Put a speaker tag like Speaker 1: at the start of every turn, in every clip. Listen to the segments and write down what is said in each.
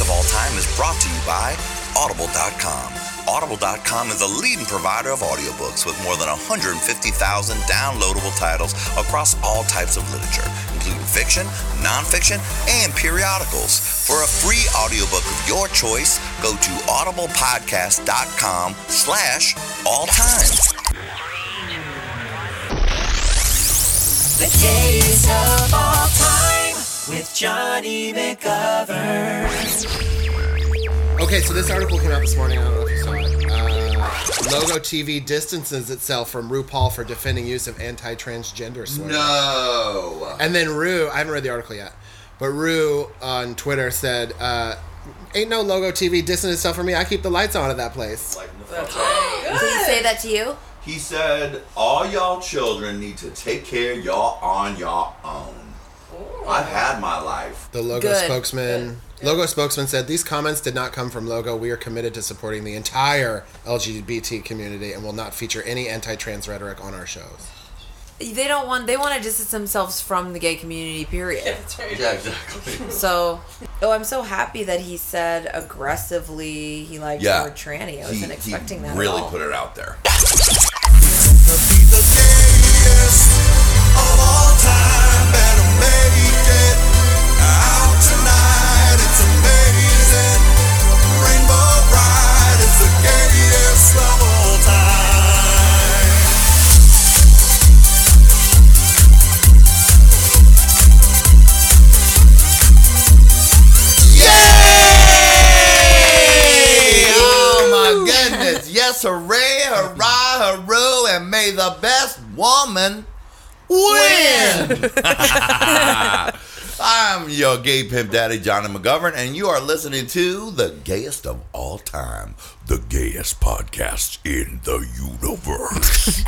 Speaker 1: of all time is brought to you by Audible.com. Audible.com is the leading provider of audiobooks with more than 150,000 downloadable titles across all types of literature, including fiction, nonfiction, and periodicals. For a free audiobook of your choice, go to audiblepodcast.com slash all time.
Speaker 2: The days of all time with Johnny McGovern.
Speaker 3: Okay, so this article came out this morning. I don't know if you saw it. Uh, Logo TV distances itself from RuPaul for defending use of anti-transgender sweater.
Speaker 1: No.
Speaker 3: And then Rue, I haven't read the article yet, but Rue on Twitter said, uh, "Ain't no Logo TV distancing itself from me. I keep the lights on at that place."
Speaker 1: Like, no, fuck.
Speaker 4: Did he say that to you?
Speaker 1: He said, "All y'all children need to take care of y'all on y'all own." I've had my life.
Speaker 3: The Logo
Speaker 4: Good.
Speaker 3: spokesman. Logo spokesman said these comments did not come from Logo. We are committed to supporting the entire LGBT community and will not feature any anti-trans rhetoric on our shows.
Speaker 4: They don't want. They want to distance themselves from the gay community. Period.
Speaker 1: Yeah, exactly.
Speaker 4: So, oh, I'm so happy that he said aggressively. He liked
Speaker 1: Yeah.
Speaker 4: the word tranny. I wasn't expecting that. at
Speaker 1: Really
Speaker 4: all.
Speaker 1: put it out there.
Speaker 5: Hey, oh my goodness. Yes, hooray, hurrah, hooroo, and may the best woman win.
Speaker 1: I'm your gay pimp daddy, Johnny McGovern, and you are listening to the gayest of all time, the gayest podcast in the universe.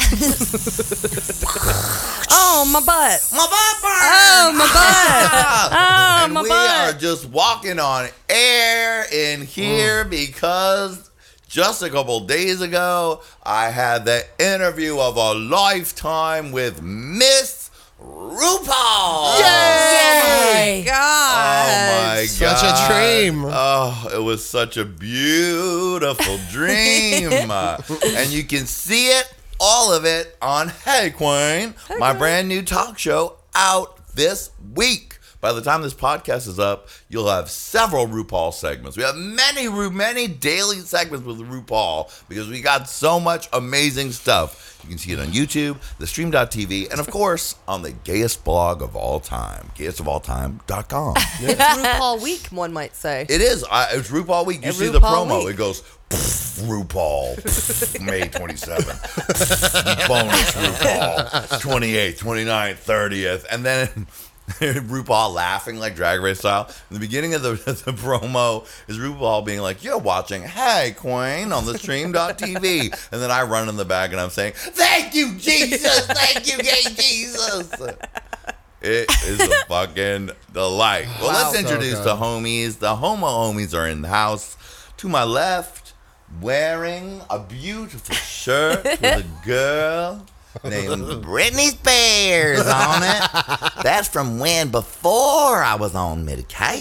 Speaker 6: Oh, my butt.
Speaker 5: My bumper!
Speaker 6: Oh, my butt. Oh,
Speaker 5: and
Speaker 6: my
Speaker 5: we
Speaker 6: butt.
Speaker 5: are just walking on air in
Speaker 6: Mm.
Speaker 5: here because just a couple days ago I had the interview of a lifetime with Miss RuPaul.
Speaker 4: Oh,
Speaker 6: Yay. God.
Speaker 5: Oh my
Speaker 3: Such
Speaker 5: god.
Speaker 3: a dream.
Speaker 5: Oh, it was such a beautiful dream. Uh, and you can see it, all of it on Hey Queen, my brand new talk show out this week. By the time this podcast is up, you'll have several RuPaul segments. We have many, Ru- many daily segments with RuPaul because we got so much amazing stuff. You can see it on YouTube, thestream.tv, and of course on the gayest blog of all time, gayestofalltime.com.
Speaker 6: It's RuPaul week, one might say.
Speaker 5: It is. I, it's RuPaul week. You
Speaker 6: It's
Speaker 5: see the
Speaker 6: RuPaul
Speaker 5: promo.
Speaker 6: week.
Speaker 5: It goes "Pff, RuPaul pff, May 27th. Bonus RuPaul 28th, 29th, 30th, and then. RuPaul laughing like Drag Race style. The beginning of the, the promo is RuPaul being like, "You're watching Hey Queen on the stream.tv," and then I run in the back and I'm saying, "Thank you, Jesus! Thank you, gay Jesus!" It is a fucking delight. Well, let's introduce
Speaker 3: So
Speaker 5: the
Speaker 3: good.
Speaker 5: homies. The homo homies are in the house. To my left, wearing a beautiful shirt with a girl named Britney Spears on it. That's from when before I was on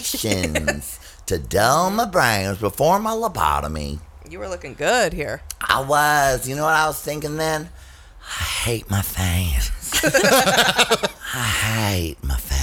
Speaker 5: medications to dull my brains before my lobotomy.
Speaker 6: You were looking good here.
Speaker 5: I was. You know what I was thinking then? I hate my fans. I hate my fans.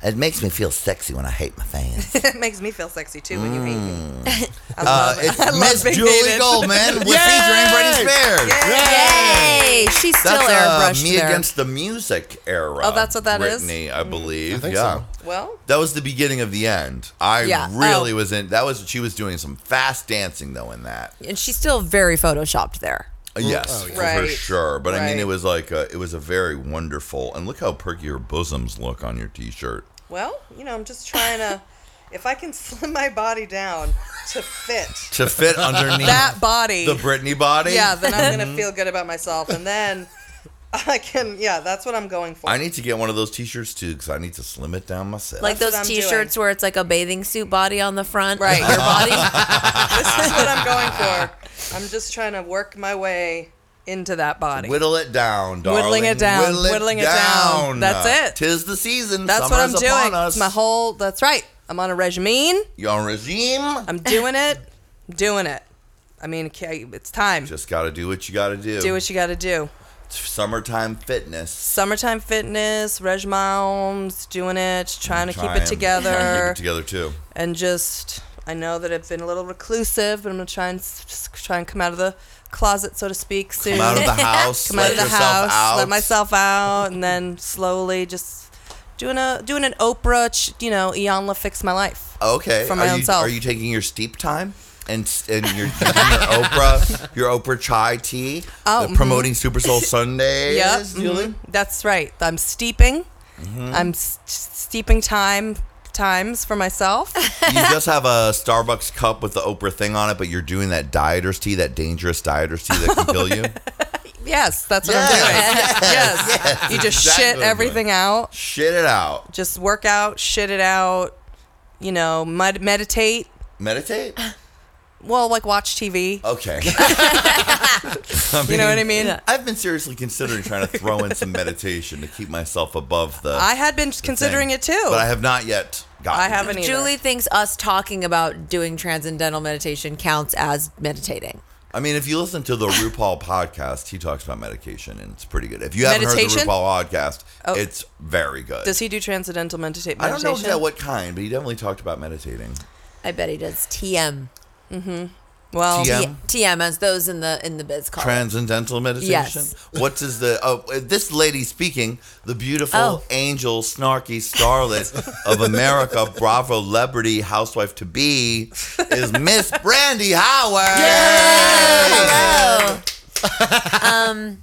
Speaker 5: It makes me feel sexy when I hate my fans.
Speaker 6: it makes me feel sexy too when you hate me. I
Speaker 5: Uh,
Speaker 6: love it.
Speaker 5: it's Miss
Speaker 6: being
Speaker 5: Julie
Speaker 6: hated.
Speaker 5: Goldman with featuring Britney Spears.
Speaker 6: Yay! She's still
Speaker 5: Mm. That's uh,
Speaker 6: airbrushed
Speaker 5: Me
Speaker 6: there.
Speaker 5: Against the Music era.
Speaker 6: Oh, that's what that
Speaker 5: that is.
Speaker 6: is? Mm.
Speaker 5: Britney, I believe.
Speaker 3: I think
Speaker 5: yeah.
Speaker 3: so.
Speaker 6: well,
Speaker 5: That was the beginning of the end. I
Speaker 6: Yeah.
Speaker 5: really
Speaker 6: Oh.
Speaker 5: was in. That was she was doing some fast dancing though in that.
Speaker 6: and she's still very photoshopped there.
Speaker 5: Uh, Yes,
Speaker 3: yeah.
Speaker 5: for- for
Speaker 6: Right,
Speaker 5: sure. But I mean, it
Speaker 6: right.
Speaker 5: was like a, it was a very wonderful. And look how perky your bosoms look on your t-shirt.
Speaker 7: Well, you know, I'm just trying to. if I can slim my body down to fit,
Speaker 5: To fit underneath
Speaker 6: That body.
Speaker 5: the Britney body. Mm-hmm.
Speaker 6: yeah, then
Speaker 7: then
Speaker 6: I'm
Speaker 7: I'm gonna feel good about myself, and then I can. Yeah, that's what I'm going for.
Speaker 5: I need to get one of those t-shirts too because I need to slim it down myself.
Speaker 4: Like
Speaker 7: That's
Speaker 4: those
Speaker 7: what I'm
Speaker 4: T-shirts where it's like a bathing suit body on the front,
Speaker 6: Right.
Speaker 4: Your body.
Speaker 7: this is what I'm going for. I'm just trying to work my way.
Speaker 6: into that body.
Speaker 5: Whittle it down, darling.
Speaker 6: Whittling it down,
Speaker 5: Whittle it
Speaker 6: whittling it down. That's it.
Speaker 5: Tis the season.
Speaker 6: That's what I'm
Speaker 5: Summer's upon
Speaker 6: doing.
Speaker 5: Us.
Speaker 6: It's my whole. That's right.
Speaker 7: I'm on a regime.
Speaker 5: You on regime?
Speaker 7: I'm doing it. I'm doing it. I mean, okay, it's time.
Speaker 5: Just got to do what you got to do.
Speaker 7: do what you got to do.
Speaker 5: Summertime fitness.
Speaker 7: Summertime fitness, regimes, doing it, trying to
Speaker 5: Trying-
Speaker 7: keep it
Speaker 5: trying to
Speaker 7: together,
Speaker 5: keep it together too.
Speaker 7: and just I know that I've been a little reclusive, but I'm gonna try and s- s- try and come out of the closet, so to speak, soon.
Speaker 5: Come out of the house.
Speaker 7: Come
Speaker 5: let
Speaker 7: out of the
Speaker 5: yourself
Speaker 7: house,
Speaker 5: out.
Speaker 7: let myself out, and then slowly just doing a doing an Oprah, ch- you know, Iyanla fix my life.
Speaker 5: Okay.
Speaker 7: for
Speaker 5: are
Speaker 7: my own
Speaker 5: you,
Speaker 7: self.
Speaker 5: Are you taking your steep time? And, s- and your, your Oprah, your Oprah chai tea,
Speaker 7: Oh,
Speaker 5: uh,
Speaker 7: mhm.
Speaker 5: promoting Super Soul Sundays, Mm-hmm.
Speaker 7: Yep.
Speaker 5: Julie. Mm-hmm.
Speaker 7: mhm. That's right. I'm steeping. I'm s- steeping time times for myself.
Speaker 5: You just have a Starbucks cup with the Oprah thing on it, but you're doing that dieter's tea, that dangerous dieter's tea that can kill you.
Speaker 7: yes, that's what I'm doing.
Speaker 5: Yes,
Speaker 7: Yes. you just
Speaker 5: exactly what I'm
Speaker 7: shit
Speaker 5: doing.
Speaker 7: everything out.
Speaker 5: Shit it out.
Speaker 7: Just work out, shit it out. You know, med- meditate.
Speaker 5: Meditate.
Speaker 7: Well, like watch TV.
Speaker 5: Okay.
Speaker 7: you know what I mean?
Speaker 5: I've been seriously considering trying to throw in some meditation to keep myself above the.
Speaker 7: I had been
Speaker 5: the
Speaker 7: considering
Speaker 5: thing,
Speaker 7: it too.
Speaker 5: but I have not yet gotten.
Speaker 7: I
Speaker 5: it.
Speaker 7: haven't either.
Speaker 6: Julie thinks us talking about doing transcendental meditation counts as meditating.
Speaker 5: I mean, if you listen to the RuPaul podcast, he talks about medication, and it's pretty good. If you haven't heard
Speaker 7: Meditation? Oh.
Speaker 5: the RuPaul podcast, it's very good.
Speaker 7: Does he do transcendental medita- meditation?
Speaker 5: I don't know exactly what kind, but he definitely talked about meditating.
Speaker 6: I bet he does. TM.
Speaker 7: Mm-hmm. Well,
Speaker 5: TM?
Speaker 6: T- TM as those in the in the biz
Speaker 7: Oh.
Speaker 6: call. it.
Speaker 5: Transcendental meditation.
Speaker 6: Yes.
Speaker 5: What is the? Oh, uh, this lady speaking, the beautiful
Speaker 6: Oh.
Speaker 5: angel, snarky starlet of America, Bravo celebrity, housewife to be, is Miss Brandy Howard.
Speaker 6: Hello. um,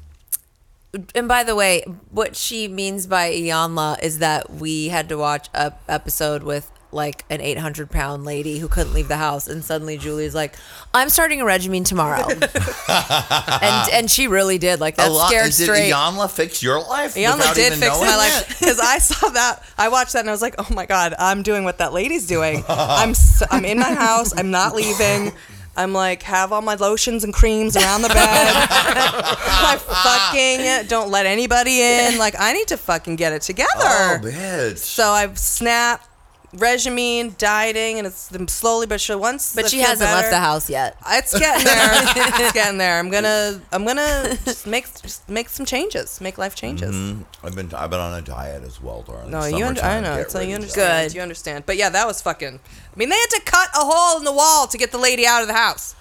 Speaker 6: and by the way, what she means by Iyanla is that we had to watch a episode with like an 800 pound lady who couldn't leave the house and suddenly julie's like i'm starting a regimen tomorrow and and she really did like that
Speaker 5: A lot.
Speaker 6: scared
Speaker 5: Did
Speaker 6: straight
Speaker 5: Iyanla fix your life?
Speaker 7: Iyanla
Speaker 5: without
Speaker 7: did
Speaker 5: even
Speaker 7: fix
Speaker 5: knowing
Speaker 7: my
Speaker 5: it?
Speaker 7: life because I saw that. I watched that and I was like, "Oh my god, I'm doing what that lady's doing. I'm s am in my house. I'm not leaving. I'm like have all my lotions and creams around the bed. I fucking don't let anybody in. Like I need to fucking get it together.
Speaker 5: Oh, bitch.
Speaker 7: so I've snapped regime, dieting, and it's been slowly but sure. Once,
Speaker 6: but
Speaker 7: I
Speaker 6: she
Speaker 7: feel
Speaker 6: hasn't left
Speaker 7: better-
Speaker 6: the house yet
Speaker 7: It's getting there. it's getting there. I'm gonna. I'm gonna just make just make some changes. Make life changes.
Speaker 5: I've been I've been on a diet as well during
Speaker 7: No,
Speaker 5: the
Speaker 7: you. Und- I
Speaker 5: Mm-hmm. summertime.
Speaker 7: know.
Speaker 5: Get
Speaker 7: It's like
Speaker 5: rid
Speaker 7: you
Speaker 5: of that.
Speaker 7: understand. You understand. But yeah, that was fucking. I mean, they had to cut a hole in the wall to get the lady out of the house.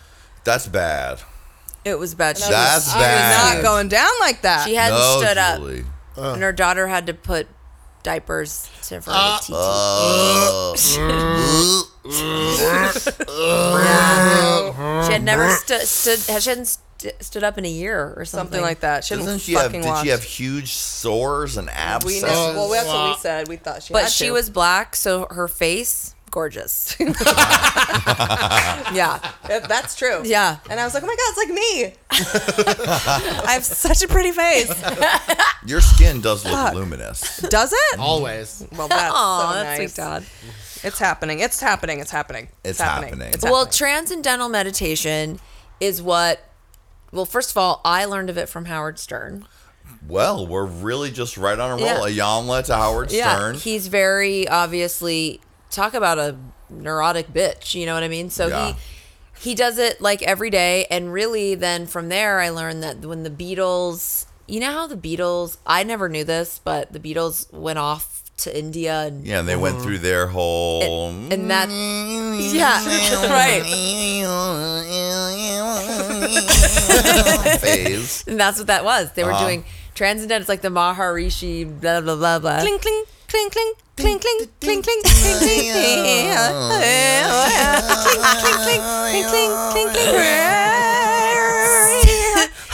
Speaker 5: That's bad.
Speaker 6: it was bad she,
Speaker 5: That's
Speaker 6: was
Speaker 5: bad.
Speaker 7: Not going down like that.
Speaker 6: she hadn't
Speaker 5: no,
Speaker 6: stood up
Speaker 5: Julie.
Speaker 6: and her daughter had to put diapers to for her TT. she had never stu- stood. She hadn't st- stood up in a year or something,
Speaker 7: something like that. She
Speaker 5: Doesn't
Speaker 7: didn't
Speaker 5: she have?
Speaker 7: fucking
Speaker 5: Did
Speaker 7: walk.
Speaker 5: she have huge sores and
Speaker 7: we
Speaker 5: abscesses?
Speaker 7: know, well, that's what we said. We thought she.
Speaker 6: But
Speaker 7: had
Speaker 6: she
Speaker 7: to.
Speaker 6: was black, so her face gorgeous. yeah,
Speaker 7: Yeah, That's true.
Speaker 6: yeah.
Speaker 7: And I was like, oh my god, it's like me. I have such a pretty face.
Speaker 5: Your skin does look luminous.
Speaker 7: Does it?
Speaker 3: Always.
Speaker 7: Well, that's
Speaker 6: Aw,
Speaker 7: so
Speaker 6: that's
Speaker 7: nice.
Speaker 6: sweet, Dad.
Speaker 7: It's happening. It's happening. It's happening.
Speaker 5: It's happening.
Speaker 7: It's
Speaker 6: Well,
Speaker 7: happening.
Speaker 6: transcendental meditation is what. Well, first of all, I learned of it from Howard Stern.
Speaker 5: Well, we're really just right on a
Speaker 6: Yeah.
Speaker 5: roll. Ayamla to Howard Stern.
Speaker 6: he's very obviously talk about a neurotic bitch. You know what I mean? So
Speaker 5: Yeah.
Speaker 6: he he does it like every day, and really, then from there, I learned that when the Beatles, you know how the Beatles, I never knew this, but the Beatles went off to India and
Speaker 5: yeah, and they
Speaker 7: Mm-hmm.
Speaker 5: went through their whole.
Speaker 6: and that
Speaker 5: Mm-hmm.
Speaker 6: yeah right.
Speaker 5: phase.
Speaker 6: And that's what that was. They were
Speaker 3: Ah.
Speaker 6: doing transcendental. It's like the Maharishi, blah blah blah blah.
Speaker 7: Cling, cling, cling, cling, cling, cling, cling, cling, cling, cling, cling, cling, cling, cling.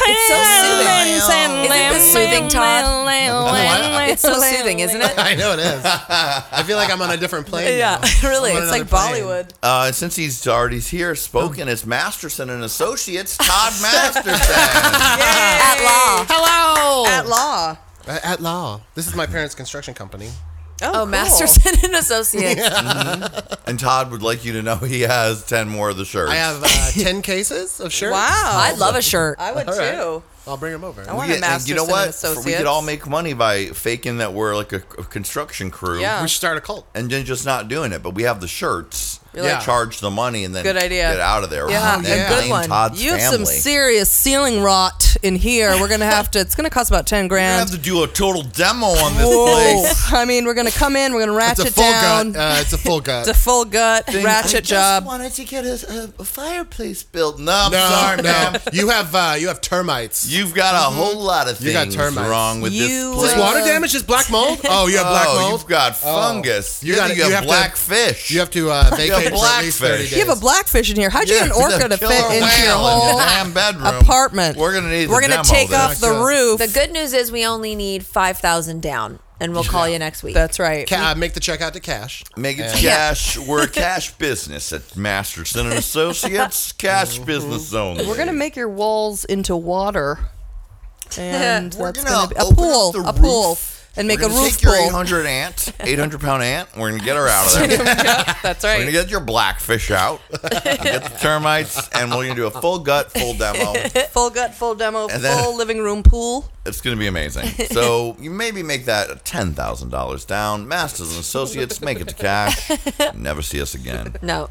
Speaker 6: It's so soothing. Isn't this soothing, Todd? It's so soothing, isn't it?
Speaker 3: I know it is. I feel like I'm on a different plane.
Speaker 6: Yeah,
Speaker 3: now.
Speaker 6: really.
Speaker 3: I'm on
Speaker 6: It's
Speaker 3: another
Speaker 6: like
Speaker 3: plane.
Speaker 7: Bollywood.
Speaker 5: Uh, since he's already here, spoken as Masterson and Associates, Todd Masterson.
Speaker 6: At law.
Speaker 3: Hello.
Speaker 7: At law.
Speaker 6: Oh,
Speaker 3: At, law. This is my parents' construction company.
Speaker 6: Oh,
Speaker 7: cool.
Speaker 6: Masterson and Associates.
Speaker 8: And Todd would like you to know he has 10 more of the shirts.
Speaker 3: I have uh, ten cases of shirts.
Speaker 7: Wow.
Speaker 6: I'd love a shirt.
Speaker 9: I would
Speaker 3: All right.
Speaker 9: too.
Speaker 3: I'll bring them over.
Speaker 7: I want
Speaker 8: Yeah,
Speaker 7: a
Speaker 8: and
Speaker 7: Masterson
Speaker 8: you know what? For-
Speaker 7: Associates.
Speaker 8: We could all make money by faking that we're like a, a construction crew.
Speaker 7: Yeah.
Speaker 3: We should start a cult.
Speaker 8: And then just not doing it, but we have the shirts.
Speaker 3: like-
Speaker 8: yeah. Charge the money and then
Speaker 7: Good idea.
Speaker 8: get out of there.
Speaker 7: Yeah,
Speaker 8: and
Speaker 7: a
Speaker 8: then
Speaker 7: good
Speaker 8: blame
Speaker 7: one.
Speaker 8: Todd's
Speaker 7: you have some
Speaker 8: family.
Speaker 7: serious ceiling rot in here. We're gonna have to. It's gonna cost about ten
Speaker 8: We're gonna
Speaker 7: grand.
Speaker 8: have to do a total demo on this
Speaker 7: Whoa!
Speaker 8: place.
Speaker 7: I mean, we're gonna come in. We're gonna
Speaker 3: It's
Speaker 7: ratchet
Speaker 3: a full
Speaker 7: down.
Speaker 3: gut. Uh, it's a full gut.
Speaker 7: It's a full gut ratchet job.
Speaker 8: wanted to get a, a fireplace built. No, I'm
Speaker 3: no,
Speaker 8: sorry,
Speaker 3: no.
Speaker 8: ma'am.
Speaker 3: You have uh, you have termites.
Speaker 8: You've got a whole lot of
Speaker 3: Mm-hmm. You got
Speaker 8: things
Speaker 3: termites.
Speaker 8: wrong with
Speaker 7: You,
Speaker 8: this place.
Speaker 3: Just water damage? Just black mold? Oh, you have black
Speaker 8: oh,
Speaker 3: mold.
Speaker 8: you've got fungus.
Speaker 3: You
Speaker 8: Then
Speaker 3: got-
Speaker 8: you
Speaker 3: you
Speaker 8: have
Speaker 3: have to-
Speaker 8: black fish.
Speaker 3: You have to uh, vacate for at
Speaker 8: blackfish.
Speaker 3: least thirty days.
Speaker 7: You have a blackfish in here. How'd you
Speaker 8: Yeah,
Speaker 7: get an orca
Speaker 8: the
Speaker 7: to fit
Speaker 8: killer
Speaker 7: into your
Speaker 8: whale in
Speaker 7: whole
Speaker 8: the damn bedroom.
Speaker 7: apartment?
Speaker 8: We're gonna need.
Speaker 7: We're
Speaker 8: the
Speaker 7: gonna
Speaker 8: demo
Speaker 7: take
Speaker 8: of
Speaker 7: off
Speaker 8: this.
Speaker 7: the roof.
Speaker 6: The good news is we only need 5,000 down, and we'll call you next week.
Speaker 7: That's right.
Speaker 3: Ca- uh, make the check out to cash.
Speaker 8: Make it cash. We're a cash business at Masterson and Associates. cash business only.
Speaker 7: We're gonna make your walls into water, and
Speaker 8: We're
Speaker 7: that's
Speaker 8: gonna
Speaker 7: gonna be a
Speaker 8: open up
Speaker 7: pool,
Speaker 8: the
Speaker 7: a pool,
Speaker 8: roof.
Speaker 7: and make
Speaker 8: We're
Speaker 7: a
Speaker 8: gonna
Speaker 7: roof
Speaker 8: take your
Speaker 7: pool.
Speaker 8: 800 ant, 800 pound ant. We're gonna get her out of there.
Speaker 7: That's
Speaker 8: We're gonna
Speaker 7: right.
Speaker 8: get your blackfish out, get the termites, and we're gonna do a full gut, full demo.
Speaker 7: Full gut, full demo,
Speaker 8: And then-
Speaker 7: full living room pool.
Speaker 8: It's gonna be amazing. So you maybe make that ten thousand dollars down. Masters and Associates, make it to cash. Never see us again.
Speaker 6: No.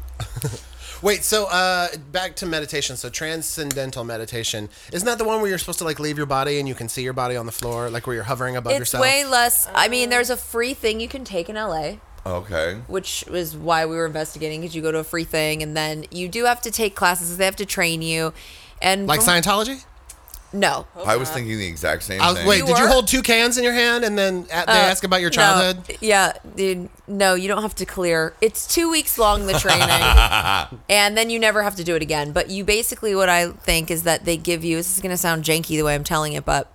Speaker 3: Wait, so uh, back to meditation. So transcendental meditation isn't that the one where you're supposed to like leave your body and you can see your body on the floor, like where you're hovering above
Speaker 6: It's
Speaker 3: yourself?
Speaker 6: way less. I mean, there's a free thing you can take in LA,
Speaker 8: Okay.
Speaker 6: which is why we were investigating because you go to a free thing, and then you do have to take classes. They have to train you. And
Speaker 3: like
Speaker 6: from-
Speaker 3: Scientology?
Speaker 6: No.
Speaker 8: I was thinking the exact same
Speaker 3: I was,
Speaker 8: thing.
Speaker 3: wait, did you
Speaker 6: were? Uh,
Speaker 3: hold two cans in your hand and then a they ask about your childhood?
Speaker 6: No, yeah, dude. No, you don't have to clear. It's two weeks long the training, and then you never have to do it again. But you basically, what I think is that they give you. This is gonna sound janky the way I'm telling it, but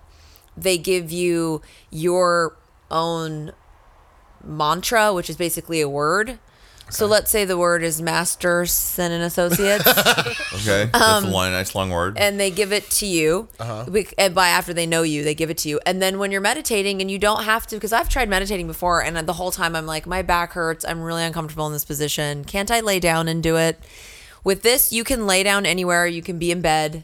Speaker 6: they give you your own mantra, which is basically a word. So let's say the word is Master Sin and Associates.
Speaker 8: Okay, that's
Speaker 7: Um,
Speaker 8: a long, nice long word.
Speaker 6: and they give it to you.
Speaker 3: Uh-huh.
Speaker 6: Bec- And by after they know you, they give it to you. And then when you're meditating and you don't have to, because I've tried meditating before, and the whole time I'm like, my back hurts. I'm really uncomfortable in this position. Can't I lay down and do it? With this, you can lay down anywhere. You can be in bed,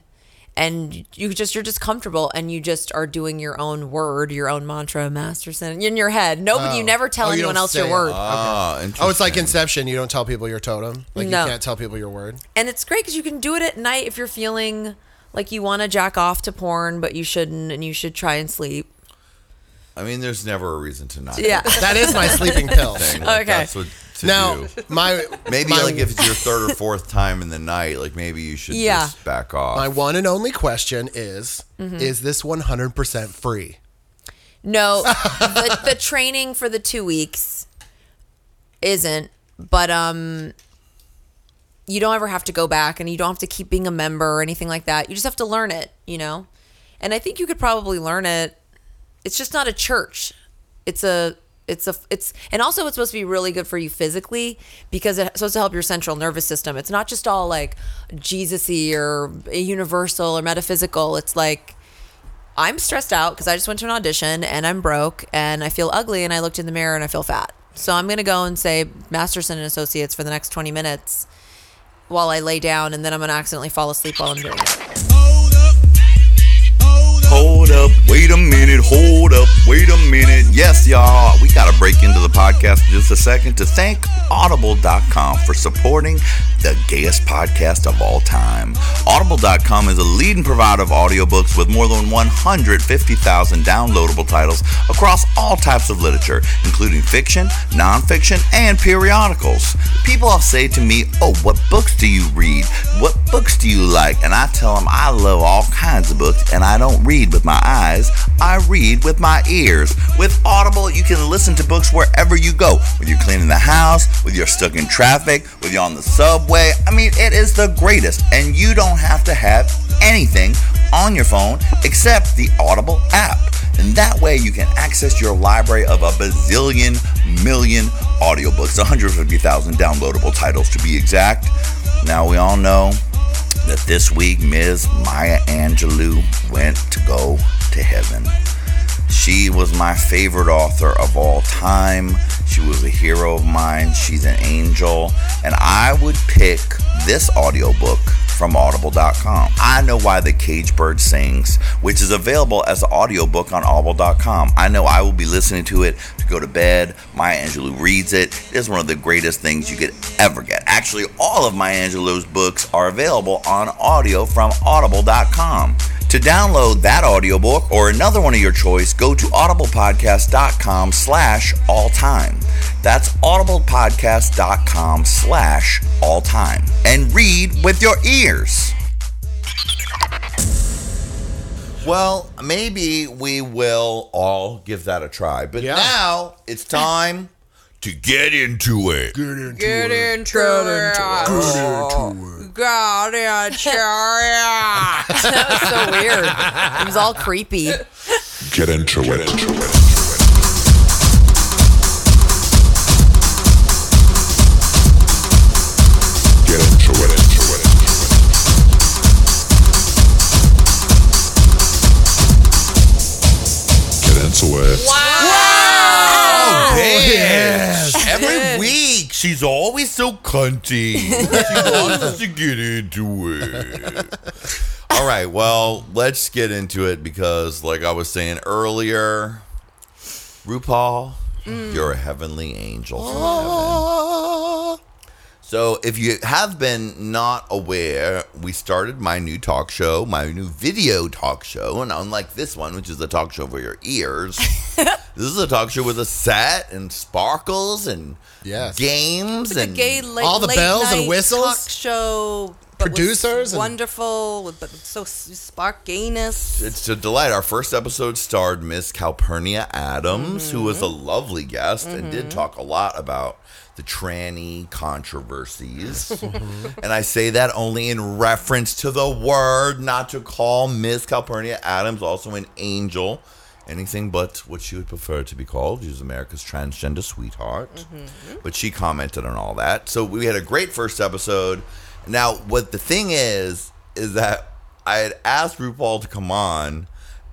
Speaker 6: and you just you're just comfortable, and you just are doing your own word, your own mantra, Masterson, in your head. No, but you never tell
Speaker 3: Oh, you
Speaker 6: anyone
Speaker 3: don't
Speaker 6: else your
Speaker 3: say it.
Speaker 6: word.
Speaker 8: Ah,
Speaker 3: Oh, it's like
Speaker 8: interesting.
Speaker 3: Inception. You don't tell people your totem. Like
Speaker 6: No.
Speaker 3: you can't tell people your word.
Speaker 6: and it's great because you can do it at night if you're feeling like you want to jack off to porn, but you shouldn't, and you should try and sleep.
Speaker 8: I mean, there's never a reason to not. do
Speaker 6: Yeah.
Speaker 3: That is my sleeping pill.
Speaker 8: that thing. Like,
Speaker 6: Okay.
Speaker 8: That's what to
Speaker 3: Now
Speaker 8: do.
Speaker 3: my
Speaker 8: Maybe
Speaker 3: my,
Speaker 8: like if it's your third or fourth time in the night, like maybe you should
Speaker 6: Yeah.
Speaker 8: just back off.
Speaker 3: my one and only question is:
Speaker 6: Mm-hmm.
Speaker 3: Is this one hundred percent free?
Speaker 6: No, the, the training for the two weeks isn't, but um, you don't ever have to go back, and you don't have to keep being a member or anything like that. You just have to learn it, you know. And I think you could probably learn it. It's just not a church. It's a it's a it's and also it's supposed to be really good for you physically because it's supposed to help your central nervous system. It's not just all like Jesus-y or universal or metaphysical. It's like I'm stressed out because I just went to an audition and I'm broke and I feel ugly and I looked in the mirror and I feel fat. So I'm gonna go and say Masterson and Associates for the next 20 minutes while I lay down and then I'm gonna accidentally fall asleep while I'm doing it.
Speaker 8: Hold up, wait a minute, hold up, wait a minute. Yes, y'all, we got to break into the podcast in just a second to thank Audible.com for supporting the gayest podcast of all time. Audible.com is a leading provider of audiobooks with more than 150,000 downloadable titles across all types of literature, including fiction, nonfiction, and periodicals. People often say to me, Oh, what books do you read? What books do you like? And I tell them I love all kinds of books and I don't read with my eyes, I read with my ears. With Audible, you can listen to books wherever you go. When you're cleaning the house, when you're stuck in traffic, when you're on the subway. I mean, it is the greatest. And you don't have to have anything on your phone except the Audible app. And that way you can access your library of a bazillion million audiobooks, 150,000 downloadable titles to be exact. Now we all know that this week Ms. Maya Angelou went to go to heaven.
Speaker 5: She was my favorite author of all time. She was a hero of mine. She's an angel. And I would pick this audiobook from audible.com. I know why the cage bird sings, which is available as an audiobook on audible.com. I know I will be listening to it to go to bed. Maya Angelou reads it. It is one of the greatest things you could ever get. Actually, all of Maya Angelou's books are available on audio from audible.com. To download that audiobook or another one of your choice, go to audiblepodcast.com slash all time. That's audiblepodcast.com slash all time. And read with your ears.
Speaker 8: Well, maybe we will all give that a try. But
Speaker 3: Yeah.
Speaker 8: now it's time to get into it.
Speaker 3: Get into
Speaker 7: Get
Speaker 3: it.
Speaker 7: into it. Got it, chariot.
Speaker 6: That was so weird. It was all creepy.
Speaker 10: Get into it. Get into it. Get into it.
Speaker 8: Yes. Every week, she's always so cunty. She wants us to get into it. All right, well, let's get into it because, like I was saying earlier, RuPaul, you're a heavenly angel from heaven. So, if you have been not aware, we started my new talk show, my new video talk show. And unlike this one, which is a talk show for your ears, this is a talk show with a set and sparkles and
Speaker 3: Yes.
Speaker 8: games
Speaker 7: The
Speaker 8: and
Speaker 7: gay late,
Speaker 3: All the
Speaker 7: late
Speaker 3: bells and
Speaker 7: night
Speaker 3: whistles?
Speaker 7: Talk show. but with
Speaker 3: Producers and-
Speaker 7: wonderful, with- but so sparkiness.
Speaker 8: It's a delight. Our first episode starred Miss Calpurnia Adams, who was a lovely guest and
Speaker 6: Mm-hmm.
Speaker 8: did talk a lot about the tranny controversies. and I say that only in reference to the word, not to call Miss Calpurnia Adams also an angel. Anything but what she would prefer to be called. She was America's transgender sweetheart. But she commented on all that. So we had a great first episode. Now, what the thing is, is that I had asked RuPaul to come on,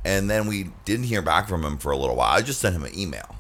Speaker 8: and then we didn't hear back from him for a little while. I just sent him an email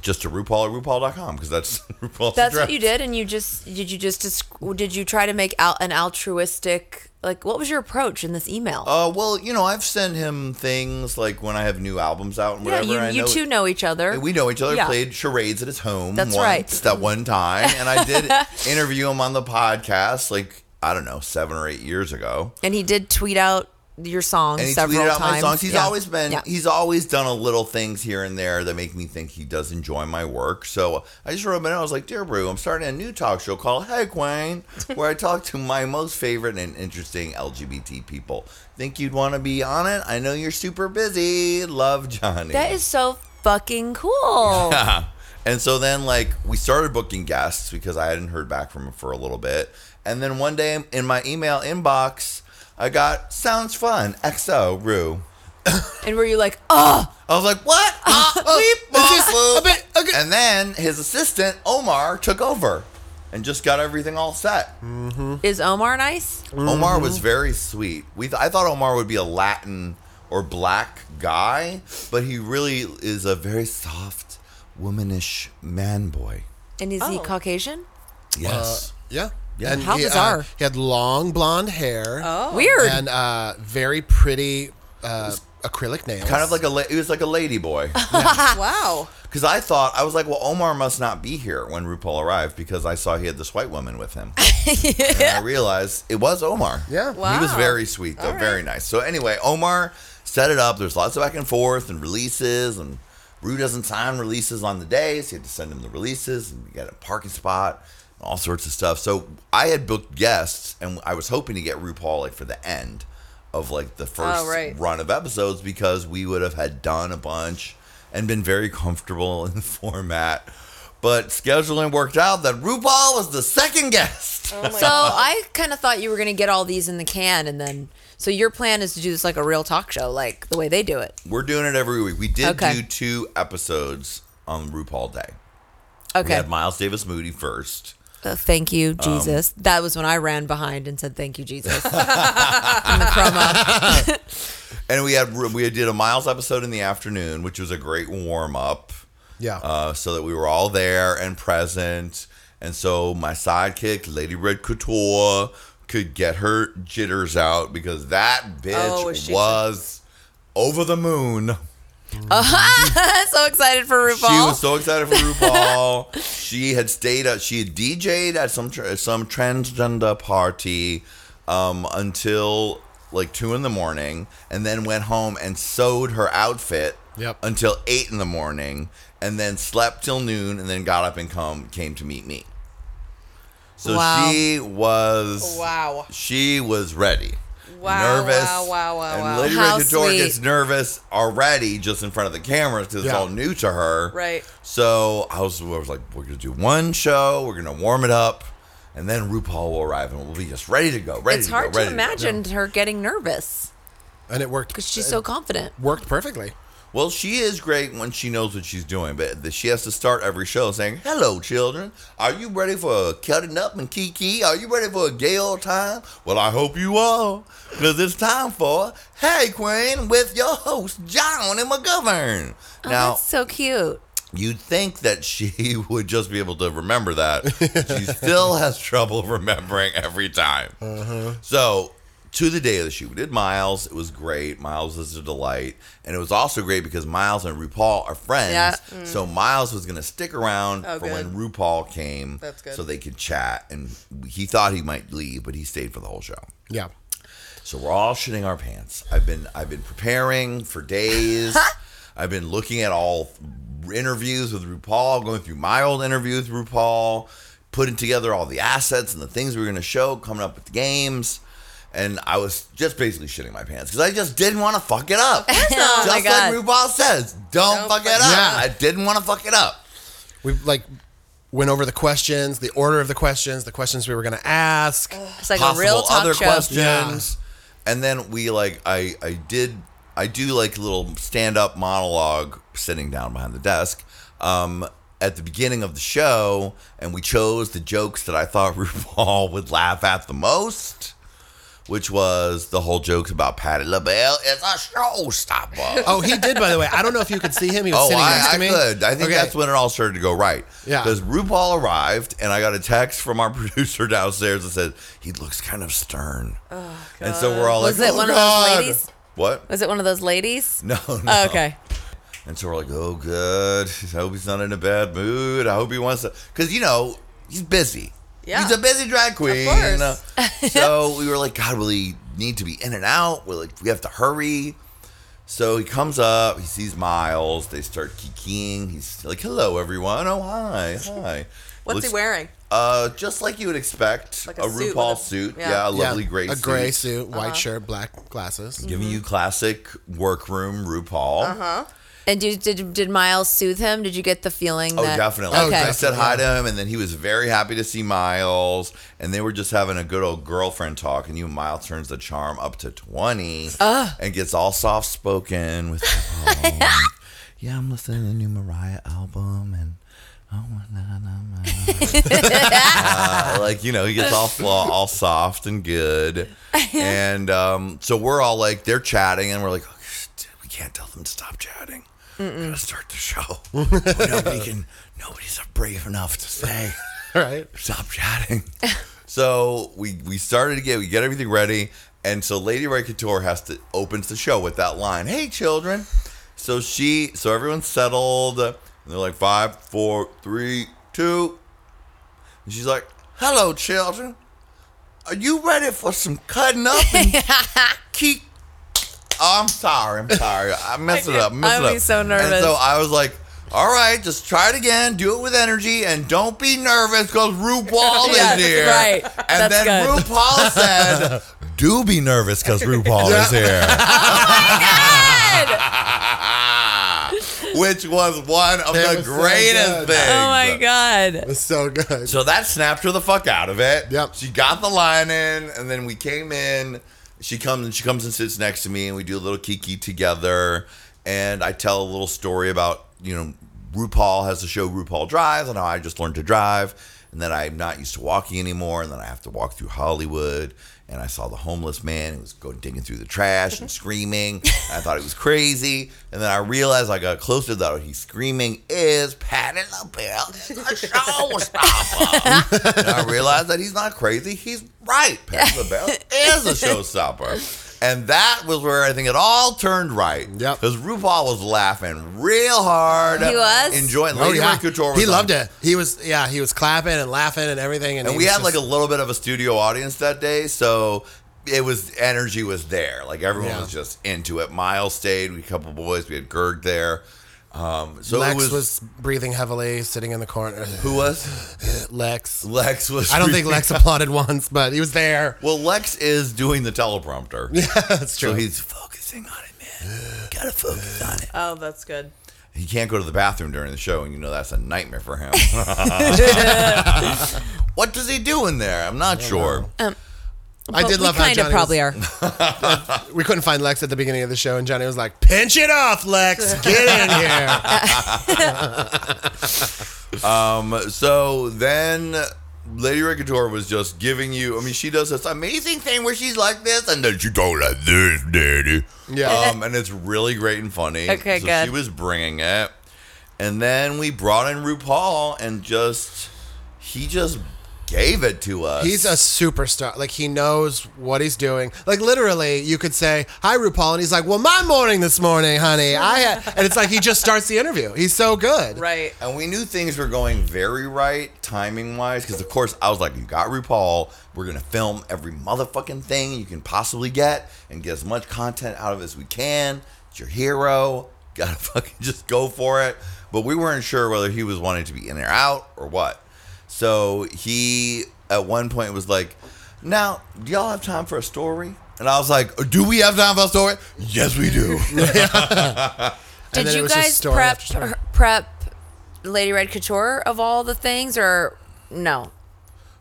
Speaker 8: just to RuPaul at RuPaul.com because that's RuPaul's
Speaker 6: That's
Speaker 8: address.
Speaker 6: what you did, and you just did you just dis- did you try to make out an altruistic like what was your approach in this email?
Speaker 8: Uh, well, you know, I've sent him things like when I have new albums out and
Speaker 6: yeah,
Speaker 8: whatever.
Speaker 6: you
Speaker 8: I
Speaker 6: you
Speaker 8: know,
Speaker 6: two know each other.
Speaker 8: We know each other.
Speaker 6: Yeah.
Speaker 8: Played charades at his home.
Speaker 6: That's
Speaker 8: once,
Speaker 6: right.
Speaker 8: That one time, and I did interview him on the podcast. Like I don't know, seven or eight years ago.
Speaker 6: and he did tweet out your songs
Speaker 8: and he
Speaker 6: several
Speaker 8: tweeted out
Speaker 6: times.
Speaker 8: my songs. He's
Speaker 6: Yeah.
Speaker 8: always been
Speaker 6: Yeah.
Speaker 8: he's always done a little things here and there that make me think he does enjoy my work. So I just wrote him and I was like, "Dear Brew, I'm starting a new talk show called Hey Queen, where I talk to my most favorite and interesting LGBT people. Think you'd want to be on it? I know you're super busy. Love Johnny."
Speaker 6: that is so fucking cool.
Speaker 8: And so then, like, we started booking guests because I hadn't heard back from him for a little bit. And then one day in my email inbox, I got sounds fun XO Rue.
Speaker 6: and were you like,
Speaker 7: "Ah!"
Speaker 6: oh,
Speaker 8: I was like, what? Ah, bleep, bop, boop. And then his assistant, Omar, took over and just got everything all set.
Speaker 6: is Omar nice?
Speaker 8: Omar was very sweet. We th- I thought Omar would be a Latin or black guy, but he really is a very soft, womanish man boy.
Speaker 6: And is he Caucasian?
Speaker 8: Yes.
Speaker 3: Yeah.
Speaker 8: Yeah.
Speaker 3: And
Speaker 6: How
Speaker 3: he, uh,
Speaker 6: bizarre. Oh.
Speaker 3: he had long blonde hair
Speaker 6: Weird.
Speaker 3: and uh, very pretty uh, acrylic nails.
Speaker 8: kind of like a la- he was like a lady boy.
Speaker 9: Wow.
Speaker 8: Because I thought I was like, well, Omar must not be here when RuPaul arrived because I saw he had this white woman with him. And I realized it was Omar.
Speaker 3: Yeah.
Speaker 8: He was very sweet though, very nice. So anyway, Omar set it up. There's lots of back and forth and releases, and Rue doesn't sign releases on the day, so you had to send him the releases and you got a parking spot and all sorts of stuff. So I had booked guests, and I was hoping to get RuPaul like for the end of like the first
Speaker 9: Oh, right.
Speaker 8: run of episodes because we would have had done a bunch and been very comfortable in the format. But scheduling worked out that RuPaul was the second guest.
Speaker 6: So I kind of thought you were going to get all these in the can, and then so your plan is to do this like a real talk show, like the way they do it.
Speaker 8: We're doing it every week. We did
Speaker 6: Okay.
Speaker 8: do two episodes on RuPaul Day. We
Speaker 6: Okay.
Speaker 8: had Miles Davis Moody first.
Speaker 6: uh, thank
Speaker 3: Um,
Speaker 6: you, Jesus. that was when I ran behind and said, thank you, Jesus. in the promo.
Speaker 5: And we had we did a Miles episode in the afternoon, which was a great warm up.
Speaker 3: Yeah.
Speaker 5: Uh, so that we were all there and present, and so my sidekick, Lady Red Couture, could get her jitters out because that bitch
Speaker 7: Oh, was she-
Speaker 5: was over the moon.
Speaker 6: so excited for RuPaul.
Speaker 5: She was so excited for RuPaul. she had stayed at she had DJ'd at some tr some transgender party um, until like two in the morning, and then went home and sewed her outfit
Speaker 3: Yep.
Speaker 5: until eight in the morning, and then slept till noon, and then got up and come came to meet me. So
Speaker 6: Wow.
Speaker 5: she was
Speaker 7: Wow.
Speaker 5: she was ready.
Speaker 7: Wow,
Speaker 5: nervous.
Speaker 7: wow, wow, wow,
Speaker 5: and
Speaker 7: wow.
Speaker 5: Lady
Speaker 6: How
Speaker 5: Ray Couture
Speaker 6: sweet.
Speaker 5: gets nervous already just in front of the cameras because it's
Speaker 3: Yeah.
Speaker 5: all new to her.
Speaker 7: Right.
Speaker 5: So I was, I was like, we're going to do one show, we're going to warm it up, and then RuPaul will arrive and we'll be just ready to go. Ready
Speaker 6: it's
Speaker 5: to
Speaker 6: hard
Speaker 5: go, ready
Speaker 6: to
Speaker 5: go.
Speaker 6: imagine her getting nervous
Speaker 3: and it worked.
Speaker 6: because she's so confident.
Speaker 3: worked perfectly.
Speaker 5: Well, she is great when she knows what she's doing, but the- she has to start every show saying, Hello, children. Are you ready for a cutting up and kiki? Are you ready for a gay old time? Well, I hope you are, because it's time for Hey Queen with your host, John and McGovern. now,
Speaker 6: That's so cute.
Speaker 5: you'd think that she would just be able to remember that. she still has trouble remembering every time.
Speaker 7: Uh-huh.
Speaker 5: So, to the day of the shoot, we did Miles. It was great. Miles is a delight. And it was also great because Miles and RuPaul are friends.
Speaker 6: Yeah.
Speaker 5: So, Miles was going to stick around
Speaker 7: Mm. Oh,
Speaker 5: for when
Speaker 7: good.
Speaker 5: RuPaul came
Speaker 7: That's good.
Speaker 5: so they could chat. And he thought he might leave, but he stayed for the whole show.
Speaker 3: Yeah.
Speaker 5: So we're all shitting our pants. I've been I've been preparing for days. I've been looking at all interviews with RuPaul, going through my old interview with RuPaul, putting together all the assets and the things we were going to show, coming up with the games. And I was just basically shitting my pants because I just didn't want to fuck it up.
Speaker 6: Oh
Speaker 5: just
Speaker 6: my
Speaker 5: like
Speaker 6: God.
Speaker 5: RuPaul says, don't,
Speaker 7: Don't
Speaker 5: fuck it
Speaker 7: fuck
Speaker 5: up.
Speaker 7: it
Speaker 3: up.
Speaker 5: I didn't want to fuck it up.
Speaker 3: We like went over the questions, the order of the questions, the questions we were going to ask.
Speaker 6: It's like a
Speaker 5: possible
Speaker 6: real talk
Speaker 5: other
Speaker 6: show.
Speaker 5: questions. And then we like I I did I do like a little stand up monologue sitting down behind the desk. Um at the beginning of the show, and we chose the jokes that I thought RuPaul would laugh at the most, which was the whole jokes about Patty LaBelle is a showstopper.
Speaker 3: Oh, he did, by the way. I don't know if you could see him. He was
Speaker 5: Oh,
Speaker 3: sitting next
Speaker 5: I,
Speaker 3: to
Speaker 5: I
Speaker 3: me.
Speaker 5: could. I think
Speaker 3: Okay.
Speaker 5: that's when it all started to go right.
Speaker 3: Yeah.
Speaker 5: Because RuPaul arrived, and I got a text from our producer downstairs that said he looks kind of stern. Oh, God. And so we're all
Speaker 6: Was
Speaker 5: like,
Speaker 6: it
Speaker 5: "Oh,
Speaker 6: one of those
Speaker 5: God."
Speaker 6: ladies?
Speaker 5: What?
Speaker 6: Was it one of those ladies?
Speaker 5: No, no.
Speaker 6: Oh, okay.
Speaker 5: And so we're like, oh, good. I hope he's not in a bad mood. I hope he wants to. Because, you know, he's busy.
Speaker 7: Yeah.
Speaker 5: He's a busy drag queen. Uh,
Speaker 7: course.
Speaker 5: so we were like, God, will he need to be in and out? We're like, we have to hurry. So he comes up, he sees Miles. They start kikiing. He's like, hello, everyone. Oh, hi. Hi.
Speaker 7: What's
Speaker 5: Looks-
Speaker 7: he wearing?
Speaker 5: Uh, just like you would expect
Speaker 7: Like
Speaker 5: a,
Speaker 7: a suit with
Speaker 5: RuPaul
Speaker 7: a-
Speaker 5: suit. Yeah, a
Speaker 7: yeah.
Speaker 5: lovely gray
Speaker 3: a
Speaker 5: suit.
Speaker 3: gray suit, white shirt, black glasses.
Speaker 5: Giving
Speaker 7: Mm-hmm.
Speaker 5: you classic workroom RuPaul.
Speaker 7: Uh-huh.
Speaker 6: And did, did did Miles soothe him? Did you get the feeling?
Speaker 5: Oh,
Speaker 6: that,
Speaker 5: definitely.
Speaker 6: Okay.
Speaker 5: I said hi to him, and then he was very happy to see Miles, and they were just having a good old girlfriend talk. And you, Miles, turns the charm up to twenty, and gets all soft spoken with, "Oh, "Yeah, I'm listening to the new Mariah album, and oh, na, na, na, na." uh, like you know, he gets all flaw, all soft and good, and um, so we're all like, they're chatting, and we're like, "Oh, shit, we can't tell them to stop chatting. Gotta start the show. Nobody can. Nobody's brave enough to say
Speaker 3: Right.
Speaker 5: stop chatting. so we we started to get we get everything ready, and so Lady Ray Couture has to opens the show with that line, "Hey children." So she so everyone's settled, and they're like five, four, three, two, and she's like, "Hello children, are you ready for some cutting up and keep?" Oh, I'm sorry. I'm sorry. I messed it up. I messed
Speaker 6: I'd
Speaker 5: it up.
Speaker 6: be so
Speaker 5: And
Speaker 6: nervous.
Speaker 5: so I was like, all right, just try it again. Do it with energy and don't be nervous because RuPaul
Speaker 6: Yes,
Speaker 5: is here.
Speaker 6: right.
Speaker 5: And
Speaker 6: That's
Speaker 5: then
Speaker 6: good.
Speaker 5: RuPaul said, do be nervous because RuPaul is
Speaker 6: Oh
Speaker 5: here. Which was one of
Speaker 3: That
Speaker 5: the
Speaker 3: was so
Speaker 5: greatest
Speaker 3: good.
Speaker 5: things.
Speaker 6: oh my god.
Speaker 3: It's so good.
Speaker 5: So that snapped her the fuck out of it.
Speaker 3: Yep.
Speaker 5: She got the line in, and then we came in. She comes and she comes and sits next to me, and we do a little kiki together. And I tell a little story about you know RuPaul has a show RuPaul Drives, and how I just learned to drive. and that I'm not used to walking anymore, and then I have to walk through Hollywood. And I saw the homeless man who was going digging through the trash and screaming. I thought he was crazy, and then I realized I got closer that he's screaming is Patty LaBelle is a showstopper. and I realized that he's not crazy; he's right. Patty LaBelle is a showstopper. And that was where I think it all turned right.
Speaker 3: Yep.
Speaker 5: Because RuPaul was laughing real hard.
Speaker 6: He was?
Speaker 5: Enjoying
Speaker 3: Oh
Speaker 5: Lady
Speaker 3: yeah,
Speaker 5: Ray Couture was
Speaker 3: he
Speaker 5: on.
Speaker 3: loved it. He was yeah, he was clapping and laughing and everything. And,
Speaker 5: And
Speaker 3: he
Speaker 5: we
Speaker 3: was
Speaker 5: had like a
Speaker 3: just-
Speaker 5: little bit of a studio audience that day. So it was, energy was there. Like everyone
Speaker 3: Yeah.
Speaker 5: was just into it. Miles stayed. We had a couple boys. We had Gerg there. Um, so
Speaker 3: Lex
Speaker 5: it
Speaker 3: was,
Speaker 5: was,
Speaker 3: breathing heavily, sitting in the corner.
Speaker 5: Who was?
Speaker 3: Lex.
Speaker 5: Lex was.
Speaker 3: I don't think Lex applauded once, but he was there.
Speaker 5: Well, Lex is doing the teleprompter. Yeah,
Speaker 3: That's true.
Speaker 5: So he's focusing on it, man. Gotta focus on it.
Speaker 7: Oh, that's good.
Speaker 5: He can't go to the bathroom during the show, and you know that's a nightmare for him. what does he do in there? I'm not sure.
Speaker 3: I did love how
Speaker 6: kind
Speaker 3: Johnny
Speaker 6: of probably
Speaker 3: was,
Speaker 6: are.
Speaker 3: we couldn't find Lex at the beginning of the show, and Johnny was like, "Pinch it off, Lex, get in here."
Speaker 5: Um, so then Lady Rigator was just giving you. I mean, she does this amazing thing where she's like this, and then she go like this, daddy.
Speaker 3: Yeah.
Speaker 5: Um, and it's really great and funny.
Speaker 6: Okay,
Speaker 5: so
Speaker 6: good.
Speaker 5: She was bringing it, and then we brought in RuPaul, and just he just gave it to us.
Speaker 3: He's a superstar. Like he knows what he's doing. Like literally, you could say, "Hi, RuPaul," and he's like, "Well, my morning this morning, honey. I had," and it's like he just starts the interview. He's so good.
Speaker 7: Right.
Speaker 5: And we knew things were going very right, timing wise, because of course I was like, "You got RuPaul. We're gonna film every motherfucking thing you can possibly get, and get as much content out of it as we can. It's your hero. Gotta fucking just go for it." But we weren't sure whether he was wanting to be in or out or what. So he, at one point, was like, "Now, do y'all have time for a story?" And I was like, "Do we have time for a story? Yes, we do."
Speaker 3: And
Speaker 6: Did
Speaker 3: then it
Speaker 6: you
Speaker 3: was just
Speaker 6: guys
Speaker 3: story
Speaker 6: prep
Speaker 3: after story.
Speaker 6: her- prep Lady Red Couture of all the things, or no?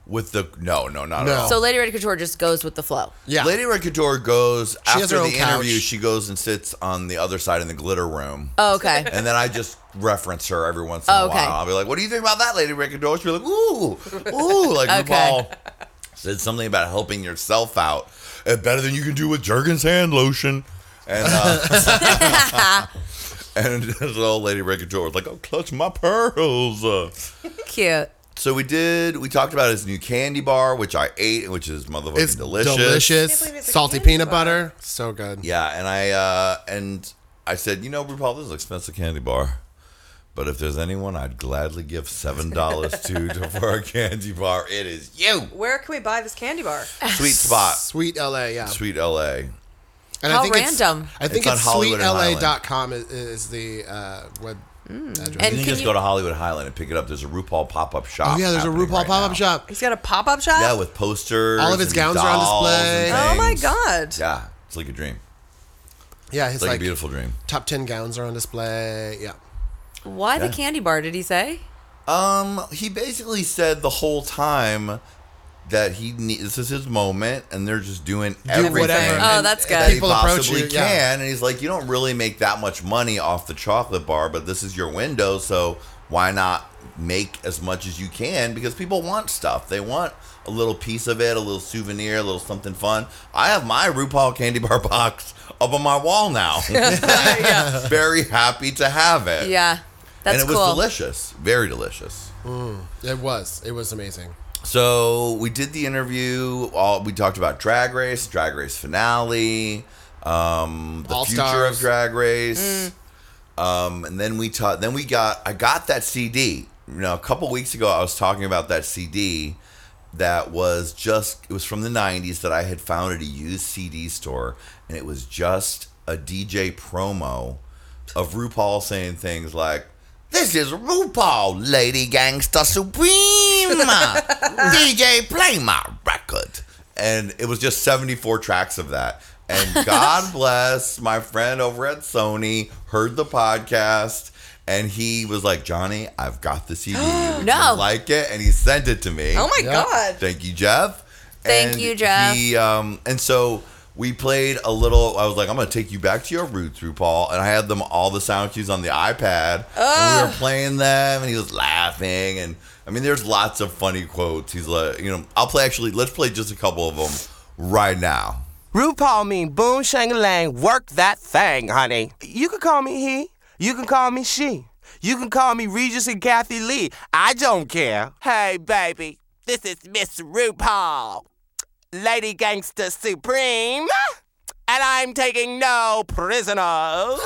Speaker 5: With the no, no, not at
Speaker 3: No.
Speaker 5: all.
Speaker 6: So Lady Red Couture just goes with the flow.
Speaker 3: Yeah.
Speaker 5: Lady Red Couture goes
Speaker 3: has
Speaker 5: after
Speaker 3: her
Speaker 5: the
Speaker 3: own couch.
Speaker 5: interview. She goes and sits on the other side in the glitter room.
Speaker 6: Oh, okay.
Speaker 5: And then I just reference her every once in a
Speaker 6: Oh, okay.
Speaker 5: while. I'll be like, "What do you think about that, Lady Red Couture?" She'll be like, "Ooh, ooh," like
Speaker 6: Okay.
Speaker 5: RuPaul said something about helping yourself out uh, better than you can do with Jergens hand lotion. And uh, and this old Lady Red Couture was like, "Oh, clutch my pearls." Uh,
Speaker 6: Cute.
Speaker 5: So we did. We talked about his new candy bar, which I ate, which is motherfucking
Speaker 3: It's delicious,
Speaker 7: believe it's a
Speaker 3: salty
Speaker 7: candy
Speaker 3: peanut
Speaker 7: bar.
Speaker 3: butter, so good.
Speaker 5: Yeah, and I uh and I said, you know, RuPaul, this is an expensive candy bar. But if there's anyone I'd gladly give seven dollars to to- for a candy bar, it is you.
Speaker 7: Where can we buy this candy bar?
Speaker 5: Sweet spot.
Speaker 3: Sweet LA, yeah.
Speaker 5: Sweet LA.
Speaker 3: And
Speaker 6: How
Speaker 3: it's-
Speaker 6: random.
Speaker 3: I think
Speaker 5: It's on
Speaker 3: it's,
Speaker 5: Hollywood Mm. and Highland.
Speaker 3: sweetla.com is, is the uh, web address.
Speaker 6: And
Speaker 5: You can
Speaker 6: can
Speaker 5: just
Speaker 6: you-
Speaker 5: go to Hollywood Highland and pick it up. There's a RuPaul pop up shop.
Speaker 3: oh yeah, there's a
Speaker 5: happening
Speaker 3: RuPaul
Speaker 5: right
Speaker 3: pop-up
Speaker 5: now.
Speaker 3: shop.
Speaker 7: He's got a pop up shop?
Speaker 5: Yeah, with posters.
Speaker 3: All of his
Speaker 5: and
Speaker 3: gowns are on
Speaker 5: dolls and
Speaker 3: display.
Speaker 7: oh my
Speaker 5: things.
Speaker 7: God.
Speaker 5: Yeah, it's like a dream.
Speaker 3: Yeah, his
Speaker 5: It's like,
Speaker 3: like
Speaker 5: a beautiful dream.
Speaker 3: top ten gowns are on display. Yeah.
Speaker 6: Why the candy bar? Did he say?
Speaker 5: Um, he basically said the whole time that he ne- this is his moment, and they're just doing everything.
Speaker 3: whatever.
Speaker 6: Oh, that's good.
Speaker 5: That he
Speaker 3: People approach
Speaker 5: possibly
Speaker 3: you,
Speaker 5: can,
Speaker 3: yeah.
Speaker 5: and he's like, you don't really make that much money off the chocolate bar, but this is your window, so why not make as much as you can? Because people want stuff; they want a little piece of it, a little souvenir, a little something fun. I have my RuPaul candy bar box up on my wall now. Very happy to have it.
Speaker 6: Yeah, that's
Speaker 5: and it was
Speaker 6: cool.
Speaker 5: delicious. Very delicious.
Speaker 3: It was. It was amazing.
Speaker 5: So we did the interview. All we talked about Drag Race, Drag Race finale, um, the
Speaker 3: All
Speaker 5: future
Speaker 3: Stars. Mm.
Speaker 5: of Drag Race, um, and then we taught. Then we got. I got that CD. You know, a couple weeks ago, I was talking about that CD that was just. It was from the '90s that I had found at a used CD store, and it was just a DJ promo of RuPaul saying things like. This is RuPaul, Lady Gangsta Supreme. DJ, play my record. And it was just 74 tracks of that. And God bless my friend over at Sony, heard the podcast, and he was like, Johnny, I've got the CD. Would
Speaker 6: No.
Speaker 5: You like it? And he sent it to me.
Speaker 7: Oh my God.
Speaker 5: Thank you, Jeff.
Speaker 6: Thank
Speaker 5: And
Speaker 6: you, Jeff.
Speaker 5: He, um, and so we played a little. I was like, I'm going to take you back to your roots, RuPaul. And I had them all the sound cues on the iPad. And we were playing them, and he was laughing. And
Speaker 8: I mean, there's lots of funny quotes. He's like, you know, I'll play actually. Let's play just a couple of them right now.
Speaker 2: RuPaul mean boom shangalang, work that thing, honey. You can call me he, you can call me she, you can call me Regis and Kathy Lee. I don't care. Hey, baby, this is Miss RuPaul, Lady Gangster Supreme, and I'm taking no prisoners.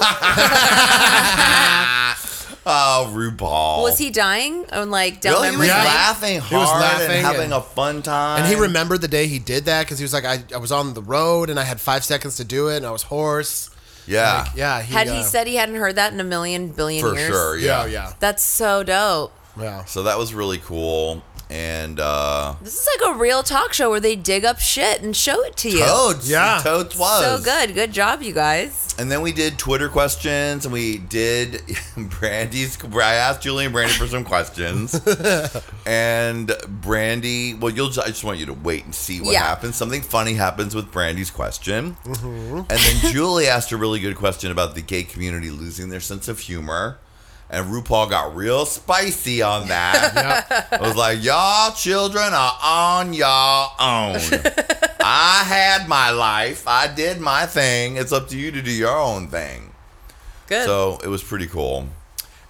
Speaker 8: Oh, RuPaul.
Speaker 6: Was he dying on like down
Speaker 8: really? He was
Speaker 6: memory lane?
Speaker 8: laughing hard
Speaker 3: He was laughing
Speaker 8: and having
Speaker 3: and-
Speaker 8: a fun time.
Speaker 3: And he remembered the day he did that because he was like, I, I was on the road and I had five seconds to do it and I was hoarse.
Speaker 8: Yeah.
Speaker 3: Like, yeah. He,
Speaker 6: Had
Speaker 3: uh,
Speaker 6: he said he hadn't heard that in a million billion
Speaker 8: for
Speaker 6: years?
Speaker 8: sure.
Speaker 3: Yeah,
Speaker 8: Yeah.
Speaker 3: yeah.
Speaker 6: That's so dope.
Speaker 3: Yeah.
Speaker 8: So that was really cool. And uh
Speaker 6: This is like a real talk show where they dig up shit and show it to you.
Speaker 8: Toads.
Speaker 3: Yeah.
Speaker 8: Toads oh, was.
Speaker 6: So good. Good job, you guys.
Speaker 8: And then we did Twitter questions, and we did Brandy's. I asked Julie and Brandy for some questions, and Brandy. Well, you'll. ju- I just want you to wait and see what
Speaker 6: Yeah.
Speaker 8: happens. Something funny happens with Brandy's question, and then Julie asked a really good question about the gay community losing their sense of humor. And RuPaul got real spicy on that. I was like, y'all children are on y'all own. I had my life. I did my thing. It's up to you to do your own thing.
Speaker 6: Good.
Speaker 8: So it was pretty cool.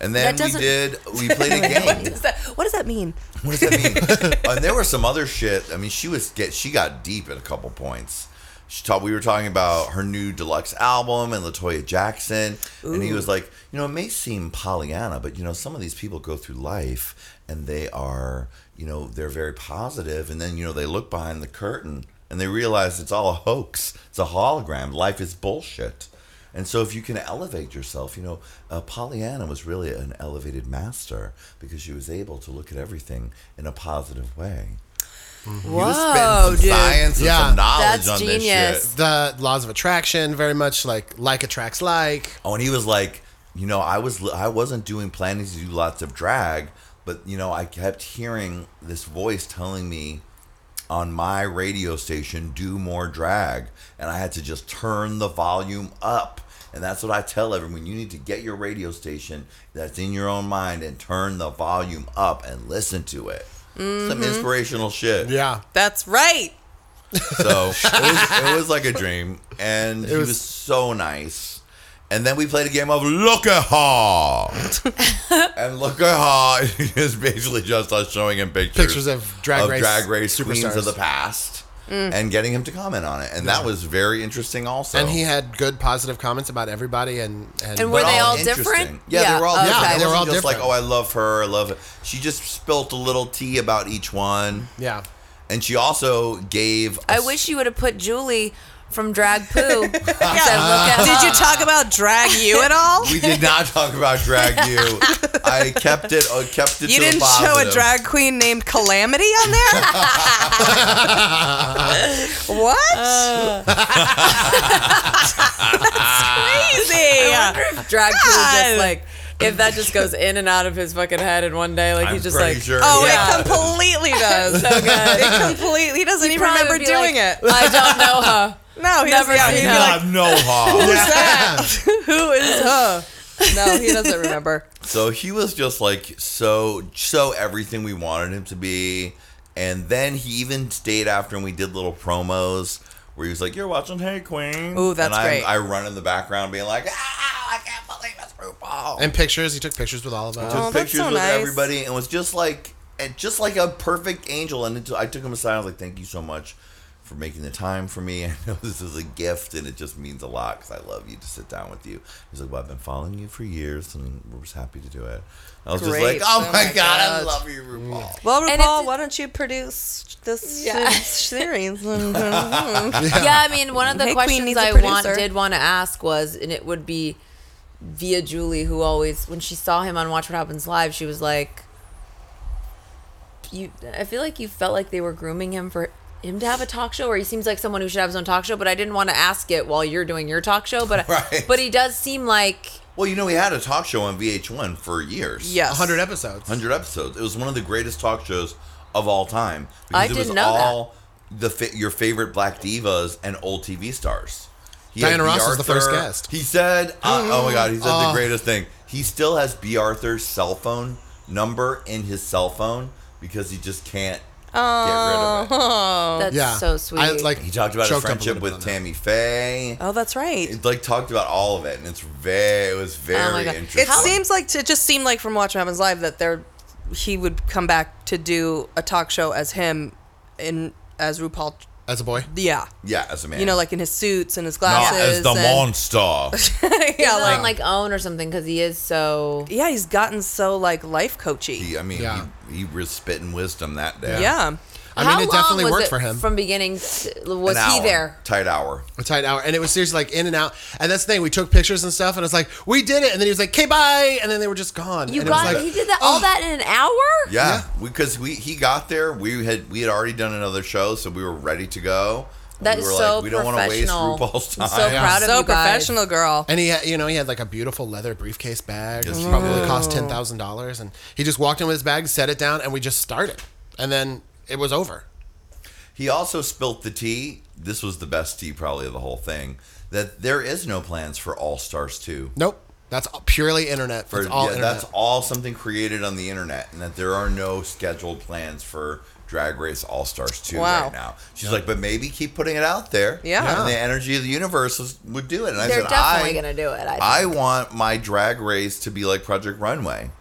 Speaker 8: And
Speaker 6: That
Speaker 8: then we
Speaker 6: doesn't-
Speaker 8: did. We played a game.
Speaker 7: Is that- what does that mean?
Speaker 8: what does that mean? and there were some other shit. I mean, she was get. She got deep at a couple points. She taught. We were talking about her new deluxe album and Latoya Jackson, and he was like, you know, it may seem Pollyanna, but you know, some of these people go through life and they are, you know, they're very positive, and then you know, they look behind the curtain and they realize it's all a hoax. It's a hologram. Life is bullshit. And so, if you can elevate yourself, you know, uh, Pollyanna was really an elevated master because she was able to look at everything in a positive way. You
Speaker 6: Whoa,
Speaker 8: spend some
Speaker 6: dude.
Speaker 8: science and
Speaker 3: Yeah.
Speaker 8: some knowledge
Speaker 6: That's
Speaker 8: on
Speaker 6: genius.
Speaker 8: this shit.
Speaker 3: The laws of attraction, very much like like attracts like.
Speaker 8: Oh, and he was like, you know, I was I wasn't doing planning to do lots of drag, but you know, I kept hearing this voice telling me on my radio station do more drag, and I had to just turn the volume up. And that's what I tell everyone. You need to get your radio station that's in your own mind and turn the volume up and listen to it. Some inspirational shit.
Speaker 3: Yeah.
Speaker 7: That's right.
Speaker 8: So it was, it was like a dream, and he was, so nice. And then we played a game of Look at her, and Look at her is basically just us showing him pictures,
Speaker 3: Pictures of drag race
Speaker 8: drag race queens
Speaker 3: superstars. Mm.
Speaker 8: of the past, and getting him to comment on it. And that was very interesting, also.
Speaker 3: And he had good positive comments about everybody and and,
Speaker 6: And were
Speaker 8: But
Speaker 6: they all
Speaker 8: interesting.
Speaker 6: different?
Speaker 8: Yeah, they
Speaker 6: Yeah,
Speaker 8: were all
Speaker 6: okay.
Speaker 8: different.
Speaker 3: Yeah,
Speaker 8: It
Speaker 3: they were
Speaker 8: wasn't
Speaker 3: all
Speaker 8: just
Speaker 3: different.
Speaker 8: like, oh, I love her. I love it. She just spilt a little tea about each one.
Speaker 3: yeah.
Speaker 8: And she also gave.
Speaker 6: I
Speaker 8: us-
Speaker 6: wish you would have put Julie from Drag Poo. and said, "Look at
Speaker 7: Did you
Speaker 6: her."
Speaker 7: talk about drag you at all?
Speaker 8: We did not talk about drag you. I kept it. I kept it.
Speaker 7: You
Speaker 8: to
Speaker 7: didn't
Speaker 8: a
Speaker 7: show
Speaker 8: positive.
Speaker 7: a drag queen named Calamity on there? what? That's crazy.
Speaker 6: I wonder if Drag Poo
Speaker 7: God.
Speaker 6: just like if that just goes in and out of his fucking head in one day, like
Speaker 8: I'm
Speaker 6: he's just
Speaker 8: pretty
Speaker 6: like,
Speaker 8: sure.
Speaker 7: Oh,
Speaker 6: Yeah.
Speaker 7: it completely does.
Speaker 6: so good.
Speaker 7: It completely. He doesn't even
Speaker 6: Probably
Speaker 7: remember
Speaker 6: would be like,
Speaker 7: doing it.
Speaker 6: I don't know her.
Speaker 7: No, he
Speaker 6: Never
Speaker 7: doesn't. Yeah,
Speaker 6: seen
Speaker 7: he'd be
Speaker 6: her.
Speaker 7: like,
Speaker 8: God, no harm.
Speaker 7: Who is her? No, he doesn't remember.
Speaker 8: So he was just like so, so everything we wanted him to be. And then he even stayed after, and we did little promos where he was like, "You're watching Hey Queen."
Speaker 7: Ooh, that's
Speaker 8: and I'm-
Speaker 7: great.
Speaker 8: I run in the background, being like, "Ah, I can't believe it's RuPaul."
Speaker 3: And pictures. He took pictures with all of us.
Speaker 8: took
Speaker 7: Oh, that's
Speaker 8: pictures
Speaker 7: so
Speaker 8: with
Speaker 7: nice.
Speaker 8: everybody and was just like and just like a perfect angel and it, I took him aside I was like thank you so much for making the time for me I know this is a gift and it just means a lot because I love you to sit down with you he's like well I've been following you for years and we're just happy to do it I was just like
Speaker 7: Great.
Speaker 8: oh,
Speaker 7: Oh
Speaker 8: my
Speaker 7: my
Speaker 8: god, I
Speaker 7: God.
Speaker 8: love you RuPaul
Speaker 7: Well,
Speaker 6: And
Speaker 7: RuPaul,
Speaker 6: it's-
Speaker 7: why don't you produce this
Speaker 6: Yeah.
Speaker 7: series?
Speaker 6: Yeah, I mean, one of the
Speaker 7: Hey, Queen
Speaker 6: questions
Speaker 7: needs a
Speaker 6: I want,
Speaker 7: producer.
Speaker 6: did want to ask was, and it would be via Julie, who always, when she saw him on Watch What Happens Live, she was like, "You." I feel like you felt like they were grooming him for him to have a talk show, or he seems like someone who should have his own talk show. But I didn't want to ask it while you're doing your talk show. But
Speaker 8: Right.
Speaker 6: but he does seem like
Speaker 8: well you know we had a talk show on VH1 for years
Speaker 7: Yes.
Speaker 3: 100 episodes.
Speaker 8: 100 episodes. It was one of the greatest talk shows of all time. Because
Speaker 6: I
Speaker 8: it was
Speaker 6: didn't know that.
Speaker 8: all the fa- your favorite black divas and old TV stars. He
Speaker 3: Diana
Speaker 8: had B.
Speaker 3: Ross was the first
Speaker 8: Arthur.
Speaker 3: guest. Oh.
Speaker 8: He said, uh, "Oh my god!" He said the greatest thing. He still has B. Arthur's cell phone number in his cell phone because he just can't
Speaker 7: Oh,
Speaker 8: get rid
Speaker 6: Oh.
Speaker 8: of it.
Speaker 7: That's so sweet.
Speaker 8: he talked about his friendship with Tammy Faye.
Speaker 7: Oh, that's right.
Speaker 8: It, like talked about all of it, and it's very, it was very
Speaker 7: oh my God.
Speaker 8: interesting.
Speaker 7: It seems like it just seemed like from Watch What Happens Live that there he would come back to do a talk show as him in as RuPaul.
Speaker 3: As a boy?
Speaker 7: Yeah.
Speaker 8: yeah, as a man,
Speaker 7: You know, like in his suits and his
Speaker 8: not
Speaker 7: glasses.
Speaker 8: as the
Speaker 7: and-
Speaker 8: monster.
Speaker 7: yeah,
Speaker 6: He's
Speaker 7: like,
Speaker 6: on like own or something because he is so.
Speaker 7: Yeah, he's gotten so like life coachy.
Speaker 8: I mean, he, he was spitting wisdom that day.
Speaker 6: How long was it From beginning, to, was
Speaker 8: An
Speaker 6: he
Speaker 8: hour.
Speaker 6: there?
Speaker 8: Tight hour.
Speaker 3: A tight hour. And it was seriously like in and out. And that's the thing. We took pictures and stuff, and it's like, we did it. And then he was like, okay, bye. And then they were just gone.
Speaker 6: You
Speaker 3: and
Speaker 6: got
Speaker 3: it was like,
Speaker 6: it. He did that all that in an hour.
Speaker 8: Yeah, because we, he got there. We had we had already done another show, so we were ready to go.
Speaker 6: That
Speaker 8: we
Speaker 6: is
Speaker 8: were
Speaker 6: so
Speaker 8: like, we don't want to waste
Speaker 6: professional.
Speaker 8: RuPaul's time.
Speaker 6: I'm so proud of
Speaker 7: So
Speaker 6: you guys.
Speaker 7: Oh, professional, girl.
Speaker 3: And he, had, you know, he had like a beautiful leather briefcase bag.
Speaker 8: Yes,
Speaker 3: Yes,
Speaker 8: he
Speaker 3: probably
Speaker 8: did.
Speaker 7: Oh.
Speaker 3: cost ten thousand dollars. And he just walked in with his bag, set it down, and we just started. And then it was over.
Speaker 8: He also spilt the tea. This was the best tea, probably, of the whole thing. That there is no plans for All Stars 2.
Speaker 3: Nope, that's purely internet.
Speaker 8: For,
Speaker 3: it's all
Speaker 8: yeah,
Speaker 3: internet.
Speaker 8: That's all something created on the internet, and that there are no scheduled plans for Drag Race All Stars 2
Speaker 7: Wow.
Speaker 8: right now. She's like, but maybe keep putting it out there.
Speaker 7: Yeah.
Speaker 8: And the energy of the universe is, would do it. And I
Speaker 6: They're
Speaker 8: said,
Speaker 6: definitely
Speaker 8: I,
Speaker 6: gonna do it. I,
Speaker 8: I
Speaker 6: think.
Speaker 8: want my drag race to be like Project Runway.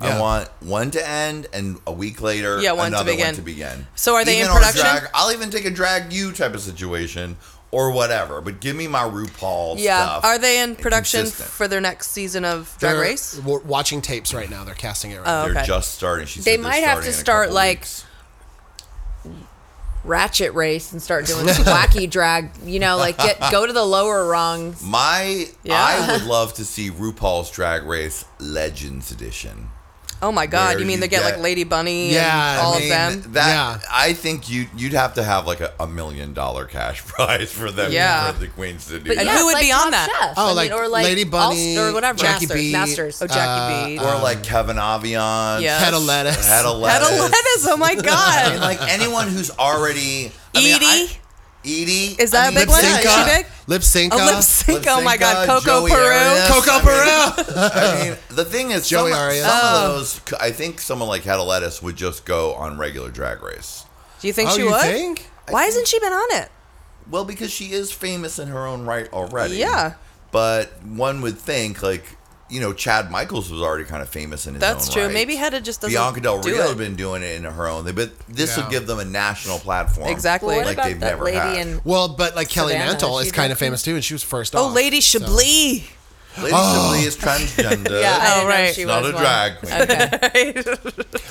Speaker 8: I
Speaker 3: Yeah.
Speaker 8: want one to end and a week later
Speaker 7: Yeah, one to
Speaker 8: another one
Speaker 7: begin.
Speaker 8: to begin.
Speaker 7: So are they in
Speaker 8: or
Speaker 7: production?
Speaker 8: Drag, I'll even take a drag you type of situation or whatever, but give me my RuPaul
Speaker 7: yeah.
Speaker 8: stuff.
Speaker 7: Are they in
Speaker 8: and
Speaker 7: production
Speaker 8: consistent.
Speaker 7: for their next season of Drag
Speaker 3: They're
Speaker 7: Race?
Speaker 3: w- watching tapes right now. They're casting it right
Speaker 7: Oh,
Speaker 3: now.
Speaker 8: They're
Speaker 7: okay.
Speaker 8: just starting. She
Speaker 6: they
Speaker 8: said they're
Speaker 6: might have
Speaker 8: starting
Speaker 6: to
Speaker 8: in a
Speaker 6: start
Speaker 8: couple
Speaker 6: like
Speaker 8: weeks.
Speaker 6: ratchet race and start doing some wacky drag. You know, like get go to the lower rungs.
Speaker 8: my
Speaker 6: Yeah.
Speaker 8: I would love to see RuPaul's Drag Race Legends edition.
Speaker 7: Oh my God!
Speaker 8: Where
Speaker 7: You mean
Speaker 8: you
Speaker 7: they get,
Speaker 8: get-
Speaker 7: like Lady Bunny
Speaker 3: Yeah,
Speaker 7: and all
Speaker 8: I mean,
Speaker 7: of them?
Speaker 8: That
Speaker 3: Yeah.
Speaker 8: I think you you'd have to have like a, a million dollar cash prize for them
Speaker 7: Yeah.
Speaker 8: for the queens to do.
Speaker 6: But
Speaker 8: that.
Speaker 7: And
Speaker 6: yeah,
Speaker 7: who
Speaker 6: it's
Speaker 7: would
Speaker 6: like
Speaker 7: be on
Speaker 6: Top
Speaker 7: that?
Speaker 6: Chef.
Speaker 3: Oh,
Speaker 6: I mean,
Speaker 3: like,
Speaker 6: or like
Speaker 3: Lady Bunny,
Speaker 6: All- or whatever.
Speaker 3: Jackie
Speaker 6: Masters,
Speaker 3: B.
Speaker 6: Masters.
Speaker 8: uh,
Speaker 7: oh, Jackie B.
Speaker 8: or like Kevin Avion,
Speaker 7: Yeah. Head
Speaker 3: of lettuce.
Speaker 8: head of
Speaker 7: Head
Speaker 8: lettuce,
Speaker 7: of lettuce. Oh my
Speaker 8: I mean,
Speaker 7: God!
Speaker 8: like anyone who's already I mean,
Speaker 7: Edie.
Speaker 8: I- Edie
Speaker 7: Is that a big one? Is
Speaker 8: yeah,
Speaker 7: she
Speaker 8: yeah.
Speaker 7: big?
Speaker 3: Lip sync.
Speaker 7: Oh, lip sync. Oh my God!
Speaker 8: Lipsinka,
Speaker 7: Coco
Speaker 8: Joey
Speaker 7: Peru.
Speaker 8: Arias.
Speaker 3: Coco
Speaker 8: I
Speaker 3: Peru.
Speaker 8: I mean, the thing is,
Speaker 3: Joey
Speaker 8: some,
Speaker 3: Arias.
Speaker 8: some
Speaker 7: Oh.
Speaker 8: of those, I think someone like Head of Lettuce would just go on regular Drag Race.
Speaker 7: Do you think
Speaker 3: Oh,
Speaker 7: she
Speaker 3: you
Speaker 7: would?
Speaker 3: think?
Speaker 7: Why hasn't she been on it?
Speaker 8: Well, because she is famous in her own right already.
Speaker 7: Yeah.
Speaker 8: But one would think, like, you know, Chad Michaels was already kind of famous in his
Speaker 7: That's
Speaker 8: own
Speaker 7: true.
Speaker 8: right.
Speaker 7: Maybe Hedda just doesn't
Speaker 8: Bianca Del
Speaker 7: do
Speaker 8: Rio
Speaker 7: it.
Speaker 8: had been doing it in her own thing, but this
Speaker 3: Yeah.
Speaker 8: will give them a national platform.
Speaker 7: Exactly.
Speaker 6: Well, what
Speaker 8: like
Speaker 6: about
Speaker 8: they've
Speaker 6: that
Speaker 8: never
Speaker 6: lady
Speaker 8: had.
Speaker 6: in
Speaker 3: Well, but like Kelly
Speaker 6: Savannah,
Speaker 3: Mantle
Speaker 6: she
Speaker 3: is kind
Speaker 6: did-
Speaker 3: of famous too, and she was first.
Speaker 7: Oh,
Speaker 3: off,
Speaker 7: Lady
Speaker 3: so-
Speaker 7: Chablis.
Speaker 8: Lady Sibley is transgender.
Speaker 6: Yeah, I
Speaker 7: Oh,
Speaker 6: didn't know
Speaker 7: right.
Speaker 6: she
Speaker 8: It's not
Speaker 6: was
Speaker 8: a
Speaker 6: one.
Speaker 8: drag queen.
Speaker 6: Okay.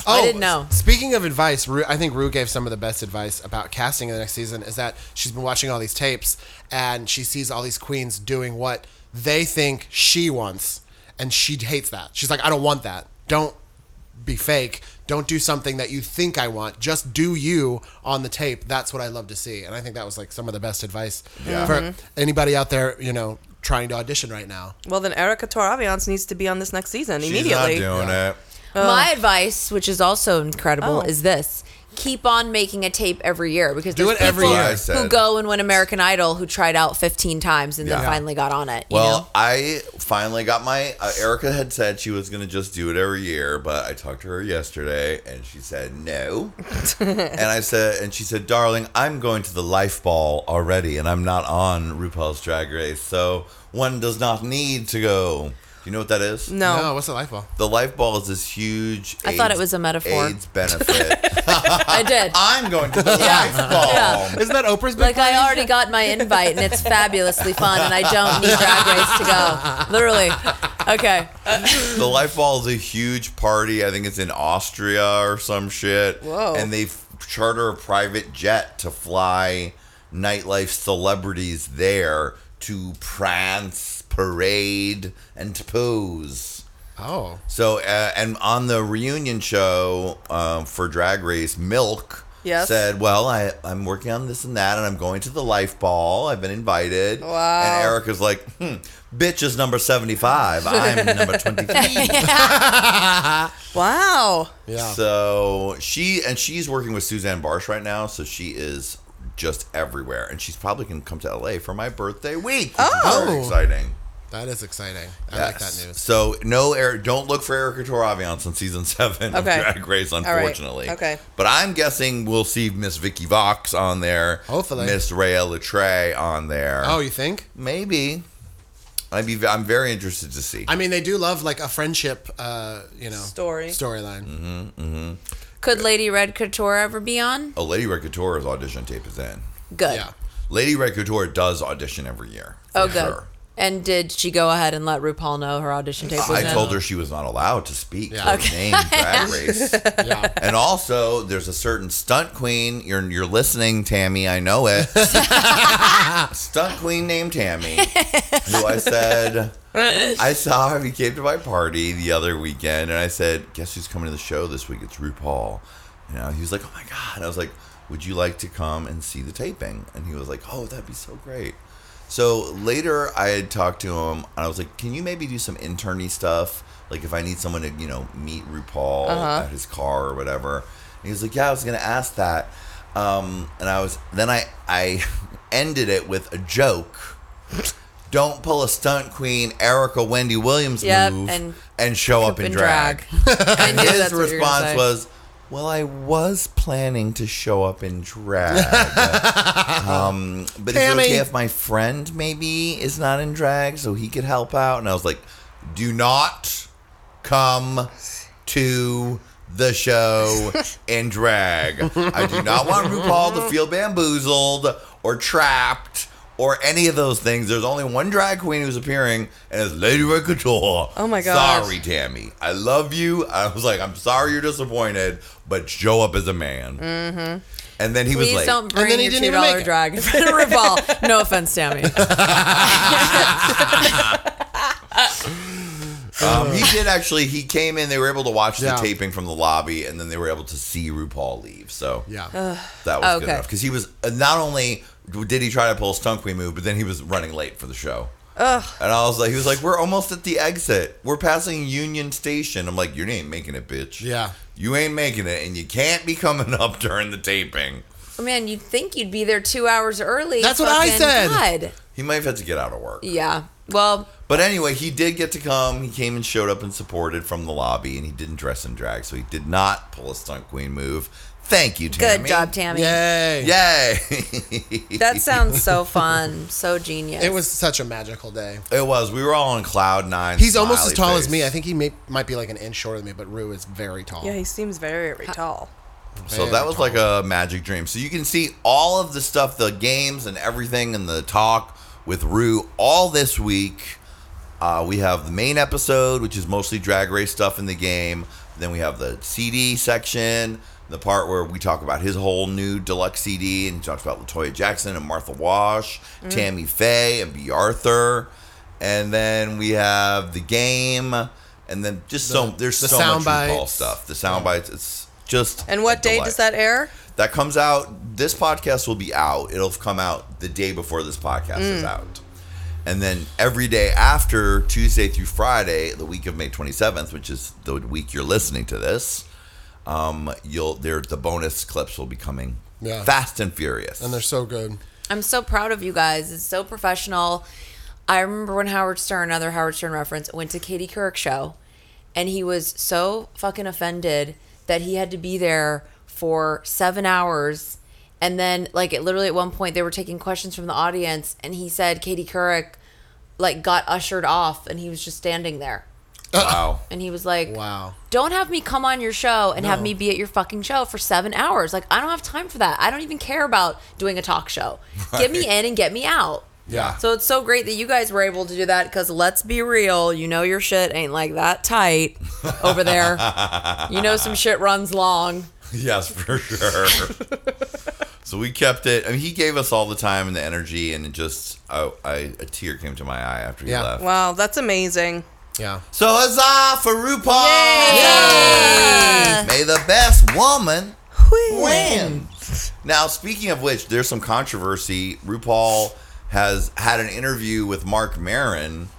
Speaker 3: Oh,
Speaker 6: didn't know.
Speaker 3: Speaking of advice, Rue, I think Rue gave some of the best advice about casting in the next season is that she's been watching all these tapes and she sees all these queens doing what they think she wants, and she hates that. She's like, I don't want that. Don't be fake. Don't do something that you think I want. Just do you on the tape. That's what I love to see. And I think that was like some of the best advice for
Speaker 6: Mm-hmm.
Speaker 3: anybody out there, you know, trying to audition right now.
Speaker 7: Well, then Erica Torraviance needs to be on this next season
Speaker 8: She's not
Speaker 7: immediately.
Speaker 8: doing it.
Speaker 6: My advice, which is also incredible,
Speaker 7: Oh.
Speaker 6: is this. Keep on making a tape every year because
Speaker 3: Do
Speaker 6: there's
Speaker 3: it every
Speaker 6: people
Speaker 3: year.
Speaker 8: I said.
Speaker 6: who go and win American Idol who tried out 15 times and then
Speaker 8: Yeah.
Speaker 6: finally got on it. You
Speaker 8: Well,
Speaker 6: know?
Speaker 8: I finally got my. Uh, Erica had said she was going to just do it every year, but I talked to her yesterday and she said no. and I said, and she said, darling, I'm going to the life ball already and I'm not on RuPaul's Drag Race. So one does not need to go. Do you know what that is?
Speaker 7: No.
Speaker 3: No, what's the life ball?
Speaker 8: The life ball is this huge.
Speaker 6: I thought it was a metaphor.
Speaker 8: AIDS benefit.
Speaker 6: I did.
Speaker 8: I'm going to the life ball.
Speaker 3: Isn't that Oprah's big
Speaker 6: Like I already got my invite and it's fabulously fun and I don't need Drag Race to go. Literally. Okay.
Speaker 8: The Life Ball is a huge party. I think it's in Austria or some shit.
Speaker 7: Whoa.
Speaker 8: And they f- charter a private jet to fly nightlife celebrities there to prance, parade, and to pose.
Speaker 3: Oh.
Speaker 8: So, uh, and on the reunion show um, for Drag Race, Milk
Speaker 7: Yes.
Speaker 8: said, Well, I, I'm working on this and that, and I'm going to the Life Ball. I've been invited.
Speaker 7: Wow.
Speaker 8: And Erica's like, hmm, Bitch is number 75. I'm number 23.
Speaker 7: Wow.
Speaker 3: Yeah.
Speaker 8: So she and she's working with Suzanne Barsh right now, so she is just everywhere, and she's probably gonna come to LA for my birthday week. Which oh, is very
Speaker 3: Oh.
Speaker 8: exciting!
Speaker 3: That is exciting. I like that news.
Speaker 8: So no, Eric. Don't look for Erica Toraviance on season seven of
Speaker 3: Okay.
Speaker 8: Drag Race,
Speaker 3: All right.
Speaker 8: unfortunately.
Speaker 3: Okay.
Speaker 8: But I'm guessing we'll see Miss Vicky Vox on there.
Speaker 3: Hopefully.
Speaker 8: Miss Rhea Latre on there.
Speaker 3: Oh, you think?
Speaker 8: Maybe. I'd be. I'm very interested to see.
Speaker 3: I mean, they do love like a friendship, uh, you know,
Speaker 6: Story.
Speaker 3: storyline.
Speaker 8: Mm-hmm, mm-hmm.
Speaker 6: Could Lady Red Couture ever be on?
Speaker 8: Oh, Lady Red Couture's audition tape is in.
Speaker 6: Good. Yeah.
Speaker 8: Lady Red Couture does audition every year.
Speaker 6: Oh,
Speaker 8: for
Speaker 6: good.
Speaker 8: sure.
Speaker 6: And did she go ahead and let RuPaul know her audition tape was
Speaker 8: I
Speaker 6: in?
Speaker 8: told her she was not allowed to speak.
Speaker 6: Yeah.
Speaker 8: her
Speaker 6: Okay.
Speaker 8: name Drag Race. And also, there's a certain stunt queen. You're you're listening, Tammy. I know it. stunt queen named Tammy. Who I said I saw her. He came to my party the other weekend, and I said, "Guess who's coming to the show this week? It's RuPaul." You know, he was like, "Oh my god!" I was like, "Would you like to come and see the taping?" And he was like, "Oh, that'd be so great." So later, I had talked to him, and I was like, "Can you maybe do some interny stuff? Like if I need someone to, you know, meet RuPaul
Speaker 11: Uh-huh.
Speaker 8: at his car or whatever." And he was like, "Yeah, I was gonna ask that," um, and I was then I I ended it with a joke. Don't pull a stunt queen Erica Wendy Williams
Speaker 6: Yep,
Speaker 8: move
Speaker 6: and
Speaker 8: and, show up
Speaker 6: Coop
Speaker 8: in
Speaker 6: and
Speaker 8: drag. and
Speaker 6: knew
Speaker 8: his
Speaker 6: that's what you were gonna
Speaker 8: response
Speaker 6: say.
Speaker 8: was, "Well, I was planning to show up in drag, um, but it's
Speaker 12: Tammy.
Speaker 8: okay if my friend maybe is not in drag, so he could help out." And I was like, "Do not come to." The show in drag. I do not want RuPaul to feel bamboozled or trapped or any of those things. There's only one drag queen who's appearing, and it's Lady Red Couture.
Speaker 9: Oh my gosh.
Speaker 8: Sorry, Tammy. I love you. I was like, I'm sorry you're disappointed, but show up as a man.
Speaker 6: Mm-hmm.
Speaker 8: And then he was Um,
Speaker 6: Please
Speaker 8: like,
Speaker 6: don't bring your two dollar drag in front of RuPaul. No offense, Tammy.
Speaker 8: Um, he did actually. He came in. They were able to watch
Speaker 3: Yeah.
Speaker 8: the taping from the lobby, and then they were able to see RuPaul leave. So
Speaker 3: Yeah.
Speaker 6: Ugh.
Speaker 8: that was good
Speaker 6: Oh, Okay.
Speaker 8: enough because he was uh, not only did he try to pull a stunt queen move, but then he was running late for the show.
Speaker 9: Ugh.
Speaker 8: And I was like, he was like, we're almost at the exit. We're passing Union Station. I'm like, you ain't making it, bitch.
Speaker 3: Yeah.
Speaker 8: You ain't making it, and you can't be coming up during the taping.
Speaker 6: Oh, man, you'd think you'd be there two hours early.
Speaker 8: That's what I
Speaker 6: Fucking
Speaker 8: said.
Speaker 6: God.
Speaker 8: He might have had to get out of work.
Speaker 6: Yeah. Well,
Speaker 8: But anyway, he did get to come. He came and showed up and supported from the lobby, and he didn't dress in drag, so he did not pull a stunt queen move. Thank you, Tammy.
Speaker 6: good job, Tammy.
Speaker 8: Yay!
Speaker 6: That sounds so fun. So genius.
Speaker 3: It was such a magical day.
Speaker 8: It was. We were all on cloud nine.
Speaker 3: He's almost as
Speaker 8: smiley
Speaker 3: tall
Speaker 8: face.
Speaker 3: as me. I think he may, might be like an inch shorter than me, but Rue is very tall.
Speaker 9: Yeah, he seems very, very tall.
Speaker 8: So that was like a magic dream. So you can see all of the stuff, the games and everything, and the talk with Rue all this week. Uh, we have the main episode, which is mostly drag race stuff in the game. Then we have the CD section, the part where we talk about his whole new deluxe CD and he talks about Latoya Jackson and Martha Wash,
Speaker 11: Mm.
Speaker 8: Tammy Faye, and B. Arthur. And then we have the game, and then just so there's
Speaker 3: the
Speaker 8: so
Speaker 3: sound
Speaker 8: much RuPaul
Speaker 3: bites.
Speaker 8: stuff. The sound bites. It's just
Speaker 9: And what
Speaker 8: a
Speaker 9: day
Speaker 8: delight.
Speaker 9: does that air?
Speaker 8: That comes out. This podcast will be out. It'll come out the day before this podcast is
Speaker 9: Mm.
Speaker 8: out. And then every day after Tuesday through Friday, the week of May 27th, which is the week you're listening to this, um, you'll there the bonus clips will be coming
Speaker 3: Yeah.
Speaker 8: fast and furious.
Speaker 3: And they're so good.
Speaker 6: I'm so proud of you guys. It's so professional. I remember when Howard Stern, another Howard Stern reference, went to Katie Couric show, and he was so fucking offended that he had to be there for seven hours. And then, like, it literally at one point they were taking questions from the audience, and he said Katie Couric, like, got ushered off, and he was just standing there.
Speaker 8: wow.
Speaker 6: And he was like,
Speaker 3: Wow.
Speaker 6: Don't have me come on your show and have
Speaker 3: No.
Speaker 6: me be at your fucking show for seven hours. Like, I don't have time for that. I don't even care about doing a talk show. Get me
Speaker 8: Right.
Speaker 6: in and get me out.
Speaker 8: Yeah.
Speaker 6: So it's so great that you guys were able to do that because let's be real, you know your shit ain't like that tight over there. you know some shit runs long.
Speaker 8: Yes, for sure. so we kept it. I mean, he gave us all the time and the energy, and it just oh, I, a tear came to my eye after he left.
Speaker 9: Wow, that's amazing.
Speaker 3: Yeah.
Speaker 8: So huzzah for RuPaul! May the best woman win. Now, speaking of which, there's some controversy. RuPaul has had an interview with Mark Maron.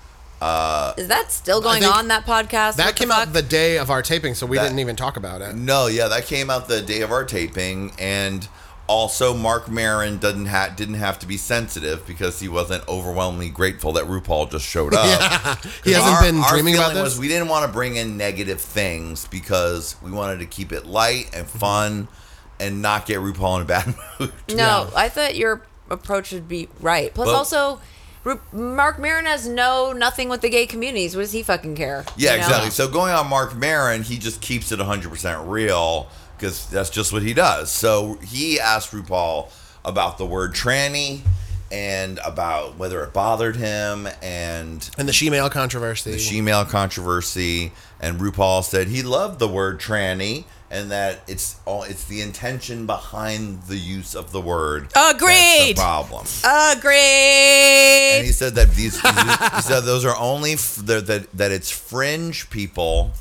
Speaker 8: Uh,
Speaker 6: Is that still going
Speaker 3: think
Speaker 6: on that podcast?
Speaker 3: That came out the day of our taping, so we
Speaker 8: That-
Speaker 3: didn't even talk about it.
Speaker 8: no, yeah, that came out the day of our taping, and Also, Mark Marin doesn't ha- didn't have to be sensitive because he wasn't overwhelmingly grateful that RuPaul just showed up.
Speaker 3: Yeah. He hasn't been dreaming about
Speaker 8: feeling
Speaker 3: this?
Speaker 8: Was we didn't want to bring in negative things because we wanted to keep it light and
Speaker 3: Mm-hmm.
Speaker 8: fun and not get RuPaul in a bad mood.
Speaker 6: No, I thought your approach would be right. Plus,
Speaker 8: Well-
Speaker 6: also, Ru- Mark Maron has no nothing with the gay communities. What does he fucking care?
Speaker 8: Yeah,
Speaker 6: you know?
Speaker 8: exactly. So going on Mark Maron, he just keeps it 100% real because that's just what he does. So he asked RuPaul about the word tranny and about whether it bothered him and
Speaker 3: and the she-male controversy.
Speaker 8: the she-male controversy. And RuPaul said he loved the word tranny and that it's all it's the intention behind the use of the word.
Speaker 7: Agreed.
Speaker 8: That's the problem.
Speaker 7: Agreed.
Speaker 8: And he said that these, he said those are only f- that that- that it's fringe people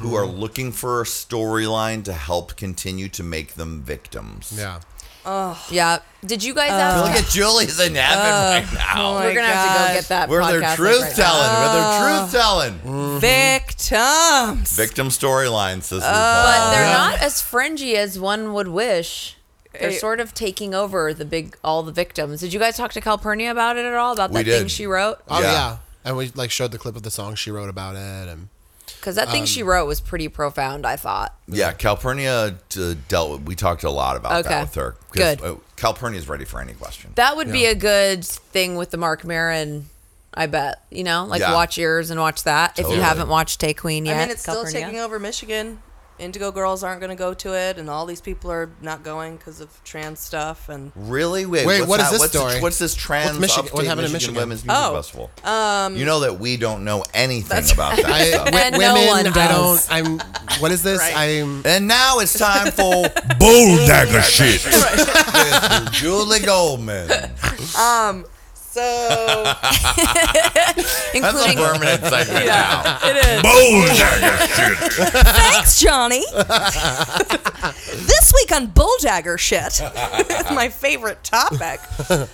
Speaker 8: who are looking for a storyline to help continue to make them victims.
Speaker 3: yeah.
Speaker 6: Oh. Yeah. Did you guys
Speaker 8: Look
Speaker 6: ask?
Speaker 8: at Julie's in heaven right now.
Speaker 6: We're gonna have to go
Speaker 7: gosh.
Speaker 6: get that.
Speaker 8: Where
Speaker 6: podcast
Speaker 8: they're
Speaker 6: up
Speaker 8: truth
Speaker 6: right now.
Speaker 8: telling. Where they're
Speaker 3: Mm.
Speaker 8: truth telling.
Speaker 7: Victims.
Speaker 8: Victim storyline, says
Speaker 6: Oh, But
Speaker 8: RuPaul.
Speaker 6: they're not as fringy as one would wish. They're
Speaker 7: Eh.
Speaker 6: sort of taking over the big all the victims. Did you guys talk to Calpurnia about it at all? About
Speaker 8: We
Speaker 6: that thing
Speaker 8: did. Uh,
Speaker 6: she wrote?
Speaker 3: Oh
Speaker 8: Yeah.
Speaker 3: yeah. and we like showed the clip of the song she wrote about it, and
Speaker 6: Because that thing
Speaker 8: um,
Speaker 6: she wrote was pretty profound. I thought.
Speaker 8: Yeah, Calpurnia uh, dealt with. We talked a lot about
Speaker 6: Okay.
Speaker 8: that with her. 'cause,
Speaker 6: Good.
Speaker 8: uh, Calpurnia's ready for any question.
Speaker 6: That would be a good thing with the Mark Maron. I bet you know, like
Speaker 8: Yeah.
Speaker 6: watch yours and watch that if
Speaker 8: Totally.
Speaker 6: you haven't watched Take Queen yet.
Speaker 7: I mean, it's still
Speaker 6: Calpurnia.
Speaker 7: taking over Michigan. Indigo girls aren't going to go to it, and all these people are not going because of trans stuff. And
Speaker 8: Really? Wait,
Speaker 3: Wait,
Speaker 8: what's
Speaker 3: what is
Speaker 8: that-
Speaker 3: this
Speaker 8: what's
Speaker 3: story?
Speaker 8: The, what's this trans
Speaker 3: What's Michigan- what
Speaker 8: upstate
Speaker 3: happened in
Speaker 8: Michigan
Speaker 3: Michigan?
Speaker 8: Women's Music
Speaker 7: Oh.
Speaker 8: Festival? Um, you know that we don't know anything about that
Speaker 3: I,
Speaker 8: stuff.
Speaker 3: wi-
Speaker 6: And no one
Speaker 3: women, I don't.
Speaker 6: does.
Speaker 3: I'm. What is this? I'm.
Speaker 8: and now it's time for
Speaker 10: Bulldagger shit.
Speaker 8: Mr. Julie Goldman. That's
Speaker 9: So
Speaker 8: a
Speaker 6: including
Speaker 8: permanent segment now.
Speaker 10: Bulldagger shit.
Speaker 7: thanks, Johnny. this week on Bulldagger shit, my favorite topic.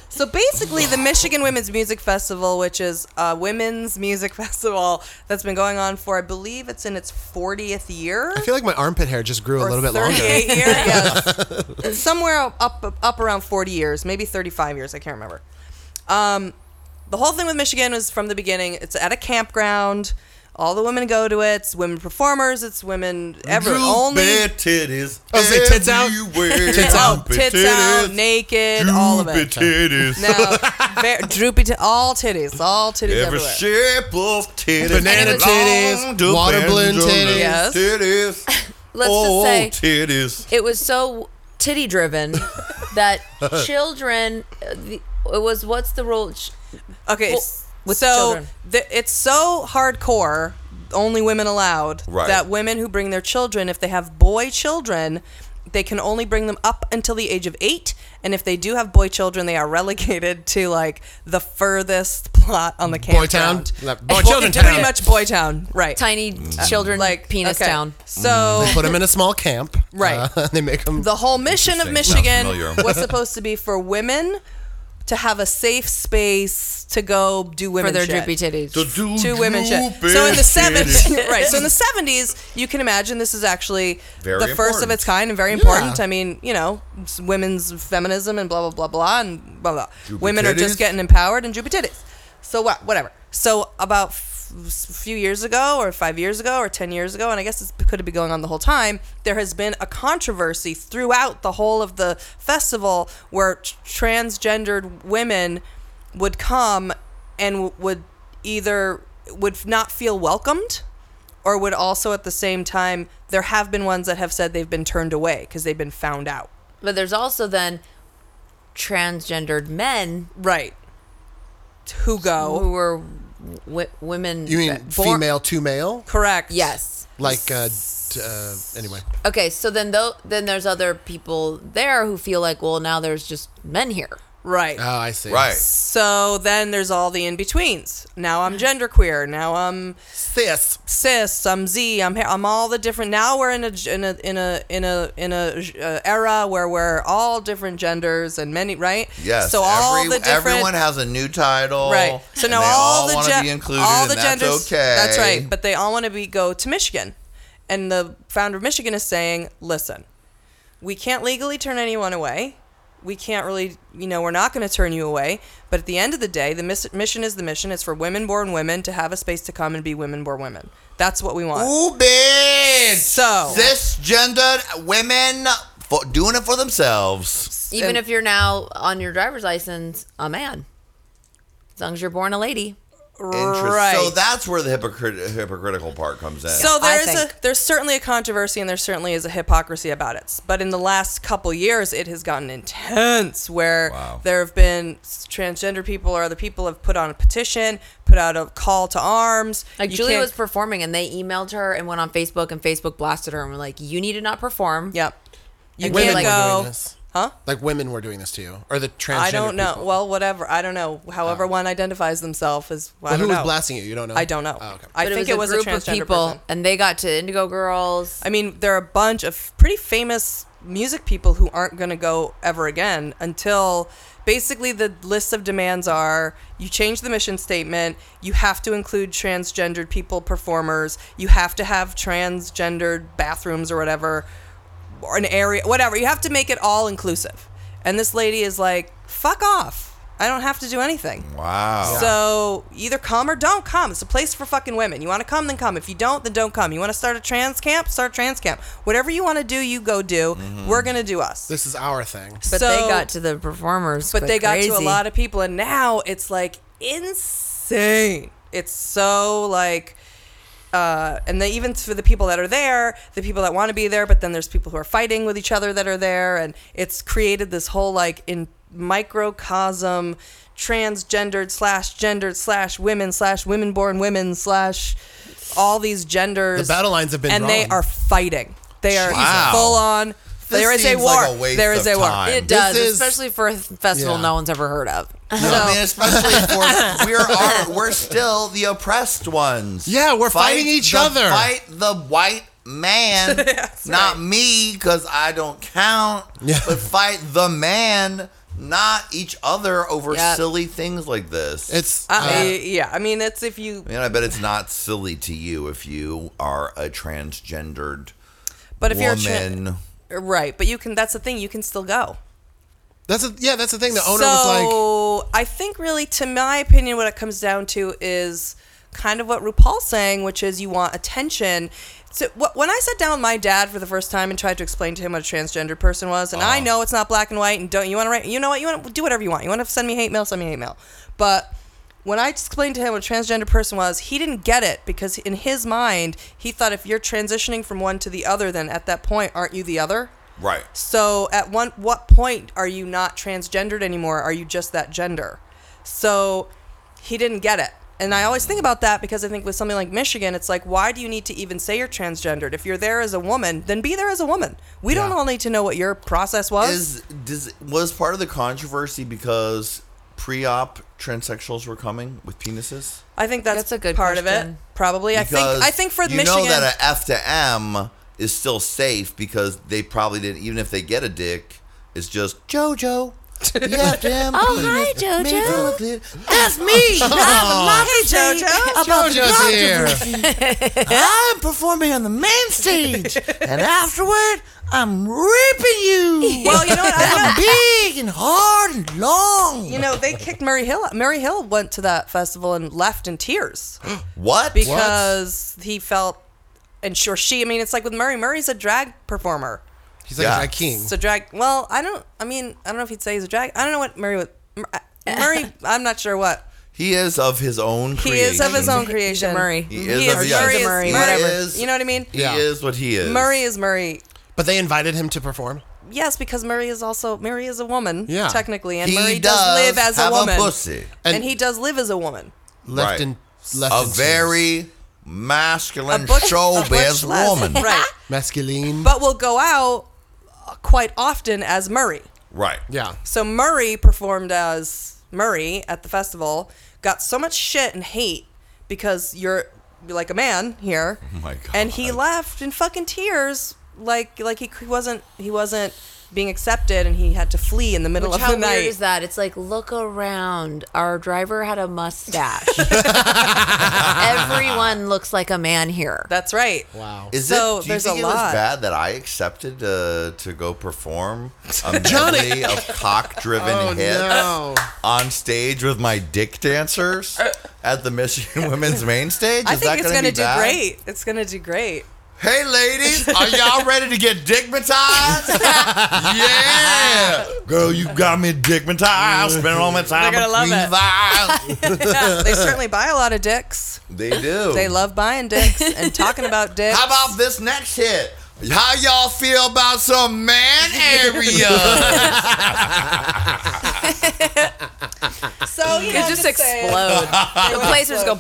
Speaker 7: So basically, the Michigan Women's Music Festival, which is a women's music festival that's been going on for, I believe, it's in its 40th year.
Speaker 3: I feel like my armpit hair just grew a little bit longer.
Speaker 7: 38 years, yes. It's somewhere up up around 40 years, maybe 35 years. I can't remember. Um, the whole thing with Michigan was from the beginning. It's at a campground. All the women go to it. It's women performers. It's women. Everyone only
Speaker 8: Bare titties.
Speaker 3: Oh, say tits out?
Speaker 8: everywhere.
Speaker 3: Tits out.
Speaker 8: Droopy
Speaker 7: tits out,
Speaker 8: titties.
Speaker 7: naked, all of
Speaker 8: Droopy
Speaker 7: it.
Speaker 8: titties.
Speaker 7: No, ver- droopy. T- all titties. All titties
Speaker 8: Every
Speaker 7: everywhere.
Speaker 8: shape of titties.
Speaker 3: Banana
Speaker 8: Long
Speaker 3: titties,
Speaker 8: to
Speaker 3: water balloon
Speaker 8: pendulum
Speaker 3: titties.
Speaker 7: Yes.
Speaker 8: Titties.
Speaker 6: Let's
Speaker 8: oh,
Speaker 6: just say
Speaker 8: titties.
Speaker 6: it was so titty driven that children. uh, The, it was what's the rule? Ch-
Speaker 7: Okay.
Speaker 6: Well,
Speaker 7: s-
Speaker 6: with
Speaker 7: so
Speaker 6: children.
Speaker 7: th- it's so hardcore, only women allowed,
Speaker 8: Right.
Speaker 7: that women who bring their children, if they have boy children, they can only bring them up until the age of eight. And if they do have boy children, they are relegated to like the furthest plot on the
Speaker 3: Boy
Speaker 7: campground.
Speaker 3: town? Like, boy
Speaker 7: It's
Speaker 3: children
Speaker 7: Pretty
Speaker 3: town.
Speaker 7: much boy town, right?
Speaker 6: Tiny
Speaker 8: Mm.
Speaker 6: children like penis
Speaker 7: Okay.
Speaker 6: town.
Speaker 7: So
Speaker 3: Put them in a small camp.
Speaker 7: Right.
Speaker 3: Uh, they make them.
Speaker 7: the whole mission of
Speaker 8: Interesting. Sounds
Speaker 7: Michigan
Speaker 8: familiar.
Speaker 7: was supposed to be for women to have a safe space to go do women
Speaker 6: for their
Speaker 7: shit.
Speaker 6: drippy titties.
Speaker 8: Two,
Speaker 7: two women shit. So in the seventies, right? So in the seventies, you can imagine this is actually
Speaker 8: Very
Speaker 7: the first of
Speaker 8: important.
Speaker 7: its kind and very important. I mean, you know, s- women's feminism and blah blah blah blah and blah blah.
Speaker 8: Droopy
Speaker 7: women are
Speaker 8: titties.
Speaker 7: just getting empowered and droopy titties. So what? Whatever. So about f- s- few years ago, or five years ago, or ten years ago, and I guess this could have been going on the whole time. There has been a controversy throughout the whole of the festival where t- transgendered women would come and w- would either would not feel welcomed or would also at the same time there have been ones that have said they've been turned away because they've been found out
Speaker 6: But there's also then transgendered men
Speaker 7: right who go
Speaker 6: who were w- women.
Speaker 3: you mean
Speaker 6: that- born-
Speaker 3: female to male?
Speaker 7: correct
Speaker 6: Yes.
Speaker 3: Like uh, t- uh, anyway.
Speaker 6: Okay. So then, though, then there's other people there who feel like, well, now there's just men here.
Speaker 7: right
Speaker 8: Ah.
Speaker 3: Oh, I see.
Speaker 8: right.
Speaker 7: so then there's all the in-betweens now i'm genderqueer now i'm
Speaker 3: Sis.
Speaker 7: cis i'm z i'm ha- i'm all the different now we're in a in a in a in a in a uh, era where we're all different genders and many right
Speaker 8: Yes.
Speaker 7: so all
Speaker 8: every-
Speaker 7: the different
Speaker 8: everyone has a new title.
Speaker 7: Right. So
Speaker 8: and
Speaker 7: now
Speaker 8: they
Speaker 7: all, the
Speaker 8: want to
Speaker 7: gen-
Speaker 8: be included.
Speaker 7: all
Speaker 8: and
Speaker 7: the
Speaker 8: that's
Speaker 7: genders.
Speaker 8: okay.
Speaker 7: That's right. But they all want to be go to Michigan, and the founder of Michigan is saying, "Listen, we can't legally turn anyone away. we can't really, you know, we're not going to turn you away. But at the end of the day, the miss- mission is the mission. It's for women born women to have a space to come and be women born women. That's what we want.
Speaker 8: Ooh, bitch!
Speaker 7: So
Speaker 8: cisgendered women for doing it for themselves.
Speaker 6: Even if you're now on your driver's license a man, as long as you're born a lady.
Speaker 8: Interest- So that's where the hypocrit- hypocritical part comes in.
Speaker 7: So
Speaker 6: I
Speaker 7: there's a
Speaker 6: think.
Speaker 7: there's certainly a controversy and there certainly is a hypocrisy about it. But in the last couple years, it has gotten intense where there have been s- transgender people or other people have put on a petition, put out a call to arms.
Speaker 6: Like
Speaker 7: You
Speaker 6: Julia
Speaker 7: can't-
Speaker 6: was performing, and they emailed her and went on Facebook, and Facebook blasted her and were like, "You need to not perform."
Speaker 7: Yep. You
Speaker 3: women
Speaker 7: can't
Speaker 3: were
Speaker 7: go.
Speaker 3: doing this.
Speaker 7: Huh?
Speaker 3: Like women were doing this to you, or the transgender.
Speaker 7: I don't know.
Speaker 3: people.
Speaker 7: Well, whatever. I don't know. However, one identifies themselves as. I
Speaker 3: Well,
Speaker 7: don't
Speaker 3: who was
Speaker 7: know.
Speaker 3: blasting you? You don't know.
Speaker 7: I don't know.
Speaker 3: Oh, okay.
Speaker 7: I
Speaker 6: But
Speaker 7: think
Speaker 6: it was a group
Speaker 7: transgender
Speaker 6: of people,
Speaker 7: person.
Speaker 6: and they got to Indigo Girls.
Speaker 7: I mean, there are a bunch of pretty famous music people who aren't going to go ever again until basically the list of demands are you change the mission statement, you have to include transgendered people performers, you have to have transgendered bathrooms or whatever, or an area, whatever. You have to make it all inclusive. And this lady is like, fuck off. I don't have to do anything.
Speaker 8: Wow.
Speaker 7: So either come or don't come. It's a place for fucking women. You want to come, then come. If you don't, then don't come. You want to start a trans camp, start a trans camp. Whatever you want to do, you go do. We're gonna do us.
Speaker 3: This is our thing.
Speaker 6: But
Speaker 7: So-
Speaker 6: they got to the performers.
Speaker 7: But they got to a
Speaker 6: crazy.
Speaker 7: lot of people, and now it's like insane. It's so like. Uh, and then even for the people that are there, the people that want to be there, but then there's people who are fighting with each other that are there, and it's created this whole like in microcosm, transgendered slash gendered slash women slash women born women slash all these genders.
Speaker 3: The battle lines have been
Speaker 7: and they
Speaker 3: drawn.
Speaker 7: are fighting. They are
Speaker 8: Wow.
Speaker 7: full on.
Speaker 8: This
Speaker 7: There is a
Speaker 8: seems
Speaker 7: war.
Speaker 8: like a waste
Speaker 7: there is
Speaker 8: of
Speaker 7: a war.
Speaker 8: time.
Speaker 6: It does,
Speaker 3: is-
Speaker 6: especially for a th- festival
Speaker 3: Yeah.
Speaker 6: no one's ever heard of.
Speaker 8: No, I mean, especially for we're are, we're still the oppressed ones.
Speaker 3: Yeah, we're fighting each
Speaker 8: the-
Speaker 3: other.
Speaker 8: Fight the white man, not me, because I don't count.
Speaker 3: Yeah.
Speaker 8: But fight the man, not each other over
Speaker 6: Yep.
Speaker 8: silly things like this.
Speaker 3: It's
Speaker 7: Uh,
Speaker 3: uh,
Speaker 7: yeah, I mean, it's if you,
Speaker 8: Man, I bet it's not silly to you if you are a transgendered
Speaker 7: but if
Speaker 8: woman.
Speaker 7: you're a tra- right, but you can. That's the thing. You can still go.
Speaker 3: that's a, yeah. That's the thing. The owner was
Speaker 7: so I think really, to my opinion, what it comes down to is kind of what RuPaul's saying, which is you want attention. So wh- when I sat down with my dad for the first time and tried to explain to him what a transgender person was, and
Speaker 3: Uh-huh.
Speaker 7: I know it's not black and white, and don't you want to write? You know what? You want to do whatever you want. You want to send me hate mail, send me hate mail. But when I explained to him what a transgender person was, he didn't get it because in his mind, he thought if you're transitioning from one to the other, then at that point, aren't you the other?
Speaker 8: right.
Speaker 7: So at one what point are you not transgendered anymore? Are you just that gender? So he didn't get it. And I always think about that because I think with something like Michigan, it's like, why do you need to even say you're transgendered? If you're there as a woman, then be there as a woman. We don't all need to know what your process was.
Speaker 8: Is does was part of the controversy because pre-op transsexuals were coming with penises?
Speaker 7: I think that's,
Speaker 6: That's a good
Speaker 7: part of it.
Speaker 6: question.
Speaker 7: Probably. I
Speaker 8: Because
Speaker 7: think I think for
Speaker 8: you
Speaker 7: Michigan
Speaker 8: know that a F to M is still safe because they probably didn't even if they get a dick, it's just JoJo. The F to M.
Speaker 6: Oh, hi,
Speaker 8: penis made
Speaker 6: JoJo.
Speaker 8: from a clit."
Speaker 6: That's me.
Speaker 7: Hey, JoJo.
Speaker 3: JoJo's here.
Speaker 8: I'm performing on the main stage, and afterward, I'm ripping you.
Speaker 7: Well, you know what? I don't-
Speaker 8: big and hard and long.
Speaker 7: you know, they kicked Murray Hill. out. Murray Hill went to that festival and left in tears.
Speaker 8: What?
Speaker 7: because he felt and sure she i mean it's like with murray murray's a drag performer
Speaker 3: He's like
Speaker 8: Yeah.
Speaker 3: a king.
Speaker 7: so drag well i don't i mean i don't know if he'd say he's a drag i don't know what murray was murray i'm not sure what
Speaker 8: he is of his own
Speaker 7: he
Speaker 8: creation.
Speaker 7: is of his own creation
Speaker 6: Murray.
Speaker 8: He is of- yes.
Speaker 7: murray,
Speaker 8: He
Speaker 7: is,
Speaker 8: is-
Speaker 7: whatever
Speaker 8: he is-
Speaker 7: you know what i mean
Speaker 8: He
Speaker 3: Yeah.
Speaker 8: is what he is.
Speaker 7: murray is murray
Speaker 3: But they invited him to perform.
Speaker 7: yes because murray is also murray is a woman
Speaker 3: Yeah.
Speaker 7: technically and
Speaker 8: He
Speaker 7: murray does, live as
Speaker 8: have
Speaker 7: a woman
Speaker 8: pussy.
Speaker 7: and,
Speaker 3: And-
Speaker 7: he does live as a woman
Speaker 3: Left
Speaker 8: Right.
Speaker 3: in left
Speaker 8: A
Speaker 3: in tears.
Speaker 8: very masculine,
Speaker 7: butch- a butch
Speaker 8: showbiz
Speaker 7: les-
Speaker 8: woman.
Speaker 7: right
Speaker 3: masculine.
Speaker 7: but will go out uh, quite often as murray
Speaker 8: Right.
Speaker 3: yeah,
Speaker 7: So Murray performed as Murray at the festival, got so much shit and hate because you're, you're like a man here.
Speaker 8: Oh my God.
Speaker 7: And he left in fucking tears like like he, he wasn't he wasn't being accepted, and he had to flee in the middle
Speaker 6: Which,
Speaker 7: of
Speaker 6: how
Speaker 7: the night.
Speaker 6: weird is that? It's like, look around. Our driver had a mustache. Everyone looks like a man here.
Speaker 7: That's right.
Speaker 3: Wow.
Speaker 8: Is
Speaker 7: So
Speaker 8: it, do you
Speaker 7: there's
Speaker 8: think
Speaker 7: a
Speaker 8: it was
Speaker 7: lot.
Speaker 8: bad that I accepted uh, to go perform a
Speaker 3: Johnny!
Speaker 8: medley of cock-driven
Speaker 3: Oh,
Speaker 8: hits
Speaker 3: no.
Speaker 8: on stage with my dick dancers at the Michigan Women's Main Stage? Is
Speaker 7: I think
Speaker 8: that
Speaker 7: it's
Speaker 8: going to
Speaker 7: do great. It's gonna do great.
Speaker 8: Hey, ladies, are y'all ready to get digmatized? yeah, girl, you got me digmatized. Spending all my time.
Speaker 7: They're gonna love
Speaker 8: between
Speaker 7: it.
Speaker 8: vibes.
Speaker 7: they certainly buy a lot of dicks.
Speaker 8: They do.
Speaker 7: They love buying dicks and talking about dicks.
Speaker 8: How about this next hit? How y'all feel about some man area?
Speaker 9: So you
Speaker 6: It
Speaker 9: have
Speaker 6: just
Speaker 9: to say-
Speaker 6: explodes. the placers go.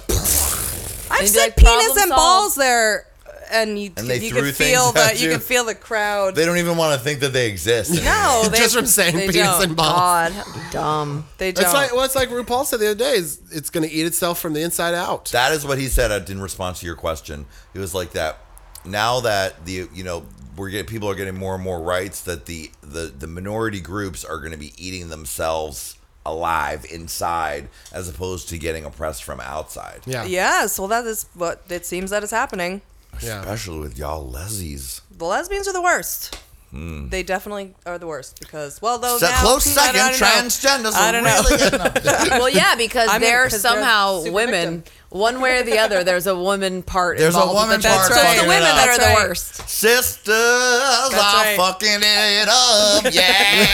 Speaker 7: I've
Speaker 6: They'd
Speaker 7: said
Speaker 6: be like,
Speaker 7: penis
Speaker 6: "Problem
Speaker 7: and
Speaker 6: solved."
Speaker 7: balls there, and you
Speaker 8: And they
Speaker 7: you
Speaker 8: threw
Speaker 7: could
Speaker 8: things
Speaker 7: feel the
Speaker 8: at
Speaker 7: you
Speaker 8: you.
Speaker 7: could feel the crowd.
Speaker 8: they don't even want to think that they exist.
Speaker 7: no, they,
Speaker 3: Just from saying
Speaker 7: they
Speaker 3: penis
Speaker 7: don't.
Speaker 3: and balls.
Speaker 7: God,
Speaker 6: Dumb.
Speaker 7: they don't.
Speaker 3: It's like well, it's like RuPaul said the other day. Is it's going to eat itself from the inside out.
Speaker 8: That is what he said uh, in response to your question. It was like that. Now that the you know we're getting people are getting more and more rights that the the the minority groups are going to be eating themselves alive inside as opposed to getting oppressed from outside.
Speaker 3: yeah.
Speaker 7: yes, well, that is what it seems that is happening.
Speaker 3: Yeah.
Speaker 8: Especially with y'all lessies.
Speaker 7: The lesbians are the worst. They definitely are the worst because well, though
Speaker 8: So
Speaker 7: now,
Speaker 8: Hmm. close
Speaker 7: I don't- I
Speaker 8: second,
Speaker 7: don't know.
Speaker 8: transgenders
Speaker 7: I
Speaker 8: are
Speaker 7: don't know.
Speaker 8: really getting up there.
Speaker 6: Well, yeah, because
Speaker 7: I mean,
Speaker 6: they're
Speaker 7: 'cause they're
Speaker 6: somehow
Speaker 7: super
Speaker 6: women.
Speaker 7: victim.
Speaker 6: One way or the other, there's a woman part.
Speaker 8: There's a
Speaker 6: involved,
Speaker 8: woman
Speaker 6: but that's
Speaker 8: part
Speaker 6: still
Speaker 8: fucking
Speaker 6: the
Speaker 8: it
Speaker 6: women that
Speaker 8: up.
Speaker 6: are the
Speaker 7: That's right.
Speaker 6: worst.
Speaker 8: Sisters are
Speaker 7: right.
Speaker 8: fucking it up. Yeah.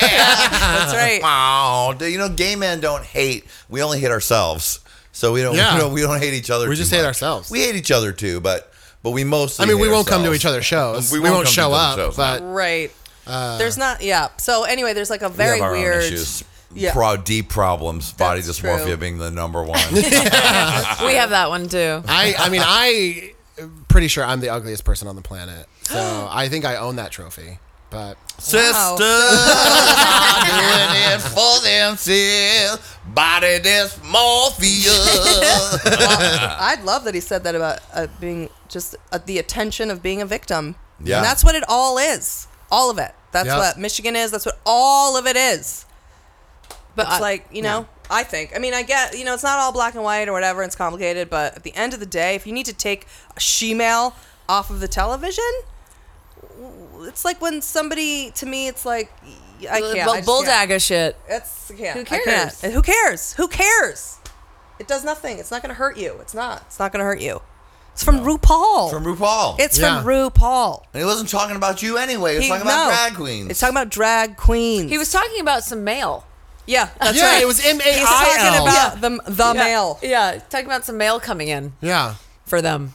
Speaker 7: That's right.
Speaker 8: Wow. Do- You know, gay men don't hate. We only hate ourselves. So we don't.
Speaker 3: Yeah.
Speaker 8: We don't, we don't hate each other.
Speaker 3: We
Speaker 8: too
Speaker 3: just hate
Speaker 8: much.
Speaker 3: ourselves.
Speaker 8: We hate each other too, but but we mostly.
Speaker 3: I mean, we
Speaker 8: hate
Speaker 3: won't come to
Speaker 8: ourselves.
Speaker 3: each other's shows.
Speaker 8: We
Speaker 3: We,
Speaker 8: won't
Speaker 3: won't
Speaker 8: come to
Speaker 3: show
Speaker 8: each
Speaker 3: up.
Speaker 8: other's shows,
Speaker 3: But
Speaker 7: Right. there's not. Yeah. So anyway, there's like a
Speaker 8: Uh. We have
Speaker 7: very
Speaker 8: our own
Speaker 7: weird.
Speaker 8: issues.
Speaker 7: Yeah.
Speaker 8: Pro- deep problems. Body
Speaker 7: That's
Speaker 8: dysmorphia
Speaker 7: true.
Speaker 8: being the number one.
Speaker 6: We have that one too.
Speaker 3: I, I mean, I am pretty sure I'm the ugliest person on the planet. So I think I own that trophy. But
Speaker 8: Sisters are doing it for themselves. Body dysmorphia.
Speaker 7: I'd love that he said that about uh, being just uh, the attention of being a victim.
Speaker 8: Yeah.
Speaker 7: And that's what it all is. All of it. That's
Speaker 3: Yep.
Speaker 7: what Michigan is. That's what all of it is.
Speaker 6: But
Speaker 7: It's like, you know, I think. I mean, I get, you know, it's not all black and white or whatever. It's complicated. But at the end of the day, if you need to take a shemale off of the television, w- it's like when somebody, to me, it's like, I
Speaker 6: Bu-
Speaker 7: can't. I just
Speaker 6: bull
Speaker 7: can't.
Speaker 6: dagger shit.
Speaker 7: It's yeah.
Speaker 6: Who
Speaker 7: I
Speaker 6: cares?
Speaker 7: can't. And Who cares? Who cares? It does nothing. It's not going to hurt you. It's not. It's not going to hurt you. It's from RuPaul.
Speaker 8: From RuPaul.
Speaker 7: It's
Speaker 3: Yeah.
Speaker 7: from RuPaul.
Speaker 8: and he wasn't talking about you anyway. He was
Speaker 7: He-
Speaker 8: talking about
Speaker 7: no.
Speaker 8: drag queens.
Speaker 7: It's talking about drag queens.
Speaker 6: He was talking about some male.
Speaker 7: yeah. That's
Speaker 3: yeah,
Speaker 7: right.
Speaker 3: it was M A
Speaker 7: He's
Speaker 3: I
Speaker 7: talking
Speaker 3: L.
Speaker 7: about the the male.
Speaker 6: Yeah, talking about some mail coming in
Speaker 3: Yeah.
Speaker 6: for them.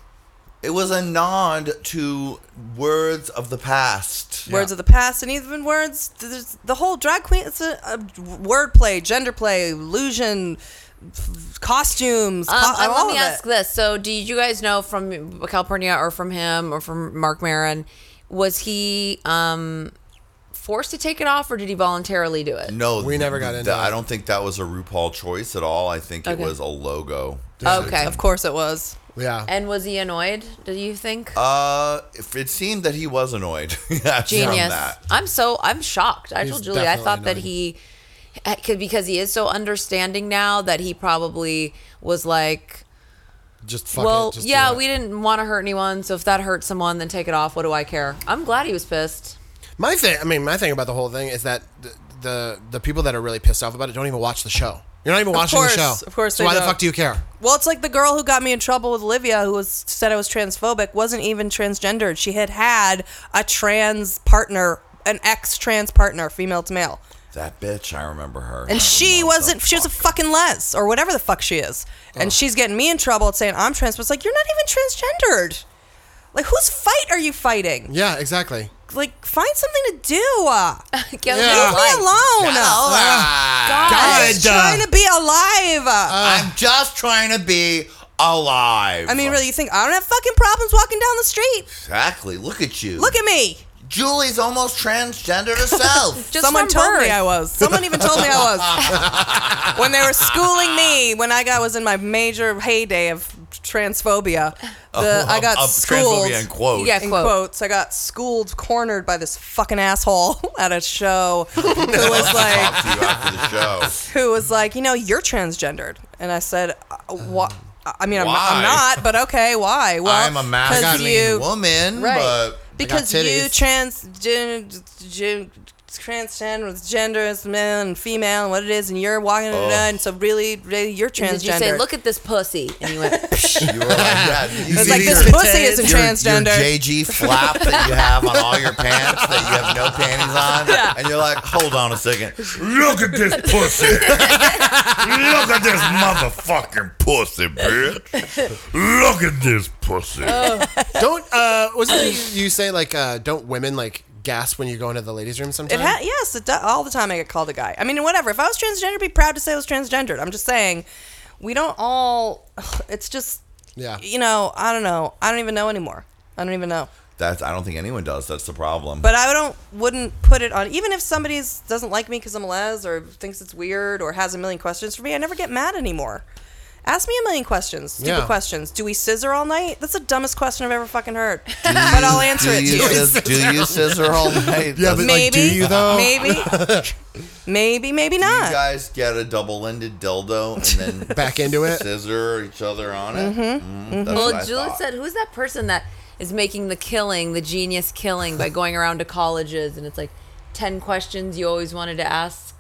Speaker 8: It was a nod to words of the past.
Speaker 7: Words of the past and even words. There's the whole drag queen. It's a, a word play, gender play, illusion, f- costumes,
Speaker 6: Um,
Speaker 7: co-
Speaker 6: and
Speaker 7: all
Speaker 6: let me
Speaker 7: of
Speaker 6: ask
Speaker 7: it.
Speaker 6: this: So, did you guys know from California or from him or from Mark Maron, was he um, forced to take it off or did he voluntarily do it?
Speaker 8: No,
Speaker 3: We never got into
Speaker 8: that- I
Speaker 3: it.
Speaker 8: don't think that was a RuPaul choice at all. I think it
Speaker 6: Okay.
Speaker 8: was a logo.
Speaker 3: Oh,
Speaker 6: Okay.
Speaker 7: Of course it was.
Speaker 3: Yeah.
Speaker 6: And was he annoyed? Do you think?
Speaker 8: Uh, if it seemed that he was annoyed. yeah, from
Speaker 6: Genius.
Speaker 8: that.
Speaker 6: I'm so I'm shocked. I
Speaker 3: He's
Speaker 6: told Julie I
Speaker 3: definitely
Speaker 6: thought that
Speaker 3: annoyed.
Speaker 6: he I could because he is so understanding now that he probably was like,
Speaker 3: Just fuck
Speaker 6: well,
Speaker 3: it. Just do
Speaker 6: yeah,
Speaker 3: it.
Speaker 6: we didn't want to hurt anyone, so if that hurts someone, then take it off. What do I care? I'm glad he was pissed.
Speaker 3: My thing, I mean, my thing about the whole thing is that the, the the people that are really pissed off about it don't even watch the show. You're not even watching
Speaker 7: course,
Speaker 3: the show.
Speaker 7: of course
Speaker 3: So
Speaker 7: they
Speaker 3: why the
Speaker 7: don't.
Speaker 3: fuck do you care?
Speaker 7: Well, it's like the girl who got me in trouble with Olivia, who was said I was transphobic, wasn't even transgendered. She had had a trans partner, an ex-trans partner, female to male,
Speaker 8: That bitch, I remember her.
Speaker 7: and she
Speaker 8: What the
Speaker 7: wasn't. She was a
Speaker 8: fuck?
Speaker 7: fucking les or whatever the fuck she is, and she's getting me in trouble saying I'm trans. It's like you're not even transgendered. Like whose fight are you fighting?
Speaker 3: Yeah, exactly.
Speaker 7: Like find something to do. Uh,
Speaker 6: Leave
Speaker 3: Yeah.
Speaker 7: Leave me alone.
Speaker 8: Ah,
Speaker 7: I'm
Speaker 3: God.
Speaker 7: just trying to be alive.
Speaker 8: I'm just trying to be alive.
Speaker 7: I mean, really, you think I don't have fucking problems walking down the street?
Speaker 8: Exactly. Look at you.
Speaker 7: Look at me.
Speaker 8: Julie's almost transgender herself.
Speaker 6: Just
Speaker 7: Someone
Speaker 6: from
Speaker 7: told
Speaker 6: birth.
Speaker 7: me I was. Someone even told me I was. when they were schooling me, when I got was in my major heyday of transphobia.
Speaker 8: Of-
Speaker 7: The, I
Speaker 8: of-
Speaker 7: got
Speaker 8: of
Speaker 7: schooled.
Speaker 8: transphobia in quotes.
Speaker 7: Yeah,
Speaker 8: Yeah,
Speaker 7: in
Speaker 8: quote.
Speaker 7: quotes. I got schooled, cornered by this fucking asshole at a show who was like,
Speaker 8: Talk to you after the show.
Speaker 7: who was like, you know, you're transgendered, and I said, what? I mean, I'm,
Speaker 8: Why?
Speaker 7: I'm not, but okay, why? Well,
Speaker 8: I'm a
Speaker 7: 'cause
Speaker 8: masculine
Speaker 7: you-
Speaker 8: woman,
Speaker 7: right?
Speaker 8: but- I got
Speaker 7: because you
Speaker 8: titties.
Speaker 7: transgen gen- transgender with genders, male and female, and what it is, and you're walking
Speaker 6: Oh.
Speaker 7: it and so really, really, you're transgender.
Speaker 6: Did you say, look at this pussy? And you went,
Speaker 8: You were like that. You
Speaker 7: It's
Speaker 8: see
Speaker 7: like,
Speaker 8: your-
Speaker 7: this pussy isn't
Speaker 8: your-
Speaker 7: transgender.
Speaker 8: Your JG flap that you have on all your pants that you have no panties on, and you're like, hold on a second.
Speaker 10: Look at this pussy. Look at this motherfucking pussy, bitch. Look at this pussy.
Speaker 7: Oh,
Speaker 3: don't uh wasn't it you, you say like uh don't women like gasp when you go into the ladies room
Speaker 7: It
Speaker 3: sometimes?
Speaker 7: ha- yes, it do- all the time I get called a guy. I mean, whatever. If I was transgender, I'd be proud to say I was transgendered. I'm just saying, we don't all. It's just,
Speaker 3: Yeah.
Speaker 7: you know, I don't know. I don't even know anymore. I don't even know.
Speaker 8: That's. I don't think anyone does. That's the problem.
Speaker 7: But I don't wouldn't put it on. Even if somebody doesn't like me because I'm les or thinks it's weird or has a million questions for me, I never get mad anymore. Ask me a million questions, stupid
Speaker 8: Yeah.
Speaker 7: questions. Do we scissor all night? That's the dumbest question I've ever fucking heard. but I'll answer
Speaker 8: do
Speaker 7: it to
Speaker 8: you
Speaker 7: you.
Speaker 8: scis- do you scissor all night?
Speaker 3: Yeah, but like, do
Speaker 7: Maybe,
Speaker 3: you though?
Speaker 7: maybe, maybe, maybe
Speaker 8: You
Speaker 7: not.
Speaker 8: guys get a double-ended dildo and then
Speaker 3: back into it.
Speaker 8: scissor each other on it.
Speaker 7: Mm-hmm.
Speaker 6: Mhm.
Speaker 8: Mm, that's what I
Speaker 6: well, Julie
Speaker 8: thought.
Speaker 6: said, "Who's that person that is making the killing, the genius killing, by going around to colleges and it's like ten questions you always wanted to ask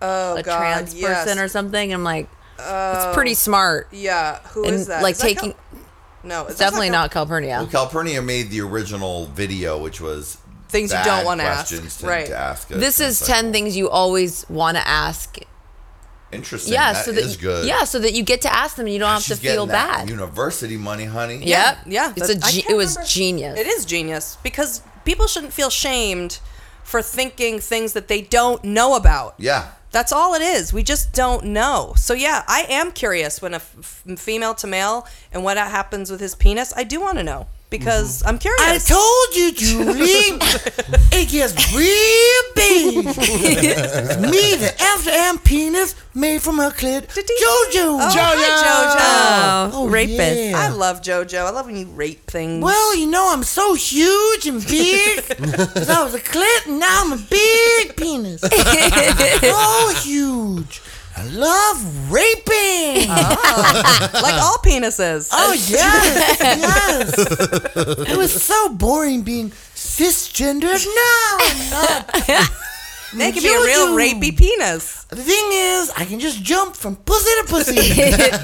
Speaker 7: oh,
Speaker 6: a
Speaker 7: God,
Speaker 6: trans
Speaker 7: yes.
Speaker 6: person or something?" I'm like,
Speaker 7: Oh.
Speaker 6: "It's pretty smart."
Speaker 7: Yeah, who is
Speaker 6: and
Speaker 7: that?
Speaker 6: Like
Speaker 7: Is that
Speaker 6: taking,
Speaker 7: No,
Speaker 6: it's definitely not Calpurnia.
Speaker 8: Well, Calpurnia made the original video, which was
Speaker 6: Things you
Speaker 8: bad
Speaker 6: don't wanna ask.
Speaker 8: questions To,
Speaker 6: Right.
Speaker 8: To ask us.
Speaker 6: This
Speaker 8: And
Speaker 6: is
Speaker 8: it's like,
Speaker 6: ten things you always want to ask.
Speaker 8: Interesting.
Speaker 6: Yeah,
Speaker 8: that
Speaker 6: so that
Speaker 8: is
Speaker 6: you-
Speaker 8: good.
Speaker 6: yeah, so that you get to ask them and you don't have
Speaker 8: She's
Speaker 6: Um, to feel
Speaker 8: getting that
Speaker 6: bad.
Speaker 8: University money, honey.
Speaker 6: Yep.
Speaker 7: Yeah,
Speaker 6: It's
Speaker 7: that-
Speaker 6: a
Speaker 7: I
Speaker 6: ge-
Speaker 7: can't
Speaker 6: it was
Speaker 7: remember-
Speaker 6: genius.
Speaker 7: It is genius because people shouldn't feel shamed for thinking things that they don't know about.
Speaker 8: Yeah.
Speaker 7: That's all it is. We just don't know. So yeah, I am curious when a f- f- female to male and what happens with his penis. I do want to know because I'm curious. I
Speaker 2: told you, Julie. it gets real big. Me, the after am penis made from her clit. Jojo.
Speaker 7: Oh, hi, Jojo.
Speaker 2: Oh, yeah.
Speaker 7: I love JoJo. I love when you rape things.
Speaker 2: Well, you know, I'm so huge and big. 'cause I was a clit and now I'm a big penis. so huge. I love raping.
Speaker 7: Uh-huh. like all penises.
Speaker 2: Oh, yes. Yes. It was so boring being cisgendered. No, I'm not.
Speaker 7: They could be a real rapey penis.
Speaker 2: The thing is, I can just jump from pussy to pussy. raping.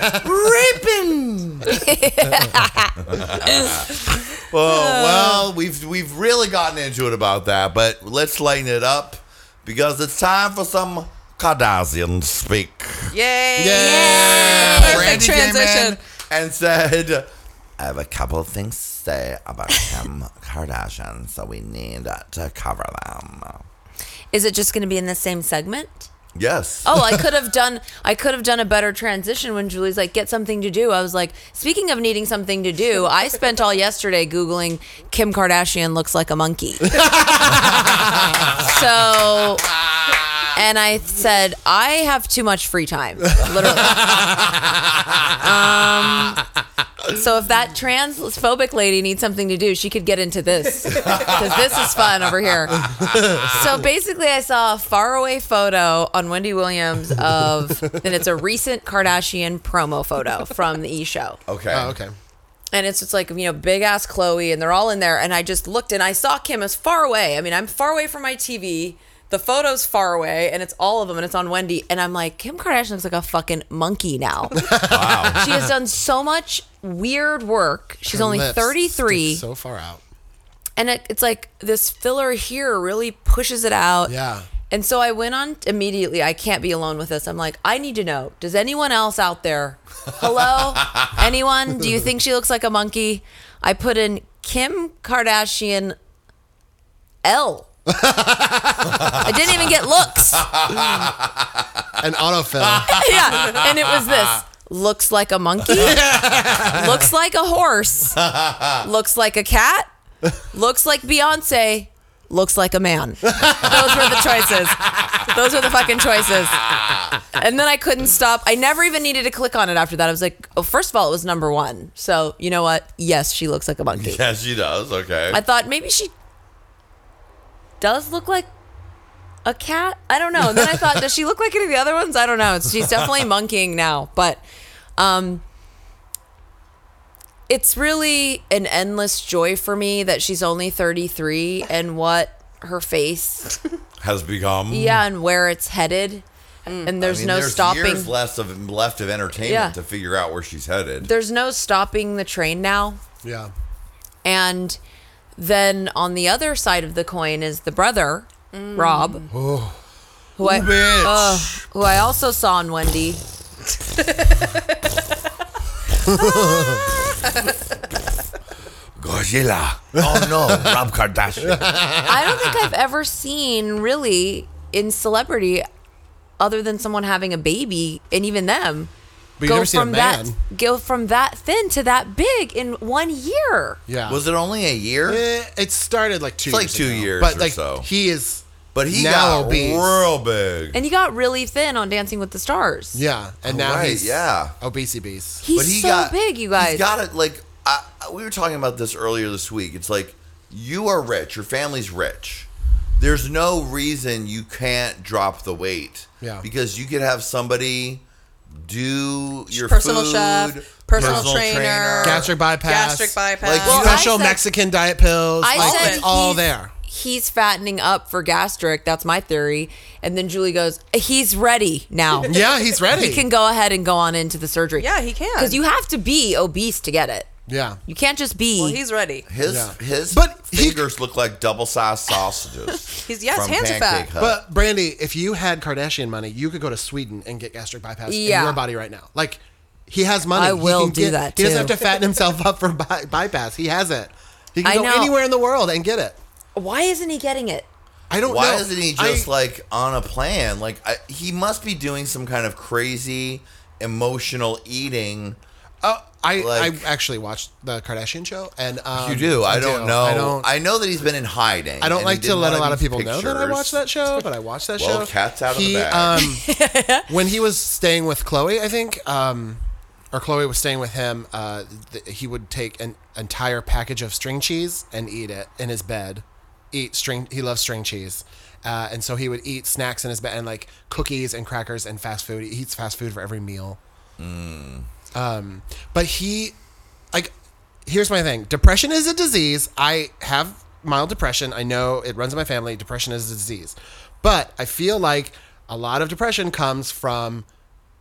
Speaker 8: Oh well, we've we've really gotten into it about that, but let's lighten it up because it's time for some Kardashian speak.
Speaker 7: Yay! Perfect
Speaker 8: Brandy came
Speaker 7: transition.
Speaker 8: in and said, "I have a couple of things to say about Kim Kardashian, so we need to cover them."
Speaker 6: Is it just going to be in the same segment?
Speaker 8: Yes.
Speaker 6: Oh, I could have done I could have done a better transition when Julie's like get something to do. I was like, speaking of needing something to do, I spent all yesterday googling Kim Kardashian looks like a monkey. so and I said, I have too much free time. Literally. Um, so if that transphobic lady needs something to do, she could get into this. Because this is fun over here. So basically, I saw a faraway photo on Wendy Williams of, and it's a recent Kardashian promo photo from the E show.
Speaker 8: Okay.
Speaker 3: Oh, okay.
Speaker 6: And it's just like, you know, big ass Chloe, and they're all in there. And I just looked and I saw Kim as far away. I mean, I'm far away from my TV. The photo's far away, and it's all of them, and it's on Wendy. And I'm like, Kim Kardashian looks like a fucking monkey now. Wow. she has done so much weird work. She's
Speaker 3: Her
Speaker 6: only
Speaker 3: lips
Speaker 6: 33
Speaker 3: stick So far out.
Speaker 6: and it, it's like this filler here really pushes it out.
Speaker 3: Yeah.
Speaker 6: And so I went on immediately. I can't be alone with this. I'm like, I need to know. Does anyone else out there? Hello? anyone? Do you think she looks like a monkey? I put in Kim Kardashian L. I didn't even get looks.
Speaker 3: An autofill.
Speaker 6: Ah. yeah. And it was this looks like a monkey, looks like a horse, looks like a cat, looks like Beyonce, looks like a man. Those were the choices. Those were the fucking choices. And then I couldn't stop. I never even needed to click on it after that. I was like, oh, first of all, it was number one. So you know what? Yes, she looks like a monkey.
Speaker 8: Yeah, she does. Okay.
Speaker 6: I thought maybe she does look like a cat. I don't know. And then I thought, does she look like any of the other ones? I don't know. She's definitely monkeying now, but um, it's really an endless joy for me that she's only 33 and what her face,
Speaker 8: has become.
Speaker 6: yeah, and where it's headed, and there's
Speaker 8: Hmm. I mean,
Speaker 6: no stopping.
Speaker 8: Years less of left of entertainment
Speaker 6: Yeah.
Speaker 8: to figure out where she's headed.
Speaker 6: There's no stopping the train now.
Speaker 3: Yeah.
Speaker 6: And then on the other side of the coin is the brother, Rob,
Speaker 3: Oh.
Speaker 6: who I, uh, who I also saw in Wendy.
Speaker 10: Godzilla. Oh no, Rob Kardashian.
Speaker 6: I don't think I've ever seen really in celebrity other than someone having a baby and even them
Speaker 8: But you've never seen a man.
Speaker 6: that go from that thin to that big in one year.
Speaker 3: Yeah.
Speaker 8: Was it only a year?
Speaker 3: Eh, it started like two
Speaker 8: It's like
Speaker 3: years
Speaker 8: two
Speaker 3: ago.
Speaker 8: years
Speaker 3: But
Speaker 8: or
Speaker 3: like
Speaker 8: so.
Speaker 3: he is
Speaker 8: But he
Speaker 3: now
Speaker 8: got
Speaker 3: obese.
Speaker 8: real big.
Speaker 6: And he got really thin on Dancing with the Stars.
Speaker 3: Yeah. And now
Speaker 8: Right,
Speaker 3: he's
Speaker 8: yeah.
Speaker 3: obese beast.
Speaker 6: He's so big, you guys.
Speaker 8: He's got it like I, I- we were talking about this earlier this week. It's like you are rich, your family's rich. There's no reason you can't drop the weight.
Speaker 3: Yeah.
Speaker 8: Because you could have somebody do your
Speaker 9: Personal
Speaker 8: food,
Speaker 9: chef, personal trainer.
Speaker 3: Gastric bypass.
Speaker 9: Gastric bypass.
Speaker 3: Like
Speaker 9: Well,
Speaker 3: special
Speaker 6: I said-
Speaker 3: Mexican diet pills.
Speaker 6: I
Speaker 3: like,
Speaker 6: said
Speaker 3: it's all
Speaker 6: he's-
Speaker 3: there.
Speaker 6: He's fattening up for gastric. That's my theory. And then Julie goes, he's ready now.
Speaker 3: Yeah, he's ready.
Speaker 6: He can go ahead and go on into the surgery.
Speaker 9: Yeah, he can.
Speaker 6: Because you have to be obese to get it.
Speaker 3: Yeah.
Speaker 6: You can't just be.
Speaker 9: Well, he's ready.
Speaker 8: His
Speaker 3: Yeah.
Speaker 8: his but fingers look like double sized sausages.
Speaker 9: He's yes,
Speaker 8: from
Speaker 9: hands are
Speaker 8: Pancake
Speaker 9: fat.
Speaker 6: Uh,
Speaker 8: Hut.
Speaker 3: But Brandy, if you had Kardashian money, you could go to Sweden and get gastric bypass
Speaker 6: Yeah.
Speaker 3: in your body right now. Like he has money.
Speaker 6: I
Speaker 3: He
Speaker 6: will
Speaker 3: can
Speaker 6: do
Speaker 3: get-
Speaker 6: that,
Speaker 3: He doesn't
Speaker 6: too.
Speaker 3: have to fatten himself up for by- bypass. He has it. He can
Speaker 6: I
Speaker 3: go
Speaker 6: know.
Speaker 3: anywhere in the world and get it.
Speaker 6: Why isn't he getting it?
Speaker 3: I don't
Speaker 8: Why
Speaker 3: know.
Speaker 8: isn't he
Speaker 3: I-
Speaker 8: just like on a plan? Like I, he must be doing some kind of crazy emotional eating.
Speaker 3: Oh, I I
Speaker 8: Like-
Speaker 3: actually watched the Kardashian show, and um,
Speaker 8: you do. I, don't know.
Speaker 3: I
Speaker 8: I,
Speaker 3: don't. I,
Speaker 8: know that he's been in hiding.
Speaker 3: don't
Speaker 8: and
Speaker 3: like
Speaker 8: he
Speaker 3: to
Speaker 8: did
Speaker 3: let a lot of
Speaker 8: these
Speaker 3: people know that I
Speaker 8: pictures.
Speaker 3: watched that show, but I watched that show.
Speaker 8: Well, cat's out of the
Speaker 3: He,
Speaker 8: bag.
Speaker 3: Um, when he was staying with Chloe, I think, um, or Chloe was staying with him, uh, th- he would take an entire package of string cheese and eat it in his bed. Eat string. He loves string cheese. Uh, and so he would eat snacks in his bed and like cookies and crackers and fast food. He eats fast food for every meal. Um, but he, like, here's my thing depression is a disease. I have mild depression. I know it runs in my family. Depression is a disease. But I feel like a lot of depression comes from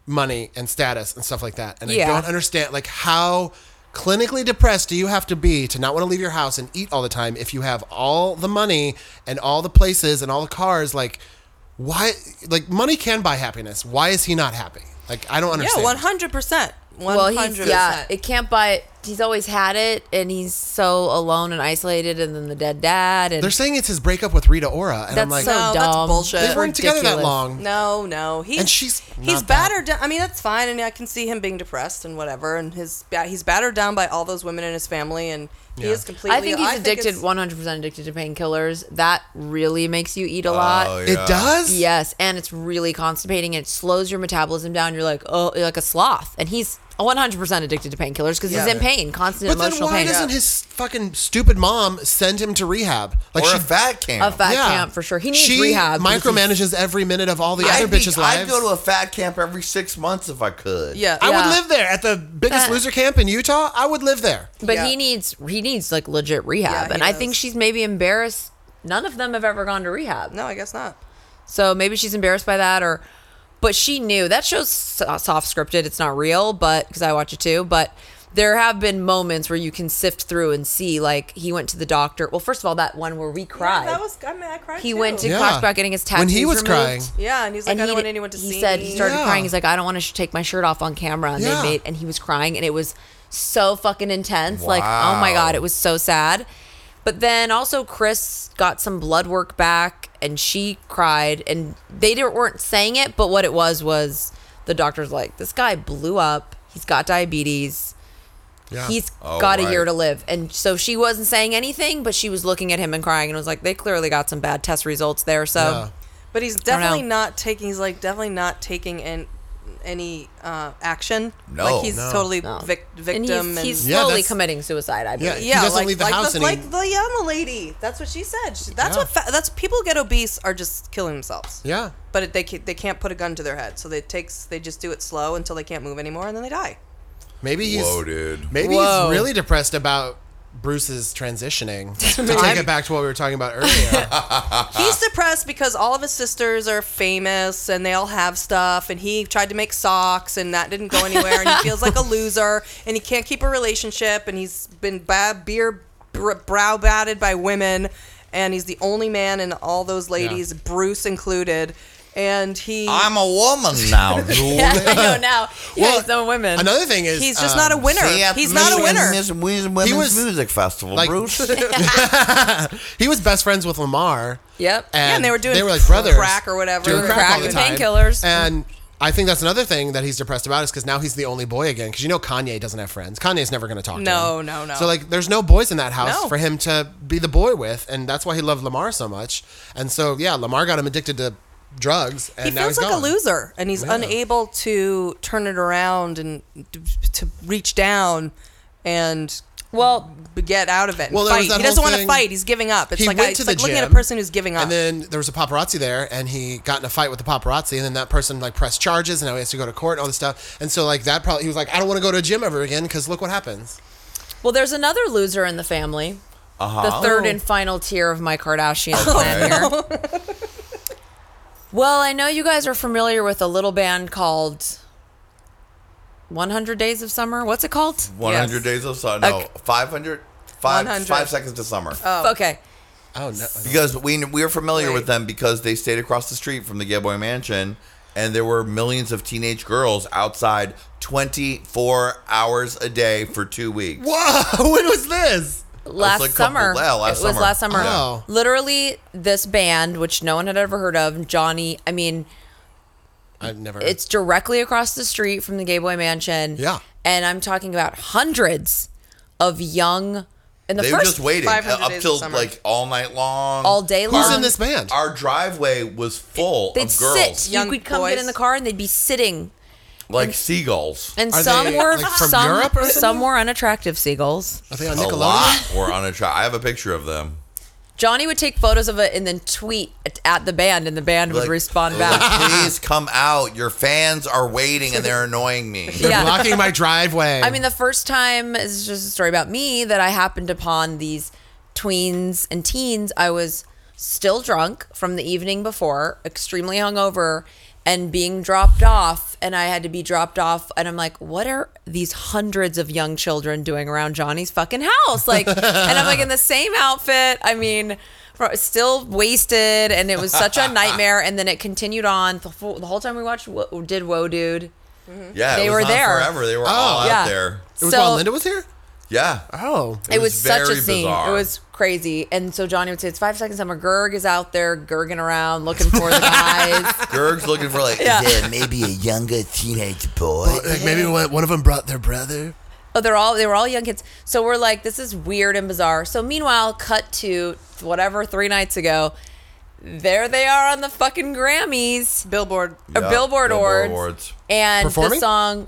Speaker 3: money and status and stuff like that. And
Speaker 6: Yeah.
Speaker 3: I don't understand, like, how clinically depressed do you have to be to not want to leave your house and eat all the time if you have all the money and all the places and all the cars? Like, why? Like, money can buy happiness. Why is he not happy? Like, I don't understand.
Speaker 9: Yeah, one hundred percent.
Speaker 6: Well,
Speaker 9: One
Speaker 6: he's
Speaker 9: hundred
Speaker 6: yeah.
Speaker 9: percent.
Speaker 6: It can't buy. It. He's always had it, and he's so alone and isolated, and then the dead dad. And
Speaker 3: They're saying it's his breakup with Rita Ora, and I'm
Speaker 6: that's
Speaker 3: like,
Speaker 6: so
Speaker 9: No,
Speaker 6: dumb.
Speaker 9: that's bullshit.
Speaker 3: they weren't together that
Speaker 6: Ridiculous.
Speaker 3: long.
Speaker 9: No, no. He's
Speaker 3: And she's
Speaker 9: he's
Speaker 3: not that-
Speaker 9: battered down. I mean, that's fine, and I can see him being depressed and whatever. And his yeah, he's battered down by all those women in his family, and he
Speaker 3: Yeah.
Speaker 9: is completely.
Speaker 6: I think he's addicted,
Speaker 9: it's-
Speaker 6: one hundred percent addicted to painkillers. That really makes you eat a lot.
Speaker 8: Oh, yeah.
Speaker 3: It does.
Speaker 6: Yes, and it's really constipating. It slows your metabolism down. You're like, oh, you're like a sloth. And he's 100% addicted to painkillers because he's in pain, constant
Speaker 3: But then
Speaker 6: emotional
Speaker 3: why
Speaker 6: pain.
Speaker 3: doesn't his fucking stupid mom send him to rehab? Like
Speaker 8: or
Speaker 3: she
Speaker 8: a fat camp.
Speaker 6: A fat camp for sure. He needs
Speaker 3: she
Speaker 6: rehab. because he's-
Speaker 3: micromanages every minute of all the
Speaker 8: I'd
Speaker 3: other
Speaker 8: be-
Speaker 3: bitches' lives.
Speaker 8: I'd go to a fat camp every six months if I could.
Speaker 9: Yeah,
Speaker 3: I
Speaker 6: Yeah.
Speaker 3: would live there at the biggest
Speaker 6: That-
Speaker 3: loser camp in Utah. I would live there.
Speaker 6: But
Speaker 9: Yeah.
Speaker 6: he needs he needs like legit rehab,
Speaker 9: he
Speaker 6: and I think
Speaker 9: does.
Speaker 6: she's maybe embarrassed. None of them have ever gone to rehab,
Speaker 9: No, I guess not.
Speaker 6: so maybe she's embarrassed by that. Or, but she knew that show's so- soft scripted. It's not real, but because I watch it too, but. There have been moments where you can sift through and see, like he went to the doctor. Well, first of all, that one where we cried.
Speaker 9: that was. I mean, I cried.
Speaker 6: he
Speaker 9: too.
Speaker 6: went to
Speaker 3: Yeah.
Speaker 6: Kosh about getting his tattoos
Speaker 3: When he was
Speaker 6: removed.
Speaker 3: crying.
Speaker 9: Yeah, and he's like, I don't
Speaker 6: he,
Speaker 9: want anyone to
Speaker 6: he
Speaker 9: see.
Speaker 6: said he
Speaker 9: me.
Speaker 6: started
Speaker 3: Yeah.
Speaker 6: crying. He's like, I don't want to sh- take my shirt off on camera, and
Speaker 3: Yeah.
Speaker 6: they made and he was crying, and it was so fucking intense. Like, oh my
Speaker 8: Wow.
Speaker 6: god, it was so sad. But then also Chris got some blood work back, and she cried, and they didn't, weren't saying it, but what it was was the doctor's like, this guy blew up. He's got diabetes. He's
Speaker 3: Yeah. Oh,
Speaker 6: got
Speaker 8: right.
Speaker 6: a year to live. And so she wasn't saying anything, but she was looking at him and crying and was like, they clearly got some bad test results there. So
Speaker 3: Yeah.
Speaker 7: But he's
Speaker 6: don't know.
Speaker 7: definitely not taking. He's like definitely not taking in any uh, action.
Speaker 8: No.
Speaker 7: like he's
Speaker 8: No.
Speaker 7: totally
Speaker 6: No.
Speaker 7: vic-
Speaker 6: and
Speaker 7: victim.
Speaker 6: he's, he's
Speaker 3: Yeah,
Speaker 6: slowly
Speaker 3: that's-
Speaker 6: committing suicide, I believe.
Speaker 3: Yeah, he doesn't
Speaker 7: like,
Speaker 3: leave the
Speaker 7: like
Speaker 3: house
Speaker 7: the,
Speaker 3: and he-
Speaker 7: like the Yama lady. That's what she said. She, that's
Speaker 3: Yeah.
Speaker 7: what fa- that's people get obese are just killing themselves.
Speaker 3: Yeah.
Speaker 7: But it, they ca- they can't put a gun to their head, so they takes they just do it slow until they can't move anymore, and then they die.
Speaker 3: Maybe he's
Speaker 8: Whoa, dude.
Speaker 3: maybe
Speaker 6: Whoa.
Speaker 3: he's really depressed about Bruce's transitioning. to take it back to what we were talking about earlier.
Speaker 7: He's
Speaker 8: Ah.
Speaker 7: depressed because all of his sisters are famous and they all have stuff, and he tried to make socks, and that didn't go anywhere, and he feels like a loser, and he can't keep a relationship, and he's been bad beer br- brow batted by women, and he's the only man in all those ladies, Bruce included, and he
Speaker 8: I'm a woman now, Julie.
Speaker 6: I know now. Yeah, he's no women.
Speaker 3: Another thing is um,
Speaker 7: he's just not a winner.
Speaker 8: See, at
Speaker 7: He's not a
Speaker 8: Michigan
Speaker 7: winner.
Speaker 8: Miss- Women's
Speaker 3: He was-
Speaker 8: Music Festival,
Speaker 3: like-
Speaker 8: Bruce.
Speaker 3: he was best friends with Lamar.
Speaker 6: Yep.
Speaker 3: And
Speaker 7: Yeah, and they were doing
Speaker 3: they were like brothers,
Speaker 7: crack or whatever.
Speaker 3: doing crack,
Speaker 6: Crack
Speaker 3: all the
Speaker 6: and
Speaker 3: time.
Speaker 6: painkillers.
Speaker 3: And I think that's another thing that he's depressed about is because now he's the only boy again. Because you know Kanye doesn't have friends. Kanye's never going to talk.
Speaker 7: No,
Speaker 3: to him.
Speaker 7: no, no.
Speaker 3: So like, there's no boys in that house
Speaker 7: No.
Speaker 3: for him to be the boy with, and that's why he loved Lamar so much. And so yeah, Lamar got him addicted to drugs, and
Speaker 7: he
Speaker 3: now
Speaker 7: feels
Speaker 3: he's
Speaker 7: like
Speaker 3: gone.
Speaker 7: a loser and he's
Speaker 3: Yeah.
Speaker 7: unable to turn it around and d- to reach down and
Speaker 6: Well,
Speaker 7: b- get out of it and
Speaker 3: Well, there was
Speaker 7: fight.
Speaker 3: that
Speaker 7: he doesn't
Speaker 3: whole
Speaker 7: want to
Speaker 3: thing-
Speaker 7: fight he's giving up it's
Speaker 3: He
Speaker 7: like,
Speaker 3: went
Speaker 7: I, it's
Speaker 3: to
Speaker 7: like
Speaker 3: the
Speaker 7: looking at a
Speaker 3: gym,
Speaker 7: person who's giving up
Speaker 3: And then there was a paparazzi there, and he got in a fight with the paparazzi, and then that person like pressed charges, and now he has to go to court and all this stuff. And so like that probably he was like, I don't want to go to a gym ever again because look what happens.
Speaker 6: well, there's another loser in the family.
Speaker 3: Uh-huh.
Speaker 6: The third
Speaker 3: Oh.
Speaker 6: and final tier of my Kardashian clan here. well, I know you guys are familiar with a little band called 100 Days of Summer. What's it called?
Speaker 8: 100
Speaker 7: Yes.
Speaker 8: days of summer. No, 500. Five,
Speaker 7: 100.
Speaker 8: five seconds to summer.
Speaker 6: Okay.
Speaker 3: Oh no.
Speaker 8: Because we we were familiar with them because they stayed across the street from the Gay Boy Mansion, and there were millions of teenage girls outside 24 hours a day for two weeks.
Speaker 3: Whoa! When was this?
Speaker 6: last
Speaker 8: like a couple-
Speaker 6: summer.
Speaker 8: yeah, last
Speaker 6: it was
Speaker 8: summer.
Speaker 6: last summer.
Speaker 3: Oh.
Speaker 6: Literally, this band, which no one had ever heard of, Johnny. I mean,
Speaker 3: I've never.
Speaker 6: it's directly across the street from the Gay Boy Mansion.
Speaker 3: Yeah.
Speaker 6: and I'm talking about hundreds of young. And the
Speaker 8: they were
Speaker 6: first
Speaker 8: just waiting
Speaker 7: 500
Speaker 8: up
Speaker 7: days of
Speaker 8: till
Speaker 7: summer.
Speaker 8: like all night long.
Speaker 6: all day long.
Speaker 3: Who's in this band?
Speaker 8: Our driveway was full
Speaker 6: They'd
Speaker 8: of girls,
Speaker 6: sit.
Speaker 7: Young
Speaker 6: you could come get
Speaker 7: boys.
Speaker 6: in the car, and they'd be sitting.
Speaker 8: like seagulls.
Speaker 6: And
Speaker 3: Are
Speaker 6: some
Speaker 3: they,
Speaker 6: were
Speaker 3: like, from
Speaker 6: some,
Speaker 3: Europe or
Speaker 6: some were unattractive seagulls.
Speaker 3: Are they on
Speaker 8: A
Speaker 3: Nickelodeon?
Speaker 8: lot were on a track. I have a picture of them.
Speaker 6: Johnny would take photos of it and then tweet at- at the band, and the band would
Speaker 8: Like,
Speaker 6: respond
Speaker 3: oh,
Speaker 8: they're like,
Speaker 6: back.
Speaker 8: Please come out. Your fans are waiting and they're annoying me.
Speaker 3: They're
Speaker 6: Yeah.
Speaker 3: blocking my driveway.
Speaker 6: I mean, the first time this is just a story about me that I happened upon these tweens and teens. I was still drunk from the evening before, extremely hungover, and being dropped off. And I had to be dropped off. And I'm like, what are these hundreds of young children doing around Johnny's fucking house? Like, and I'm like in the same outfit. I mean. fro- Still wasted, and it was such a nightmare. And then it continued on the full- the whole time we watched. Wo- Did Whoa, dude?
Speaker 8: Yeah,
Speaker 6: They
Speaker 8: it was
Speaker 6: were
Speaker 8: on
Speaker 6: there.
Speaker 8: forever. They were all
Speaker 6: yeah.
Speaker 8: out there.
Speaker 3: it was while Linda was here.
Speaker 8: Yeah.
Speaker 3: Oh,
Speaker 6: it was,
Speaker 8: was
Speaker 6: such a
Speaker 8: very
Speaker 6: scene.
Speaker 8: bizarre.
Speaker 6: It was crazy. And so Johnny would say, "It's five seconds summer." Gerg is out there gurging around looking for the guys.
Speaker 8: Gerg's looking for like
Speaker 13: there may be a younger teenage boy.
Speaker 3: like maybe one one of them brought their brother.
Speaker 6: oh, they're all they were all young kids. So we're like, "This is weird and bizarre." So meanwhile, cut to whatever three nights ago. There they are on the fucking Grammys
Speaker 7: billboard
Speaker 6: or
Speaker 8: Yeah,
Speaker 6: Billboard, Awards, and
Speaker 3: Performing?
Speaker 6: the song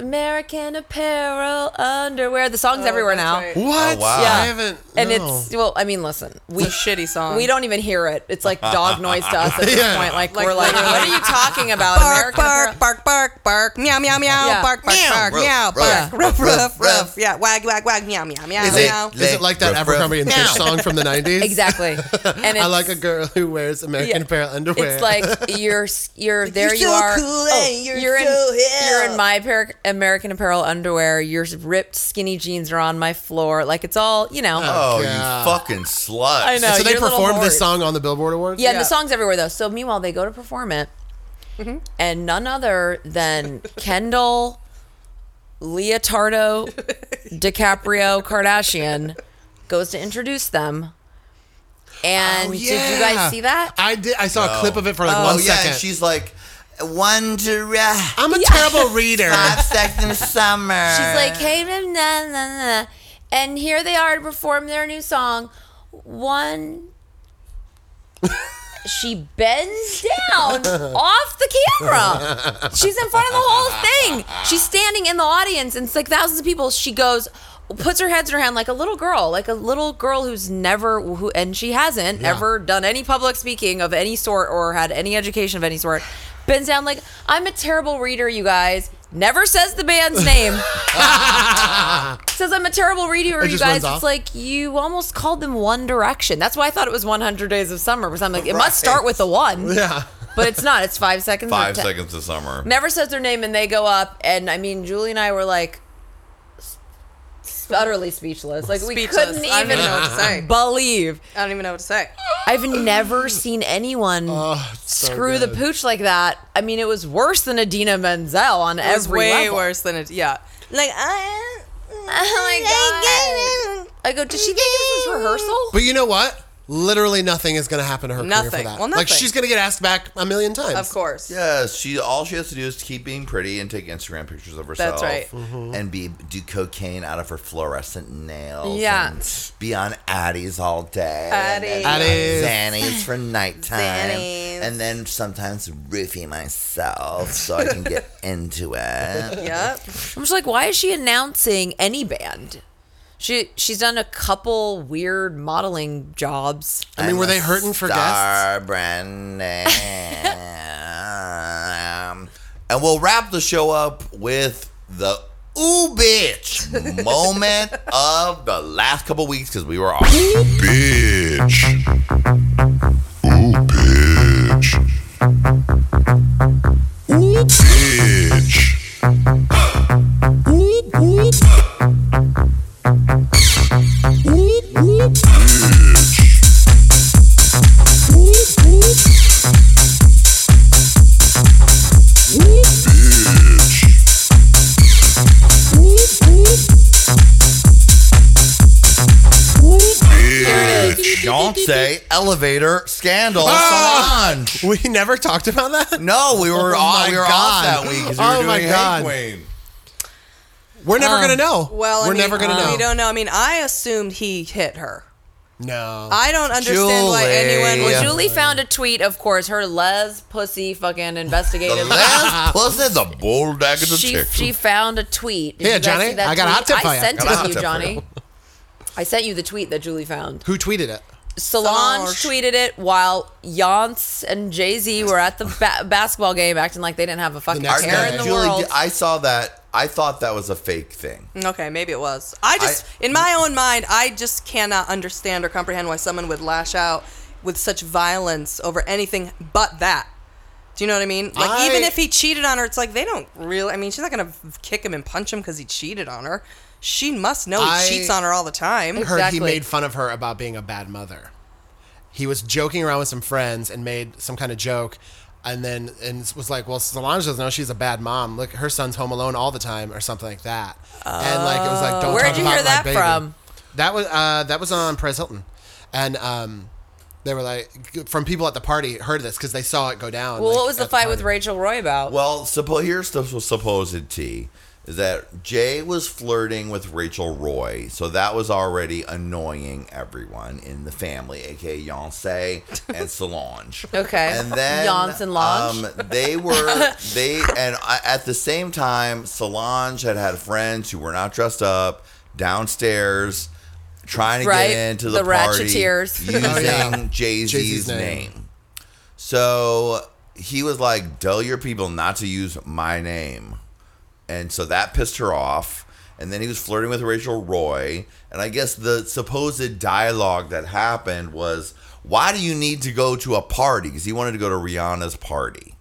Speaker 6: "American Apparel Underwear." The song's everywhere now.
Speaker 3: What?
Speaker 8: wow.
Speaker 3: Yeah.
Speaker 8: Yeah.
Speaker 3: I haven't.
Speaker 6: And
Speaker 3: no.
Speaker 6: it's well, I mean, listen, we
Speaker 7: It's a shitty song.
Speaker 6: We don't even hear it. It's like dog noise to us at this
Speaker 3: Yeah.
Speaker 6: point. Like,
Speaker 7: Like,
Speaker 6: we're like,
Speaker 7: literally.
Speaker 6: what are you talking about?
Speaker 7: bark
Speaker 6: American
Speaker 7: bark
Speaker 6: Apparel?"
Speaker 7: bark bark bark meow meow meow
Speaker 6: Yeah.
Speaker 7: bark bark
Speaker 8: Meow,
Speaker 7: bark
Speaker 8: ruff,
Speaker 7: meow
Speaker 8: ruff,
Speaker 7: bark ruff ruff ruff
Speaker 8: ruff.
Speaker 7: yeah wag wag wag meow meow meow
Speaker 3: Is
Speaker 7: meow
Speaker 3: it, is it like that
Speaker 8: Ruff,
Speaker 3: Abercrombie
Speaker 8: ruff.
Speaker 3: and Fitch song from the '90s?
Speaker 6: Exactly. And it's,
Speaker 3: I like a girl who wears American
Speaker 6: yeah.
Speaker 3: Apparel underwear.
Speaker 6: It's like you're you're there
Speaker 7: you're
Speaker 6: you
Speaker 7: so
Speaker 6: are.
Speaker 7: cool and you're
Speaker 6: in
Speaker 7: so hip.
Speaker 6: you're in my par- American Apparel underwear. Your ripped skinny jeans are on my floor. Like it's all you know.
Speaker 8: Oh,
Speaker 3: Yeah.
Speaker 8: you fucking slut.
Speaker 6: I know.
Speaker 3: so they
Speaker 6: your little
Speaker 3: performed this
Speaker 6: whore.
Speaker 3: song on the Billboard Awards.
Speaker 6: Yeah, and the
Speaker 7: Yeah.
Speaker 6: song's everywhere though. So meanwhile, they go to perform it, and none other than Kendall, Leotardo, DiCaprio, Kardashian goes to introduce them. And
Speaker 3: Oh,
Speaker 6: did you guys
Speaker 3: yeah.
Speaker 6: see that?
Speaker 3: I did. I saw a clip of it for like one
Speaker 8: Oh, yeah.
Speaker 3: second.
Speaker 8: And she's like,
Speaker 11: Wanderer.
Speaker 3: I'm a terrible reader.
Speaker 11: Five Seconds Summer.
Speaker 6: She's like, hey, na, na, na, na. and here they are to perform their new song. One, she bends down off the camera. She's in front of the whole thing. She's standing in the audience, and it's like thousands of people. She goes, puts her head in her hand like a little girl, like a little girl who's never who, and she hasn't
Speaker 9: Yeah.
Speaker 6: ever done any public speaking of any sort or had any education of any sort. Bends down like I'm a terrible reader, you guys. Never says the band's name. Says I'm a terrible reader,
Speaker 9: It
Speaker 6: you
Speaker 9: just
Speaker 6: guys.
Speaker 9: runs off.
Speaker 6: It's like you almost called them One Direction. That's why I thought it was 100 Days of Summer. Because I'm like, it must start with the one.
Speaker 8: Yeah.
Speaker 6: but it's not. It's five seconds. or
Speaker 8: Five
Speaker 6: ten.
Speaker 8: seconds to summer.
Speaker 6: Never says their name, and they go up. And I mean, Julie and I were like s- utterly speechless. Like we
Speaker 9: Speechless.
Speaker 6: couldn't
Speaker 9: I don't
Speaker 6: even
Speaker 9: even know what to say.
Speaker 6: believe.
Speaker 9: I don't even know what to say.
Speaker 6: I've never seen anyone
Speaker 9: Oh, so
Speaker 6: screw the
Speaker 9: good.
Speaker 6: pooch like that. I mean, it was worse than Adina Menzel on
Speaker 9: It was
Speaker 6: every
Speaker 9: way
Speaker 6: level.
Speaker 9: worse than it. Yeah.
Speaker 6: Like, I, oh my god! I go, did she think this was rehearsal?
Speaker 3: But you know what? Literally nothing is going to happen to her career
Speaker 6: Nothing.
Speaker 3: for that.
Speaker 6: Well,
Speaker 3: Like
Speaker 6: nothing.
Speaker 3: she's going to get asked back a million times.
Speaker 6: Of
Speaker 9: course.
Speaker 8: Yes, she all she has to do is keep being pretty and take Instagram pictures of herself.
Speaker 9: That's right. Mhm.
Speaker 8: And be do cocaine out of her fluorescent nails.
Speaker 9: Yeah.
Speaker 8: and be on Addies all day. and then
Speaker 11: Addies.
Speaker 8: on Xannies for nighttime.
Speaker 11: Xannies.
Speaker 8: And then sometimes roofie myself so I can get into it.
Speaker 6: yep. I'm just like, why is she announcing any band? She she's done a couple weird modeling jobs.
Speaker 8: I'm a star, Brendan. and we'll wrap the show up with the ooh bitch moment of the last couple weeks because we were off. Ooh bitch.
Speaker 10: Ooh, bitch. Ooh, ooh. Ooh, ooh, bitch. Ooh, ooh. Ooh, bitch. Ooh, ooh. Ooh,
Speaker 8: bitch. Beyonce elevator scandal
Speaker 3: Ah!
Speaker 8: Solange.
Speaker 3: We never talked about that.
Speaker 8: No, we were
Speaker 3: Oh
Speaker 8: off.
Speaker 3: my
Speaker 8: We were
Speaker 3: God.
Speaker 8: off that week. 'cause We were
Speaker 3: Oh
Speaker 8: doing
Speaker 3: my
Speaker 8: Hank
Speaker 3: God.
Speaker 8: Wayne.
Speaker 3: We're never
Speaker 9: Um,
Speaker 3: going to know.
Speaker 9: Well, I
Speaker 3: we're
Speaker 9: mean,
Speaker 3: never
Speaker 6: um,
Speaker 3: going to
Speaker 9: uh,
Speaker 3: know.
Speaker 9: We don't know. I mean, I assumed he hit her.
Speaker 3: No.
Speaker 9: I don't understand why anyone
Speaker 6: Well,
Speaker 9: would.
Speaker 6: Julie found a tweet, of course, her les pussy fucking investigated.
Speaker 8: Les pussy, the bulldog of the
Speaker 6: she
Speaker 8: chick.
Speaker 6: she found a tweet. Did
Speaker 8: Hey,
Speaker 6: you guys
Speaker 8: Johnny,
Speaker 6: see that
Speaker 8: I got a
Speaker 6: tweet?
Speaker 8: hot tip for
Speaker 6: I
Speaker 8: you.
Speaker 6: sent
Speaker 8: Got a hot
Speaker 6: it to
Speaker 8: tip
Speaker 6: you,
Speaker 8: for
Speaker 6: Johnny.
Speaker 8: you.
Speaker 6: I sent you the tweet that Julie found.
Speaker 3: Who tweeted it?
Speaker 6: Solange, tweeted it while Yance and Jay Z were at the ba- basketball game, acting like they didn't have a fucking
Speaker 8: Our-
Speaker 6: care in the
Speaker 8: Julie,
Speaker 6: world.
Speaker 8: I saw that. I thought that was a fake thing.
Speaker 9: Okay, maybe it was. I just, in my own mind, I just cannot understand or comprehend why someone would lash out with such violence over anything but that. Do you know what I mean? Like,
Speaker 7: I-
Speaker 9: even if he cheated on her, it's like they don't really. I mean, she's not gonna kick him and punch him because he cheated on her. She must know he
Speaker 3: I
Speaker 9: cheats on her all the time.
Speaker 3: heard he made fun of her about being a bad mother. He was joking around with some friends and made some kind of joke, and then and was like, "Well, Solange doesn't know she's a bad mom. Look, her son's home alone all the time, or something like that." and like it was like,
Speaker 6: Oh.
Speaker 3: "Don't
Speaker 6: Where'd
Speaker 3: talk
Speaker 6: you
Speaker 3: about
Speaker 6: hear
Speaker 3: my
Speaker 6: that
Speaker 3: baby."
Speaker 6: from?
Speaker 3: That was uh, that was on Perez Hilton, and um, they were like from people at the party heard this because they saw it go down.
Speaker 6: well,
Speaker 3: like,
Speaker 6: what was the
Speaker 3: at
Speaker 6: fight
Speaker 3: party.
Speaker 6: with Rachel Roy about?
Speaker 8: Well, suppo- here's the s- supposed tea is that Jay was flirting with Rachel Roy, so that was already annoying everyone in the family, aka Yonsei and Solange.
Speaker 6: Okay.
Speaker 8: and then um,
Speaker 6: Yance and Lange.
Speaker 8: they were they and I- at the same time, Solange had had friends who were not dressed up downstairs. Trying to
Speaker 6: Right,
Speaker 8: get into
Speaker 6: the
Speaker 8: the, party
Speaker 6: Ratcheteers.
Speaker 8: using
Speaker 6: Oh, yeah.
Speaker 8: Jay Z's
Speaker 6: Jay-Z's name.
Speaker 8: name. So he was like, "Tell your people not to use my name," and so that pissed her off. And then he was flirting with Rachel Roy, and I guess the supposed dialogue that happened was, "Why do you need to go to a party?" Because he wanted to go to Rihanna's party.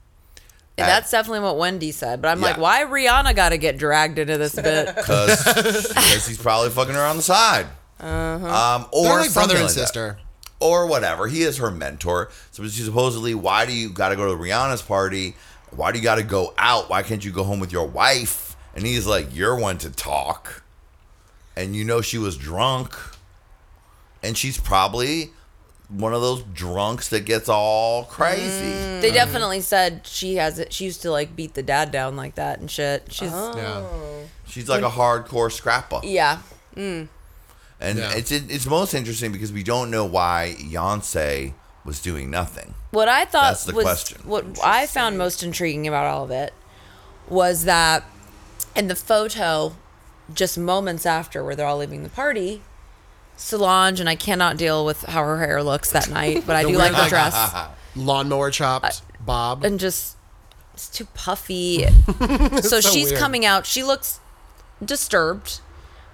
Speaker 6: And that's definitely what Wendy said. But I'm like,
Speaker 8: Yeah.
Speaker 6: why Rihanna got to get dragged into this bit?
Speaker 8: because he's probably fucking her on the side. Um, or
Speaker 3: They're like
Speaker 8: something
Speaker 3: brother and
Speaker 8: like that.
Speaker 3: sister.
Speaker 8: or whatever. He is her mentor. So she supposedly, why do you got to go to Rihanna's party? Why do you got to go out? Why can't you go home with your wife? And he's like, you're one to talk, and you know she was drunk, and she's probably one of those drunks that gets all crazy.
Speaker 6: They definitely said she has it. She used to like beat the dad down like that and shit. She's
Speaker 8: Oh.
Speaker 6: Oh.
Speaker 8: Yeah. She's like a hardcore scrapper.
Speaker 6: yeah.
Speaker 8: And it's it's most interesting because we don't know why Yonsei was doing nothing.
Speaker 6: What I thought
Speaker 8: That's the
Speaker 6: was
Speaker 8: question.
Speaker 6: what I found most intriguing about all of it was that in the photo, just moments after where they're all leaving the party, Solange and I cannot deal with how her hair looks that night, but I
Speaker 3: The
Speaker 6: do
Speaker 3: weird,
Speaker 6: like the dress
Speaker 3: Lawnmower chopped, Bob.
Speaker 6: and just it's too puffy. so,
Speaker 3: So
Speaker 6: she's
Speaker 3: weird.
Speaker 6: coming out. She looks disturbed.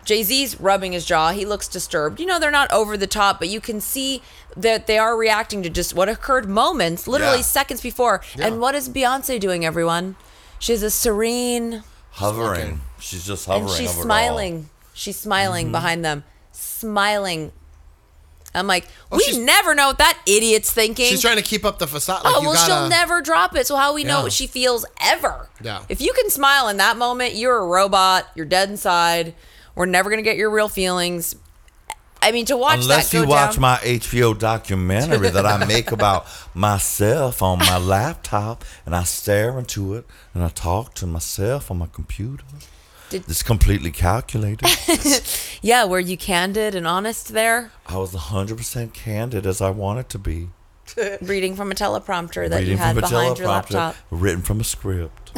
Speaker 6: Jay Z's rubbing his jaw. He looks disturbed. You know, they're not over the top, but you can see that they are reacting to just what occurred moments, literally
Speaker 8: Yeah.
Speaker 6: seconds before.
Speaker 8: Yeah.
Speaker 6: And what is Beyonce doing, everyone? She's a serene,
Speaker 8: Hovering. She's just hovering.
Speaker 6: and she's
Speaker 8: over it all.
Speaker 6: smiling. She's smiling
Speaker 8: Mhm.
Speaker 6: behind them, smiling. I'm like,
Speaker 3: Oh, she's-
Speaker 6: we never know what that idiot's thinking.
Speaker 3: She's trying to keep up the facade. Like
Speaker 6: oh
Speaker 3: you
Speaker 6: well,
Speaker 3: gotta,
Speaker 6: she'll never drop it. So how we know
Speaker 3: Yeah.
Speaker 6: what she feels ever?
Speaker 3: Yeah.
Speaker 6: If you can smile in that moment, you're a robot. You're dead inside. We're never gonna get your real feelings. I mean, to watch
Speaker 8: Unless
Speaker 6: that go
Speaker 8: you watch
Speaker 6: down.
Speaker 8: my HBO documentary that I make about myself on my laptop, and I stare into it, and I talk to myself on my computer.
Speaker 6: Did-
Speaker 8: it's completely calculated.
Speaker 6: yeah, were you candid and honest there?
Speaker 8: I was 100% candid as I wanted to be.
Speaker 6: Reading from a teleprompter that you
Speaker 8: Reading
Speaker 6: had
Speaker 8: from a
Speaker 6: behind your
Speaker 8: teleprompter,
Speaker 6: laptop.
Speaker 8: Written from a script.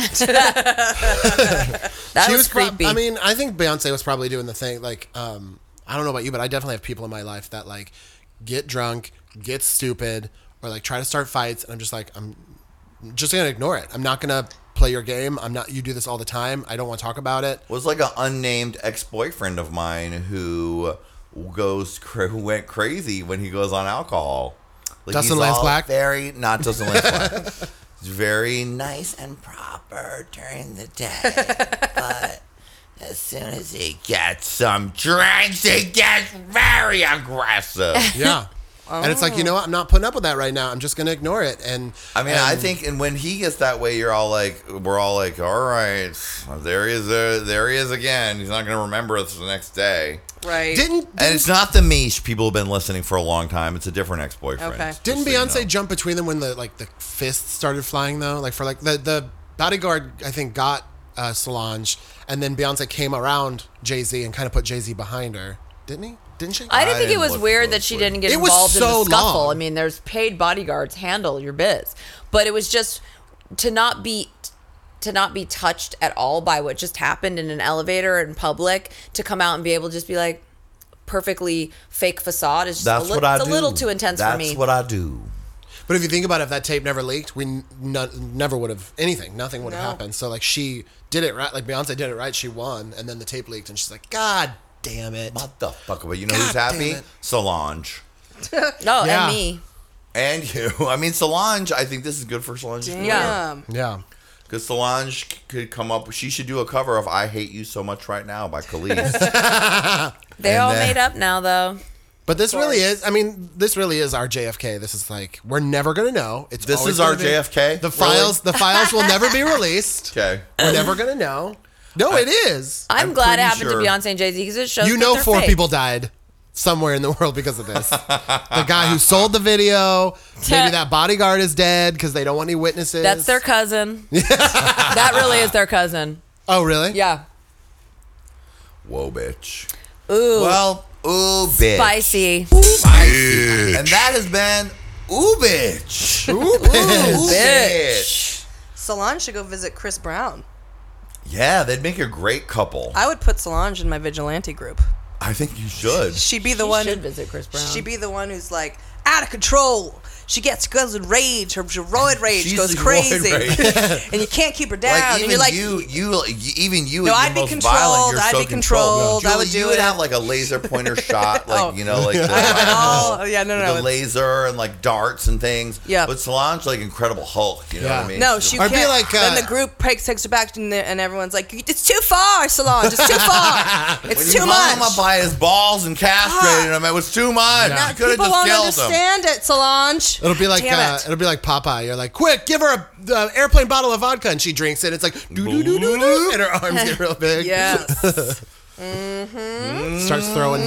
Speaker 6: That
Speaker 3: she
Speaker 6: was,
Speaker 3: prob-
Speaker 6: creepy.
Speaker 3: I mean, I think Beyonce was probably doing the thing. Like, um, I don't know about you, but I definitely have people in my life that like get drunk, get stupid, or like try to start fights, and I'm just like, I'm just gonna ignore it. I'm not gonna play your game. I'm not. You do this all the time. I don't want to talk about it.
Speaker 8: was like an unnamed ex-boyfriend of mine who goes cra- who went crazy when he goes on alcohol. Like
Speaker 3: Dustin
Speaker 8: he's
Speaker 3: Lance
Speaker 8: all
Speaker 3: Black?
Speaker 8: very not Dustin Lance Black. He's very nice and proper during the day, but as soon as he gets some drinks, he gets very aggressive.
Speaker 3: Yeah. And it's like,
Speaker 6: Oh.
Speaker 3: you know what? I'm not putting up with that right now. I'm just going to ignore it. And
Speaker 8: I mean, I
Speaker 3: and-
Speaker 8: think, and when he gets that way, you're all like, we're all like, all right, there he is, there, there he is again. He's not going to remember us the next day.
Speaker 9: Right.
Speaker 8: and it's not the Mish people have been listening for a long time. It's a different ex-boyfriend.
Speaker 9: Okay.
Speaker 3: Didn't
Speaker 8: Just so you
Speaker 3: Beyonce jump between them when the like the fists started flying though? Like for like the the bodyguard I think got uh, Solange, and then Beyonce came around Jay Z and kind of put Jay Z behind her, didn't he? Didn't she?
Speaker 6: I didn't think it was weird that she didn't get
Speaker 3: It was
Speaker 6: involved
Speaker 3: so
Speaker 6: in the scuffle.
Speaker 3: long.
Speaker 6: I mean, there's paid bodyguards handle your biz, but it was just to not be to not be touched at all by what just happened in an elevator in public. To come out and be able to just be like perfectly fake facade is just
Speaker 8: That's
Speaker 6: a, li-
Speaker 8: what I
Speaker 6: it's a
Speaker 8: do.
Speaker 6: little too intense
Speaker 8: That's
Speaker 6: for me.
Speaker 8: what I do.
Speaker 3: But if you think about it, if that tape never leaked, we n- none- never would have anything. Nothing would have
Speaker 6: No.
Speaker 3: happened. So like she did it right. Like Beyonce did it right. She won, and then the tape leaked, and she's like, God damn it!
Speaker 8: Motherfucker, but you know who's
Speaker 3: God damn
Speaker 8: happy?
Speaker 3: it.
Speaker 8: Solange.
Speaker 6: no,
Speaker 3: Yeah.
Speaker 6: Oh, and me.
Speaker 8: And you. I mean, Solange, I think this is good for Solange.
Speaker 6: Yeah.
Speaker 3: Yeah.
Speaker 8: Because Solange c- could come up, she should do a cover of I Hate You So Much Right Now by Khalees.
Speaker 6: They
Speaker 8: And
Speaker 6: all
Speaker 8: then-
Speaker 6: made up now though.
Speaker 3: But this really is. I mean, this really is our JFK. This is like we're never gonna know. It's
Speaker 8: This
Speaker 3: always
Speaker 8: is our
Speaker 3: gonna be-
Speaker 8: JFK?
Speaker 3: The files, the files will never be released.
Speaker 8: okay.
Speaker 3: We're never gonna know. No, it is.
Speaker 6: I'm,
Speaker 8: I'm
Speaker 6: glad it
Speaker 8: pretty
Speaker 6: happened
Speaker 8: sure-
Speaker 6: to Beyonce and Jay Z because it shows
Speaker 3: you
Speaker 6: that
Speaker 3: know,
Speaker 6: they're
Speaker 3: four
Speaker 6: fake.
Speaker 3: people died somewhere in the world because of this. the guy who sold the video. Maybe that bodyguard is dead because they don't want any witnesses.
Speaker 6: That's their cousin. that really is their cousin.
Speaker 3: Oh, really?
Speaker 6: Yeah.
Speaker 8: Whoa, bitch.
Speaker 6: Ooh.
Speaker 8: Well, ooh, bitch.
Speaker 6: Spicy.
Speaker 8: Spicy. And that has been Ooh, bitch.
Speaker 3: Ooh, bitch.
Speaker 8: Ooh, bitch.
Speaker 9: Solange should go visit Chris Brown.
Speaker 8: Yeah, they'd make a great couple.
Speaker 9: I would put Solange in my vigilante group.
Speaker 8: I think you should.
Speaker 9: She'd be the
Speaker 6: She
Speaker 9: one.
Speaker 6: should visit Chris Brown.
Speaker 9: She'd be the one who's like out of control. She gets goes in rage. Her roid rage
Speaker 8: She's
Speaker 9: goes
Speaker 8: the roid
Speaker 9: crazy,
Speaker 8: rage.
Speaker 9: and you can't keep her down.
Speaker 8: Like
Speaker 9: and
Speaker 8: even
Speaker 9: you're like,
Speaker 8: you, you, you, even you.
Speaker 9: No,
Speaker 8: at your
Speaker 9: I'd be
Speaker 8: most
Speaker 9: controlled,
Speaker 8: Violent, you're
Speaker 9: I'd
Speaker 8: so
Speaker 9: be controlled, I
Speaker 8: Julie,
Speaker 9: would do
Speaker 8: you would
Speaker 9: it.
Speaker 8: have like a laser pointer shot, like
Speaker 9: Oh.
Speaker 8: you know, like the,
Speaker 9: oh yeah, no, no,
Speaker 8: the
Speaker 9: no.
Speaker 8: laser and like darts and things.
Speaker 9: Yeah.
Speaker 8: But Solange, like Incredible Hulk, you know what I
Speaker 3: Yeah.
Speaker 8: mean?
Speaker 9: No,
Speaker 8: She's
Speaker 9: she
Speaker 3: Or
Speaker 9: can't.
Speaker 3: be like, uh,
Speaker 9: then the group takes, takes her back, and, the, and everyone's like, "It's too far, Solange. It's too far.
Speaker 8: when
Speaker 9: It's
Speaker 8: you
Speaker 9: too much."
Speaker 8: hung him up by his balls and
Speaker 9: Ah.
Speaker 8: castrated him, it was too much. You could have
Speaker 9: People
Speaker 8: just
Speaker 9: won't
Speaker 8: killed him.
Speaker 9: understand it, Solange.
Speaker 3: It'll be like
Speaker 9: Damn
Speaker 3: uh,
Speaker 9: it.
Speaker 3: it. will be like Popeye. You're like, quick, give her a uh, airplane bottle of vodka, and she drinks it. It's like do do do do do, and her arms get real big.
Speaker 9: Yes. Mm-hmm.
Speaker 3: Starts throwing,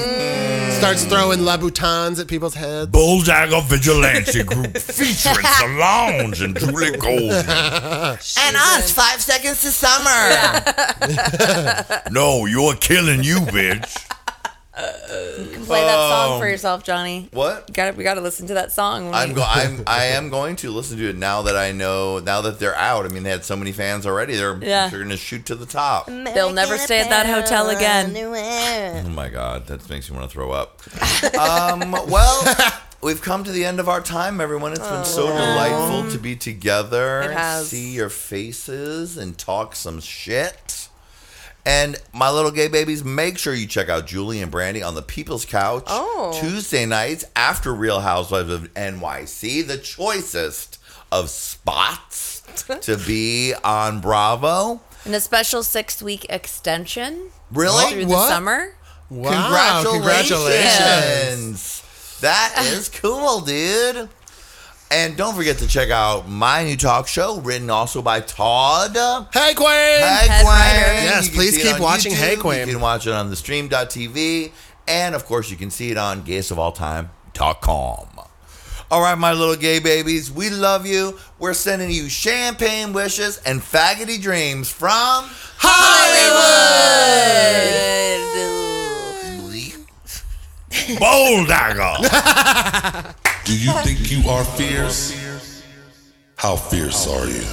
Speaker 3: starts throwing labutons at people's heads.
Speaker 10: Bulldagger Vigilante Group featuring Solange and Julie Goldman.
Speaker 11: and
Speaker 9: Ah,
Speaker 11: us, five seconds to summer.
Speaker 10: No, you're killing you, bitch.
Speaker 6: You can play that song for
Speaker 8: Um,
Speaker 6: yourself, Johnny.
Speaker 8: What?
Speaker 6: You gotta, we got to listen to that song. when
Speaker 8: I'm
Speaker 6: we-
Speaker 8: go- I'm I am going to listen to it now that I know now that they're out. I mean, they had so many fans already. They're
Speaker 6: Yeah.
Speaker 8: they're gonna shoot to the
Speaker 9: Mm.
Speaker 8: top. Oh
Speaker 6: They'll never stay at that hotel again.
Speaker 8: my god, that makes me want to throw up. um, well, we've come to the end of our time, everyone. It's been so delightful to be together
Speaker 9: It
Speaker 8: and
Speaker 9: has.
Speaker 8: see your faces and talk some shit. And my little gay babies, make sure you check out Julie and Brandy on the People's Couch
Speaker 9: Oh.
Speaker 8: Tuesday nights after Real Housewives of NYC, the choicest of spots to be on Bravo.
Speaker 6: And a special six week extension.
Speaker 8: Really?
Speaker 6: Through
Speaker 8: What?
Speaker 6: the summer.
Speaker 3: Wow,
Speaker 8: congratulations. That is cool, dude. And don't forget to check out my new talk show, written also by Todd.
Speaker 3: Hey, Queen!
Speaker 8: Hey,
Speaker 3: Head
Speaker 8: Queen!
Speaker 3: writer. Yes,
Speaker 8: You can
Speaker 3: please
Speaker 8: see it
Speaker 3: keep
Speaker 8: on
Speaker 3: watching
Speaker 8: YouTube.
Speaker 3: Hey, Queen.
Speaker 8: You can watch it on the stream.tv. And of course, you can see it on gayestofalltime.com. All right, my little gay babies, we love you. We're sending you champagne wishes and faggoty dreams from Hollywood.
Speaker 10: Bulldagger. Do you think you are fierce? How fierce are you?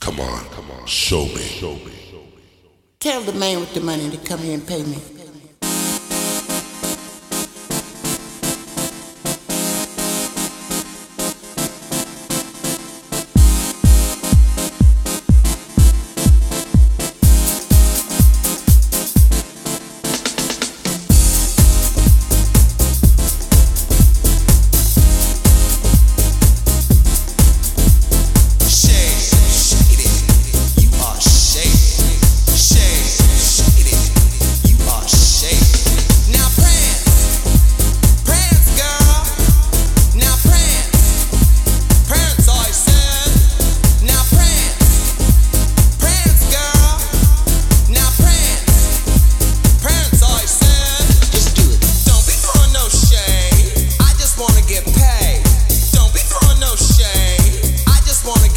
Speaker 10: Come on, come on, show me. Show me.
Speaker 11: Tell the man with the money to come here and pay me.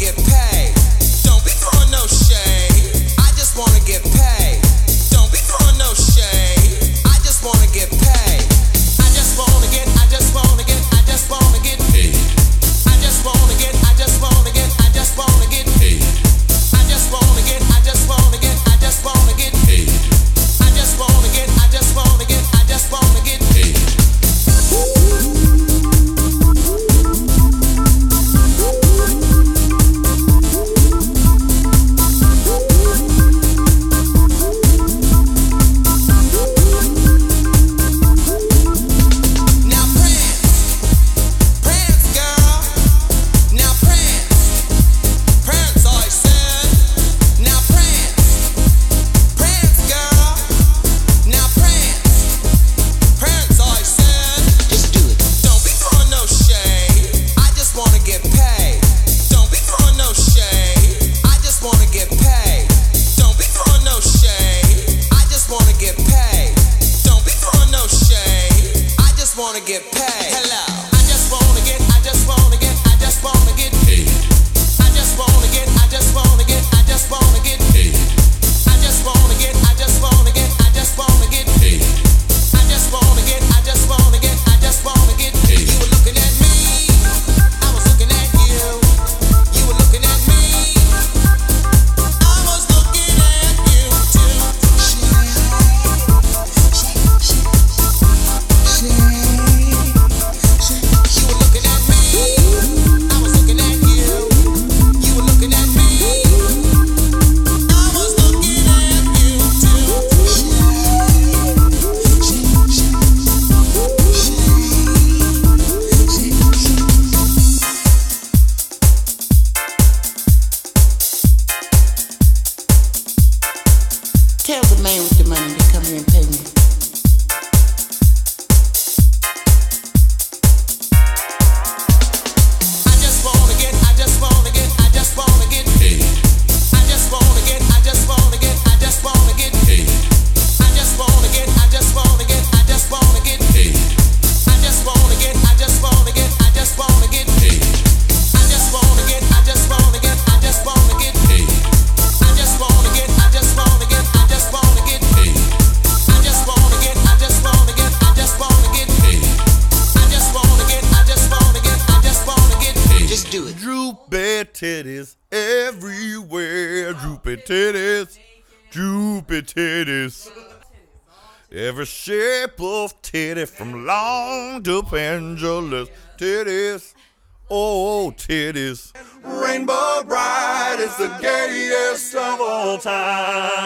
Speaker 14: Get paid. Don't be throwing no shade. I just wanna get paid. Don't be throwing no shade. I just wanna get paid. I just wanna get, I just wanna get, I just wanna get paid. I just wanna get, I just wanna get, I just wanna get paid. I just wanna get, I just wanna get, I just wanna get paid. I just wanna get, I just wanna get, I just wanna get paid. Get paid. Hello. I just wanna get, I just wanna get, I just wanna get paid. I just wanna get, I just wanna get, I just wanna get paid. I just wanna get, I just wanna get, I just wanna get paid. I just wanna get, I just wanna get, I just wanna get paid. You were looking at me, I was looking at you. You were looking at me, I was looking at you too. You were looking at me, I was looking at you. You were looking at me. I was looking at you too.
Speaker 11: Tell the man with the money to come here and pay me.
Speaker 14: I just wanna get, I just wanna get, I just wanna get paid. I just wanna get, I just wanna get, I just wanna get paid.
Speaker 10: titties everywhere. Droopy titties. Droopy titties. Every shape of titty from long to pendulous. Titties. Oh, titties. Rainbow bright is the gayest of all time.